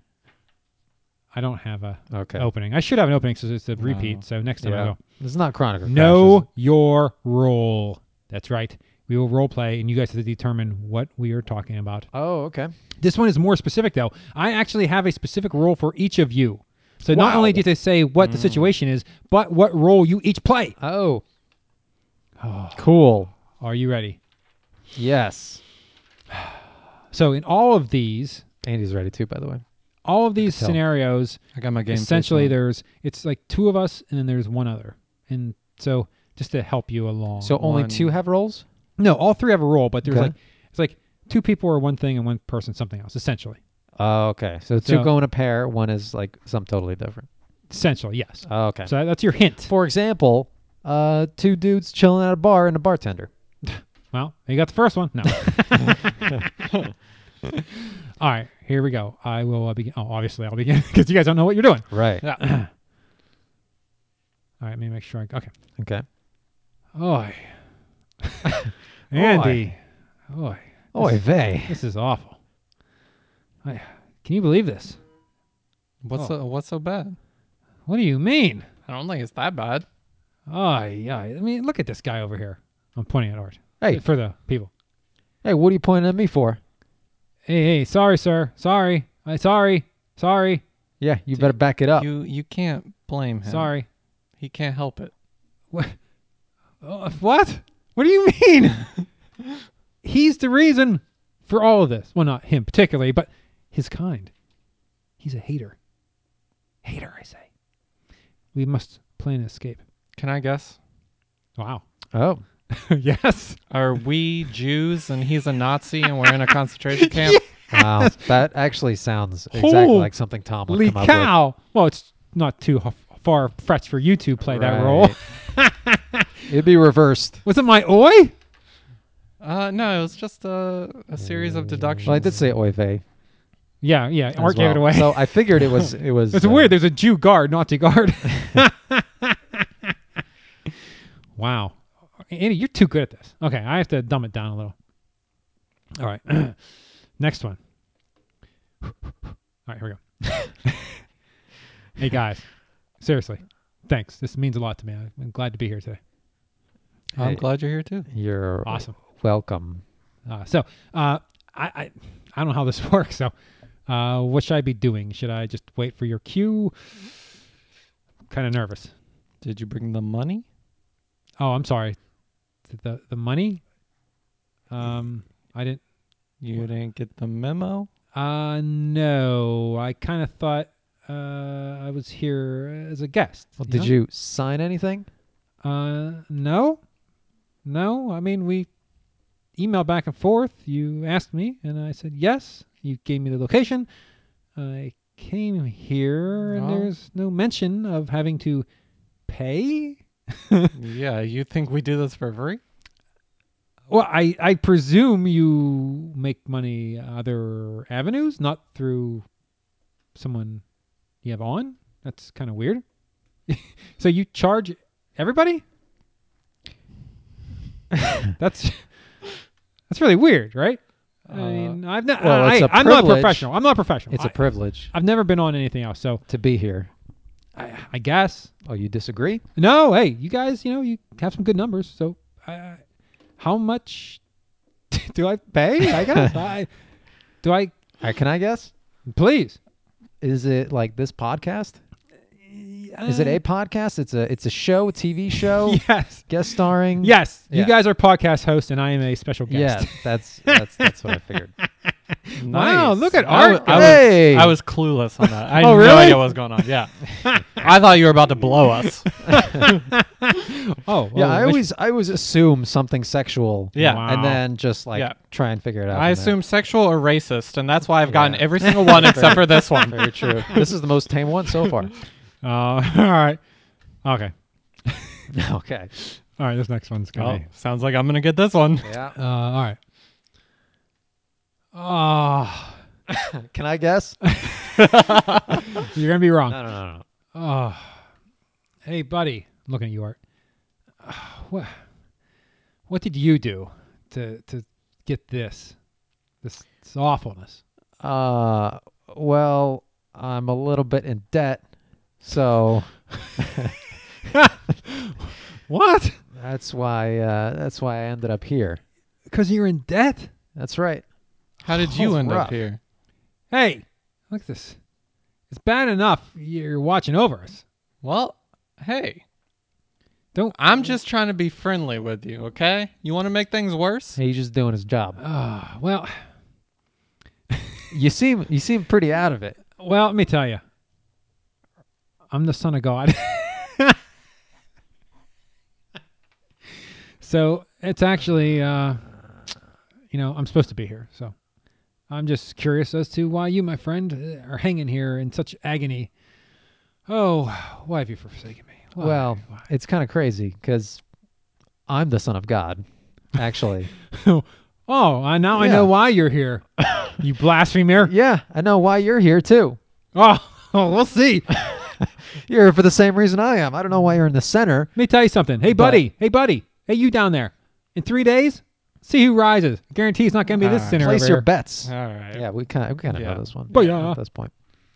Speaker 4: I don't have a
Speaker 3: Okay.
Speaker 4: opening. I should have an opening so it's a repeat.
Speaker 5: No.
Speaker 4: So next time I
Speaker 3: Yeah.
Speaker 4: go.
Speaker 3: Oh, This is not Chronicle.
Speaker 4: Know your role. That's right. We will role play, and you guys have to determine what we are talking about.
Speaker 3: Oh, okay.
Speaker 4: This one is more specific, though. I actually have a specific role for each of you. So not
Speaker 3: Wow.
Speaker 4: only do they say what the situation is, but what role you each play.
Speaker 3: Oh. Cool.
Speaker 4: Are you ready?
Speaker 3: Yes.
Speaker 4: So in all of these,
Speaker 3: Andy's ready too, by the way.
Speaker 4: all of these
Speaker 3: tell.
Speaker 4: scenarios,
Speaker 5: I got my game. face
Speaker 4: essentially
Speaker 5: on.
Speaker 4: there's it's like two of us and then there's one other. And so just to help you along.
Speaker 3: So only
Speaker 5: One.
Speaker 3: two have roles?
Speaker 4: no, all three have a role, but there's
Speaker 3: Okay.
Speaker 4: like it's like two people are one thing and one person something else, essentially.
Speaker 3: Oh, okay. So two
Speaker 4: So-
Speaker 3: go in a pair. One is like something totally different.
Speaker 4: Essentially, yes.
Speaker 3: Oh, okay.
Speaker 4: So that's your hint.
Speaker 3: For example, uh, two dudes chilling at a bar and a bartender.
Speaker 4: Well, you got the first one. No. All right, here we go. I will uh, begin. Oh, obviously, I'll begin because you guys don't know what you're doing.
Speaker 3: Right.
Speaker 4: All right, let me make sure. I, okay.
Speaker 3: Okay.
Speaker 4: Oi. Andy. Oi.
Speaker 3: Oy vey.
Speaker 4: This is awful. I, can you believe this?
Speaker 5: What's so, what's so bad?
Speaker 4: What do you mean?
Speaker 5: oh. I don't think it's that bad.
Speaker 4: Oi, yeah. I mean, look at this guy over here. I'm pointing at Art.
Speaker 3: Hey.
Speaker 4: For the people.
Speaker 3: Hey, what are you pointing at me for?
Speaker 4: Hey, hey, sorry, sir. Sorry. I sorry. Sorry.
Speaker 3: Yeah, you better back it up.
Speaker 5: You you can't blame him.
Speaker 4: Sorry.
Speaker 5: he can't help it.
Speaker 4: What? Uh, what? What do you mean? He's the reason for all of this. Well, not him particularly, but his kind. He's a hater. Hater, I say. We must plan an escape.
Speaker 5: Can I guess?
Speaker 4: Wow.
Speaker 3: oh.
Speaker 4: yes.
Speaker 5: Are we Jews and he's a Nazi and we're in a concentration camp?
Speaker 3: Wow. that actually sounds exactly
Speaker 4: Holy
Speaker 3: like something Tom would
Speaker 4: Lee
Speaker 3: come up
Speaker 4: cow. Well, it's not too h- far fetched for you to play that
Speaker 3: Right.
Speaker 4: role.
Speaker 3: with. It'd be reversed.
Speaker 4: Was it my oi?
Speaker 5: Uh, no, it was just a, a series of deductions.
Speaker 3: Well, I did say oy vey.
Speaker 4: Yeah, yeah.
Speaker 3: as
Speaker 4: Art gave it
Speaker 3: well.
Speaker 4: away.
Speaker 3: So I figured it was it was.
Speaker 4: It's
Speaker 3: uh,
Speaker 4: weird. There's a Jew guard, Nazi guard. wow. Andy, you're too good at this. Okay, I have to dumb it down a little. All right. Next one. All right, here we go. hey, guys. Seriously. Thanks. This means a lot to me. I'm glad to be here today.
Speaker 5: I'm glad you're here too.
Speaker 3: You're
Speaker 4: Awesome.
Speaker 3: Welcome.
Speaker 4: Uh, so, uh, I, I, I don't know how this works. So, uh, what should I be doing? Should I just wait for your cue? Kind of nervous.
Speaker 5: Did you bring the money?
Speaker 4: Oh, I'm sorry. Th- The the money. Um, I didn't.
Speaker 5: You didn't get the memo.
Speaker 4: Uh, no. I kind of thought uh, I was here as a guest.
Speaker 3: Well, did
Speaker 4: know?
Speaker 3: you sign anything?
Speaker 4: Uh, no, no. I mean, we emailed back and forth. You asked me, and I said yes. You gave me the location. I came here, and
Speaker 5: Oh.
Speaker 4: there's no mention of having to pay.
Speaker 5: yeah, you think we do this for free?
Speaker 4: Well, I, I presume you make money other avenues, not through someone you have on. That's kind of weird. so you charge everybody? that's that's really weird, right?
Speaker 5: Uh,
Speaker 4: I mean, I've not,
Speaker 3: well,
Speaker 4: I,
Speaker 3: it's a
Speaker 4: I'm not
Speaker 3: privilege.
Speaker 4: professional. I'm not professional.
Speaker 3: It's
Speaker 4: I,
Speaker 3: a privilege
Speaker 4: I've never been on anything else, so
Speaker 3: to be here.
Speaker 4: I, I guess
Speaker 3: Oh, you disagree?
Speaker 4: no, hey, you guys, you know, you have some good numbers. So, I, how much do I pay? I guess I do. I
Speaker 3: Uh, can I guess?
Speaker 4: please.
Speaker 3: Is it like this podcast? Is
Speaker 5: Eh.
Speaker 3: it a podcast? It's a it's a show, a TV show,
Speaker 4: Uh, Yes,
Speaker 3: guest starring.
Speaker 4: yes. You
Speaker 3: Yeah.
Speaker 4: guys are podcast hosts, and I am a special
Speaker 3: yeah.
Speaker 4: guest.
Speaker 3: That's that's that's what I figured.
Speaker 4: Wow,
Speaker 5: Nice.
Speaker 4: look at
Speaker 5: I
Speaker 4: art,
Speaker 5: wa- I,
Speaker 3: Hey!
Speaker 5: was, I was clueless on that. I had
Speaker 4: Oh,
Speaker 5: no
Speaker 4: really?
Speaker 5: idea what was going on. Yeah. I thought you were about to blow us.
Speaker 4: Oh, oh,
Speaker 3: yeah,
Speaker 4: which-
Speaker 3: I always I always assume something sexual.
Speaker 5: Yeah.
Speaker 4: Wow.
Speaker 3: and then just like
Speaker 5: Yeah.
Speaker 3: try and figure it out. from
Speaker 5: I
Speaker 3: there.
Speaker 5: assume sexual or racist, and that's why I've gotten
Speaker 3: Yeah.
Speaker 5: every single one except for this one.
Speaker 3: Very true. this is the most tame one so far.
Speaker 4: Uh, all right. Okay.
Speaker 3: okay.
Speaker 4: All right. This next one's
Speaker 5: Oh,
Speaker 4: gonna. be-
Speaker 5: sounds like I'm gonna get this one.
Speaker 3: Yeah.
Speaker 4: Uh, all right. Oh,
Speaker 3: Can I guess?
Speaker 4: you're gonna be wrong.
Speaker 3: no, no, no.
Speaker 4: Oh, hey, buddy. I'm looking at you, Art. Ah, What, what did you do to to get this? This, this awfulness.
Speaker 3: Uh, well, I'm a little bit in debt, so
Speaker 4: What?
Speaker 3: that's why uh, that's why I ended up here.
Speaker 4: Because you're in debt?
Speaker 3: That's right.
Speaker 5: How did you
Speaker 3: Oh,
Speaker 5: end
Speaker 3: rough.
Speaker 5: up here?
Speaker 4: Hey, look at this. It's bad enough you're watching over us.
Speaker 5: Well, hey,
Speaker 4: Don't.
Speaker 5: I'm just trying to be friendly with you, okay? You want to make things worse?
Speaker 3: He's just doing his job.
Speaker 4: Ah, well,
Speaker 3: You seem you seem pretty out of it.
Speaker 4: well. Let me tell you. I'm the son of God. so it's actually, uh, you know, I'm supposed to be here. So I'm just curious as to why you, my friend, uh, are hanging here in such agony. Oh, why have you forsaken me? Why?
Speaker 3: Well, it's kind of crazy because I'm the son of God, actually.
Speaker 4: Why? oh, I, now I
Speaker 3: Yeah.
Speaker 4: know why you're here. you blasphemer.
Speaker 3: yeah, I know why you're here too.
Speaker 4: Oh, oh, we'll see. Let
Speaker 3: You're here for the same reason I am. I don't know why you're in the center.
Speaker 4: me tell you something. Hey, buddy. hey, buddy. Hey, you down there. In three days, see who rises. Guarantee it's not going to be this sinner.
Speaker 3: Place
Speaker 4: over
Speaker 3: your
Speaker 4: here.
Speaker 3: bets.
Speaker 5: All right.
Speaker 3: Yeah, we kind of, we kind of
Speaker 5: Yeah.
Speaker 3: know this one.
Speaker 4: But yeah.
Speaker 3: at this point,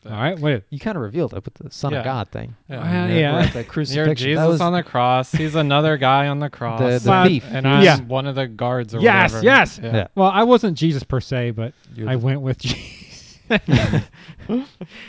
Speaker 4: All right. Wait.
Speaker 3: you kind of revealed it with the son
Speaker 5: Yeah.
Speaker 3: of God thing.
Speaker 4: Uh,
Speaker 5: Yeah.
Speaker 4: yeah.
Speaker 3: We're at the
Speaker 5: You're
Speaker 3: crucifixion.
Speaker 5: Jesus
Speaker 3: that was
Speaker 5: on the cross. He's another guy on the cross.
Speaker 3: the, the
Speaker 4: Wow.
Speaker 3: thief.
Speaker 5: and I'm
Speaker 4: Yeah.
Speaker 5: one of the guards or
Speaker 4: Yes,
Speaker 5: whatever.
Speaker 4: yes.
Speaker 3: Yeah.
Speaker 4: Well, I wasn't Jesus per se, but
Speaker 3: You're
Speaker 4: I
Speaker 3: the-
Speaker 4: went with Jesus.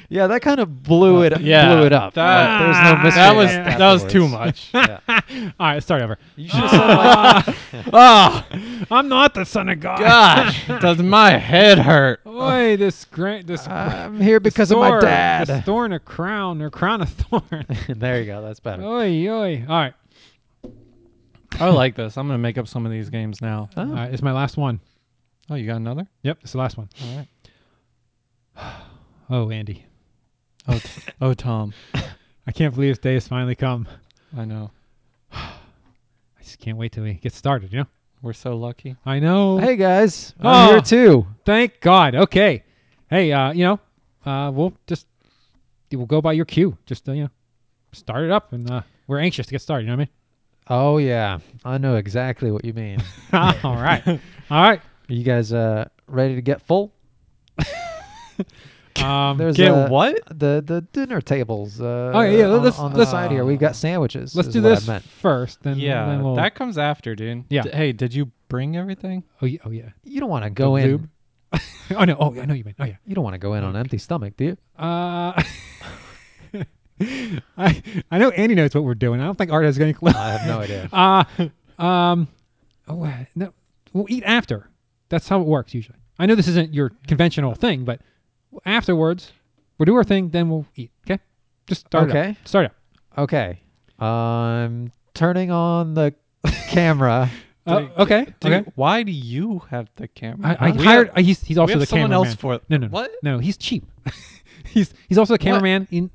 Speaker 3: Yeah, that kind of blew it.
Speaker 5: Yeah,
Speaker 3: blew it up.
Speaker 5: that-
Speaker 3: Like, there's no mystery.
Speaker 5: That was
Speaker 3: left
Speaker 5: that was too
Speaker 3: afterwards.
Speaker 5: much.
Speaker 4: All right, start over. Uh,
Speaker 3: You should have said like,
Speaker 5: oh
Speaker 4: I'm not the son of God.
Speaker 5: gosh, does my head hurt?
Speaker 4: Boy, this grant, this
Speaker 3: I'm here Uh, because of my
Speaker 4: thorn, This
Speaker 3: dad.
Speaker 4: thorn, a crown, or crown of thorn.
Speaker 3: there you go. That's better.
Speaker 4: oi, oi. All right.
Speaker 5: I like this. I'm gonna make up some of these games now.
Speaker 4: All right, Uh, it's my last one.
Speaker 5: Oh, you got another?
Speaker 4: Yep, it's the last one.
Speaker 5: All right.
Speaker 4: Oh, Andy.
Speaker 5: Oh, t- oh, Tom.
Speaker 4: I can't believe this day has finally come.
Speaker 5: I know.
Speaker 4: I just can't wait till we get started, you know?
Speaker 5: We're so lucky.
Speaker 4: I know.
Speaker 3: Hey guys, I'm
Speaker 4: Oh.
Speaker 3: here too.
Speaker 4: Thank God. Okay. Hey, uh, you know, uh, we'll just we'll go by your cue. Just uh, you know, start it up, and uh, we're anxious to get started. You know
Speaker 3: Oh yeah, I know exactly what you mean.
Speaker 4: what I mean? All right. All right.
Speaker 3: Are you guys uh, ready to get full?
Speaker 4: Um,
Speaker 3: There's
Speaker 5: Get
Speaker 3: uh,
Speaker 5: what?
Speaker 3: The the dinner tables. Uh,
Speaker 4: Oh, yeah,
Speaker 3: on-
Speaker 4: let's-
Speaker 3: on,
Speaker 4: let's-
Speaker 3: the side here. We've got sandwiches.
Speaker 4: let's
Speaker 3: is
Speaker 4: do
Speaker 3: what I
Speaker 4: this
Speaker 3: meant.
Speaker 4: first, then
Speaker 5: Yeah,
Speaker 4: then we'll-
Speaker 5: that comes after, dude.
Speaker 4: Yeah.
Speaker 5: D- hey, did you bring everything?
Speaker 4: Oh yeah. Oh yeah.
Speaker 3: You don't want to go in.
Speaker 5: lube?
Speaker 4: oh no. Oh yeah. I know you mean. Oh yeah.
Speaker 3: You don't want to go in on an empty stomach, do you?
Speaker 4: Uh, I I know Andy knows what we're doing. I don't think Art has any clue.
Speaker 3: I have no idea.
Speaker 4: Uh, um, oh, uh, no, we'll eat after. That's how it works usually. I know this isn't your conventional thing, but afterwards, We'll do our thing, then we'll eat. Okay. Just start. It
Speaker 3: Okay.
Speaker 4: up. Start it up.
Speaker 3: Okay. I'm turning on the camera.
Speaker 4: Uh, okay.
Speaker 5: Dude,
Speaker 4: okay.
Speaker 5: Why do you have the camera?
Speaker 4: I, I
Speaker 5: We
Speaker 4: hired.
Speaker 5: have-
Speaker 4: I, he's he's also
Speaker 5: have
Speaker 4: the
Speaker 5: someone
Speaker 4: cameraman.
Speaker 5: else for it.
Speaker 4: No, no, no.
Speaker 5: What?
Speaker 4: No, he's cheap. he's he's also the cameraman. In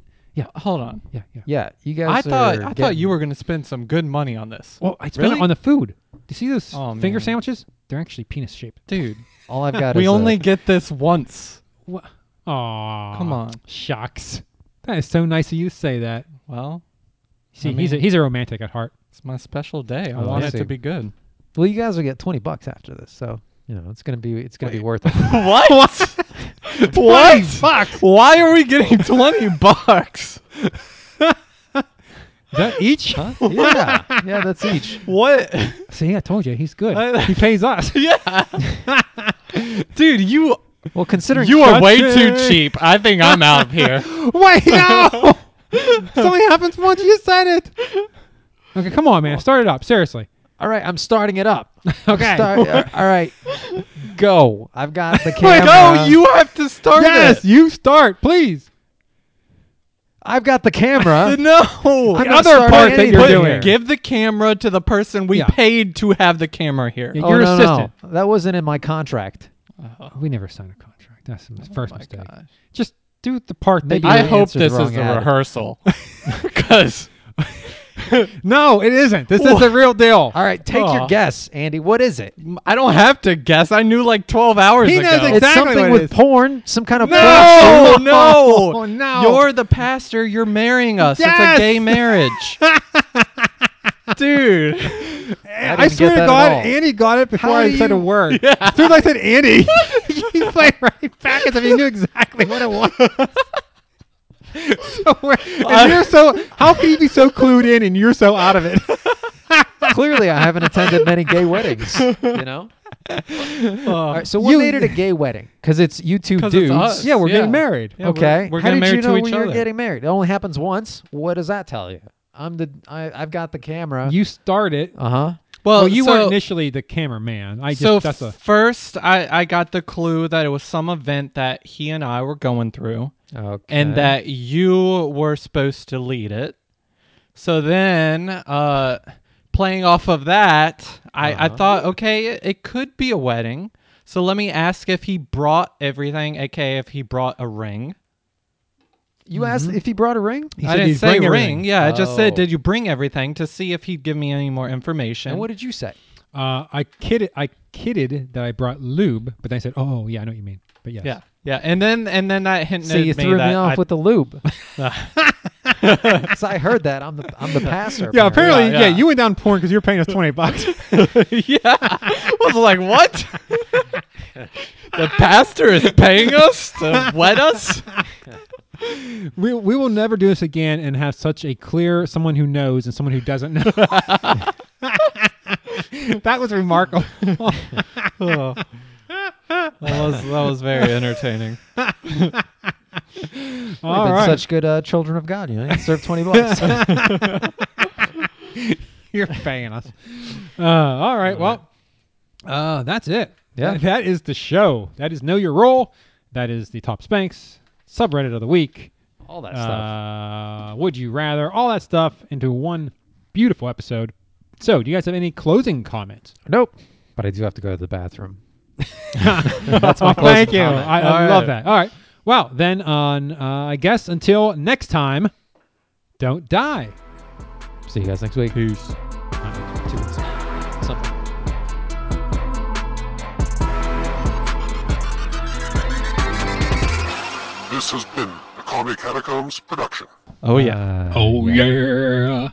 Speaker 5: hold on.
Speaker 4: yeah, yeah.
Speaker 3: Yeah, you guys.
Speaker 5: I thought
Speaker 3: are
Speaker 5: I thought
Speaker 3: getting-
Speaker 5: you were gonna spend some good money on this,
Speaker 4: Well, I spent
Speaker 5: Really?
Speaker 4: it on the food. Do you see those
Speaker 5: Oh,
Speaker 4: finger
Speaker 5: man.
Speaker 4: sandwiches? They're actually penis shaped.
Speaker 5: dude.
Speaker 3: All I've got.
Speaker 5: we
Speaker 3: is a-
Speaker 5: only get this once.
Speaker 4: What? Aw.
Speaker 5: Come on.
Speaker 4: Shucks. That is so nice of you to say that.
Speaker 5: Well,
Speaker 4: See,
Speaker 5: I
Speaker 4: he's a,
Speaker 5: mean-
Speaker 4: he's a romantic at heart.
Speaker 5: it's my special day. I
Speaker 3: Oh, I
Speaker 5: want it
Speaker 3: see.
Speaker 5: to be good.
Speaker 3: well, you guys will get twenty bucks after this, so you know it's gonna be it's gonna be worth it.
Speaker 5: What? what? what? Why are we getting twenty bucks?
Speaker 4: Is that each?
Speaker 3: yeah, yeah, that's each.
Speaker 5: What?
Speaker 4: See, I told you, he's good.
Speaker 5: I-
Speaker 4: he pays us.
Speaker 5: yeah, dude, you
Speaker 3: Well, considering
Speaker 5: you are way
Speaker 4: Gotcha.
Speaker 5: too cheap. I think I'm out of here.
Speaker 4: Wait, no! Something happens once you said it. Okay, come on, man. Start it up. Seriously.
Speaker 3: All right, I'm starting it up.
Speaker 4: Okay.
Speaker 3: Start- all right, go. I've got the
Speaker 5: Wait,
Speaker 3: camera.
Speaker 5: no, you have to start
Speaker 4: Yes,
Speaker 5: it.
Speaker 4: you start, please.
Speaker 3: I've got the camera.
Speaker 5: No.
Speaker 3: I'm
Speaker 4: The
Speaker 3: not
Speaker 4: other
Speaker 3: starting
Speaker 4: part that you're
Speaker 3: anything
Speaker 4: doing.
Speaker 3: here.
Speaker 5: Give the camera to the person we
Speaker 4: Yeah.
Speaker 5: paid to have the camera here.
Speaker 4: Yeah,
Speaker 3: Oh,
Speaker 4: Your
Speaker 3: no, no,
Speaker 4: assistant.
Speaker 3: No. That wasn't in my contract.
Speaker 4: We never signed a contract. That's the first mistake.
Speaker 5: gosh.
Speaker 4: Just do the part that
Speaker 3: Maybe
Speaker 4: you
Speaker 5: I
Speaker 3: Your
Speaker 5: hope
Speaker 3: answer's
Speaker 5: this is
Speaker 3: wrong
Speaker 5: a
Speaker 3: ad.
Speaker 5: rehearsal. Because
Speaker 4: No, it isn't. This is the real deal.
Speaker 3: All right, take your
Speaker 5: Aw.
Speaker 3: guess, Andy. What is it?
Speaker 5: I don't have to guess. I knew like 12 hours
Speaker 4: He
Speaker 5: ago.
Speaker 4: knows exactly
Speaker 3: it's
Speaker 4: what
Speaker 3: something
Speaker 4: it
Speaker 3: with
Speaker 4: is.
Speaker 3: porn. Some kind of
Speaker 5: no,
Speaker 3: porn.
Speaker 5: no,
Speaker 4: Oh, no.
Speaker 5: You're the pastor. You're marrying us.
Speaker 4: Yes!
Speaker 5: It's a gay marriage. Dude.
Speaker 3: didn't
Speaker 4: I
Speaker 3: get
Speaker 4: swear
Speaker 3: that
Speaker 4: to
Speaker 3: at
Speaker 4: God,
Speaker 3: all.
Speaker 4: Andy got it before
Speaker 3: How
Speaker 4: I
Speaker 3: do
Speaker 4: said a
Speaker 3: you-
Speaker 4: word. As soon as I said Andy, he played right back as if he knew exactly what it was. So we're- and you're so how can you be so clued in and you're so out of it?
Speaker 3: Clearly, I haven't attended many gay weddings. You know. All right, so what
Speaker 4: You-
Speaker 3: made it a gay wedding? Because it's you two
Speaker 5: 'Cause
Speaker 3: dudes.
Speaker 5: it's us.
Speaker 4: Yeah, we're
Speaker 5: Yeah.
Speaker 4: getting married.
Speaker 5: Yeah,
Speaker 3: okay.
Speaker 5: We're, we're
Speaker 3: How
Speaker 5: getting
Speaker 3: did
Speaker 5: married
Speaker 3: you know
Speaker 5: to each
Speaker 3: when
Speaker 5: other.
Speaker 3: you're getting married? It only happens once. What does that tell you? I'm the I, I've got the camera.
Speaker 4: You start it.
Speaker 3: uh huh.
Speaker 5: well,
Speaker 4: Well, you
Speaker 5: so,
Speaker 4: weren't initially the cameraman. I just
Speaker 5: so
Speaker 4: that's a
Speaker 5: first, I, I got the clue that it was some event that he and I were going through.
Speaker 3: Okay.
Speaker 5: and that you were supposed to lead it. So then, uh, playing off of that, I, I
Speaker 4: Uh-huh.
Speaker 5: thought, okay, it, it could be a wedding. So let me ask if he brought everything, aka if he brought a ring.
Speaker 3: you asked
Speaker 5: Mhm.
Speaker 3: if he brought a ring.
Speaker 4: He
Speaker 5: I
Speaker 4: said
Speaker 5: didn't
Speaker 4: he'd
Speaker 5: say
Speaker 4: bring a
Speaker 5: ring.
Speaker 4: ring.
Speaker 5: Yeah, I just
Speaker 3: Oh.
Speaker 5: said, did you bring everything to see if he'd give me any more information?
Speaker 3: And what did you say?
Speaker 4: uh, I kidded I kidded that I brought lube, but then I said, "Oh, yeah, I know what you mean." But yes.
Speaker 5: yeah, yeah, and then and then that hinted
Speaker 3: so you
Speaker 5: me
Speaker 3: threw me
Speaker 5: that
Speaker 3: off
Speaker 5: I-
Speaker 3: with the lube. so I heard that I'm the I'm the passer.
Speaker 4: Yeah, apparently, yeah,
Speaker 5: Yeah, yeah.
Speaker 4: you went down porn because you were paying us twenty bucks.
Speaker 5: yeah, I was like, what? the pastor is paying us to wed us.
Speaker 4: we we will never do this again and have such a clear someone who knows and someone who doesn't know. that was remarkable.
Speaker 5: oh. That was that was very entertaining.
Speaker 3: We've
Speaker 4: All
Speaker 3: been
Speaker 4: right,
Speaker 3: such good uh, children of God. You know, you serve twenty bucks.
Speaker 4: you're paying us. Uh, all right, well, uh, that's it.
Speaker 3: Yeah.
Speaker 4: That- that is the show. That is know your role. That is the top spanks subreddit of the week.
Speaker 3: All that stuff.
Speaker 4: Uh, would you rather all that stuff into one beautiful episode? So, do you guys have any closing comments?
Speaker 3: Nope. But I do have to go to the bathroom.
Speaker 4: That's my Thank you.
Speaker 3: comment.
Speaker 4: I, I
Speaker 5: All
Speaker 4: love
Speaker 5: right.
Speaker 4: that. All right. Well, then on uh, I guess until next time, don't die.
Speaker 3: See you guys next week. Peace. two weeks. Something.
Speaker 1: This has been a Comic Catacombs production.
Speaker 5: Oh yeah.
Speaker 3: Uh,
Speaker 2: Oh, yeah.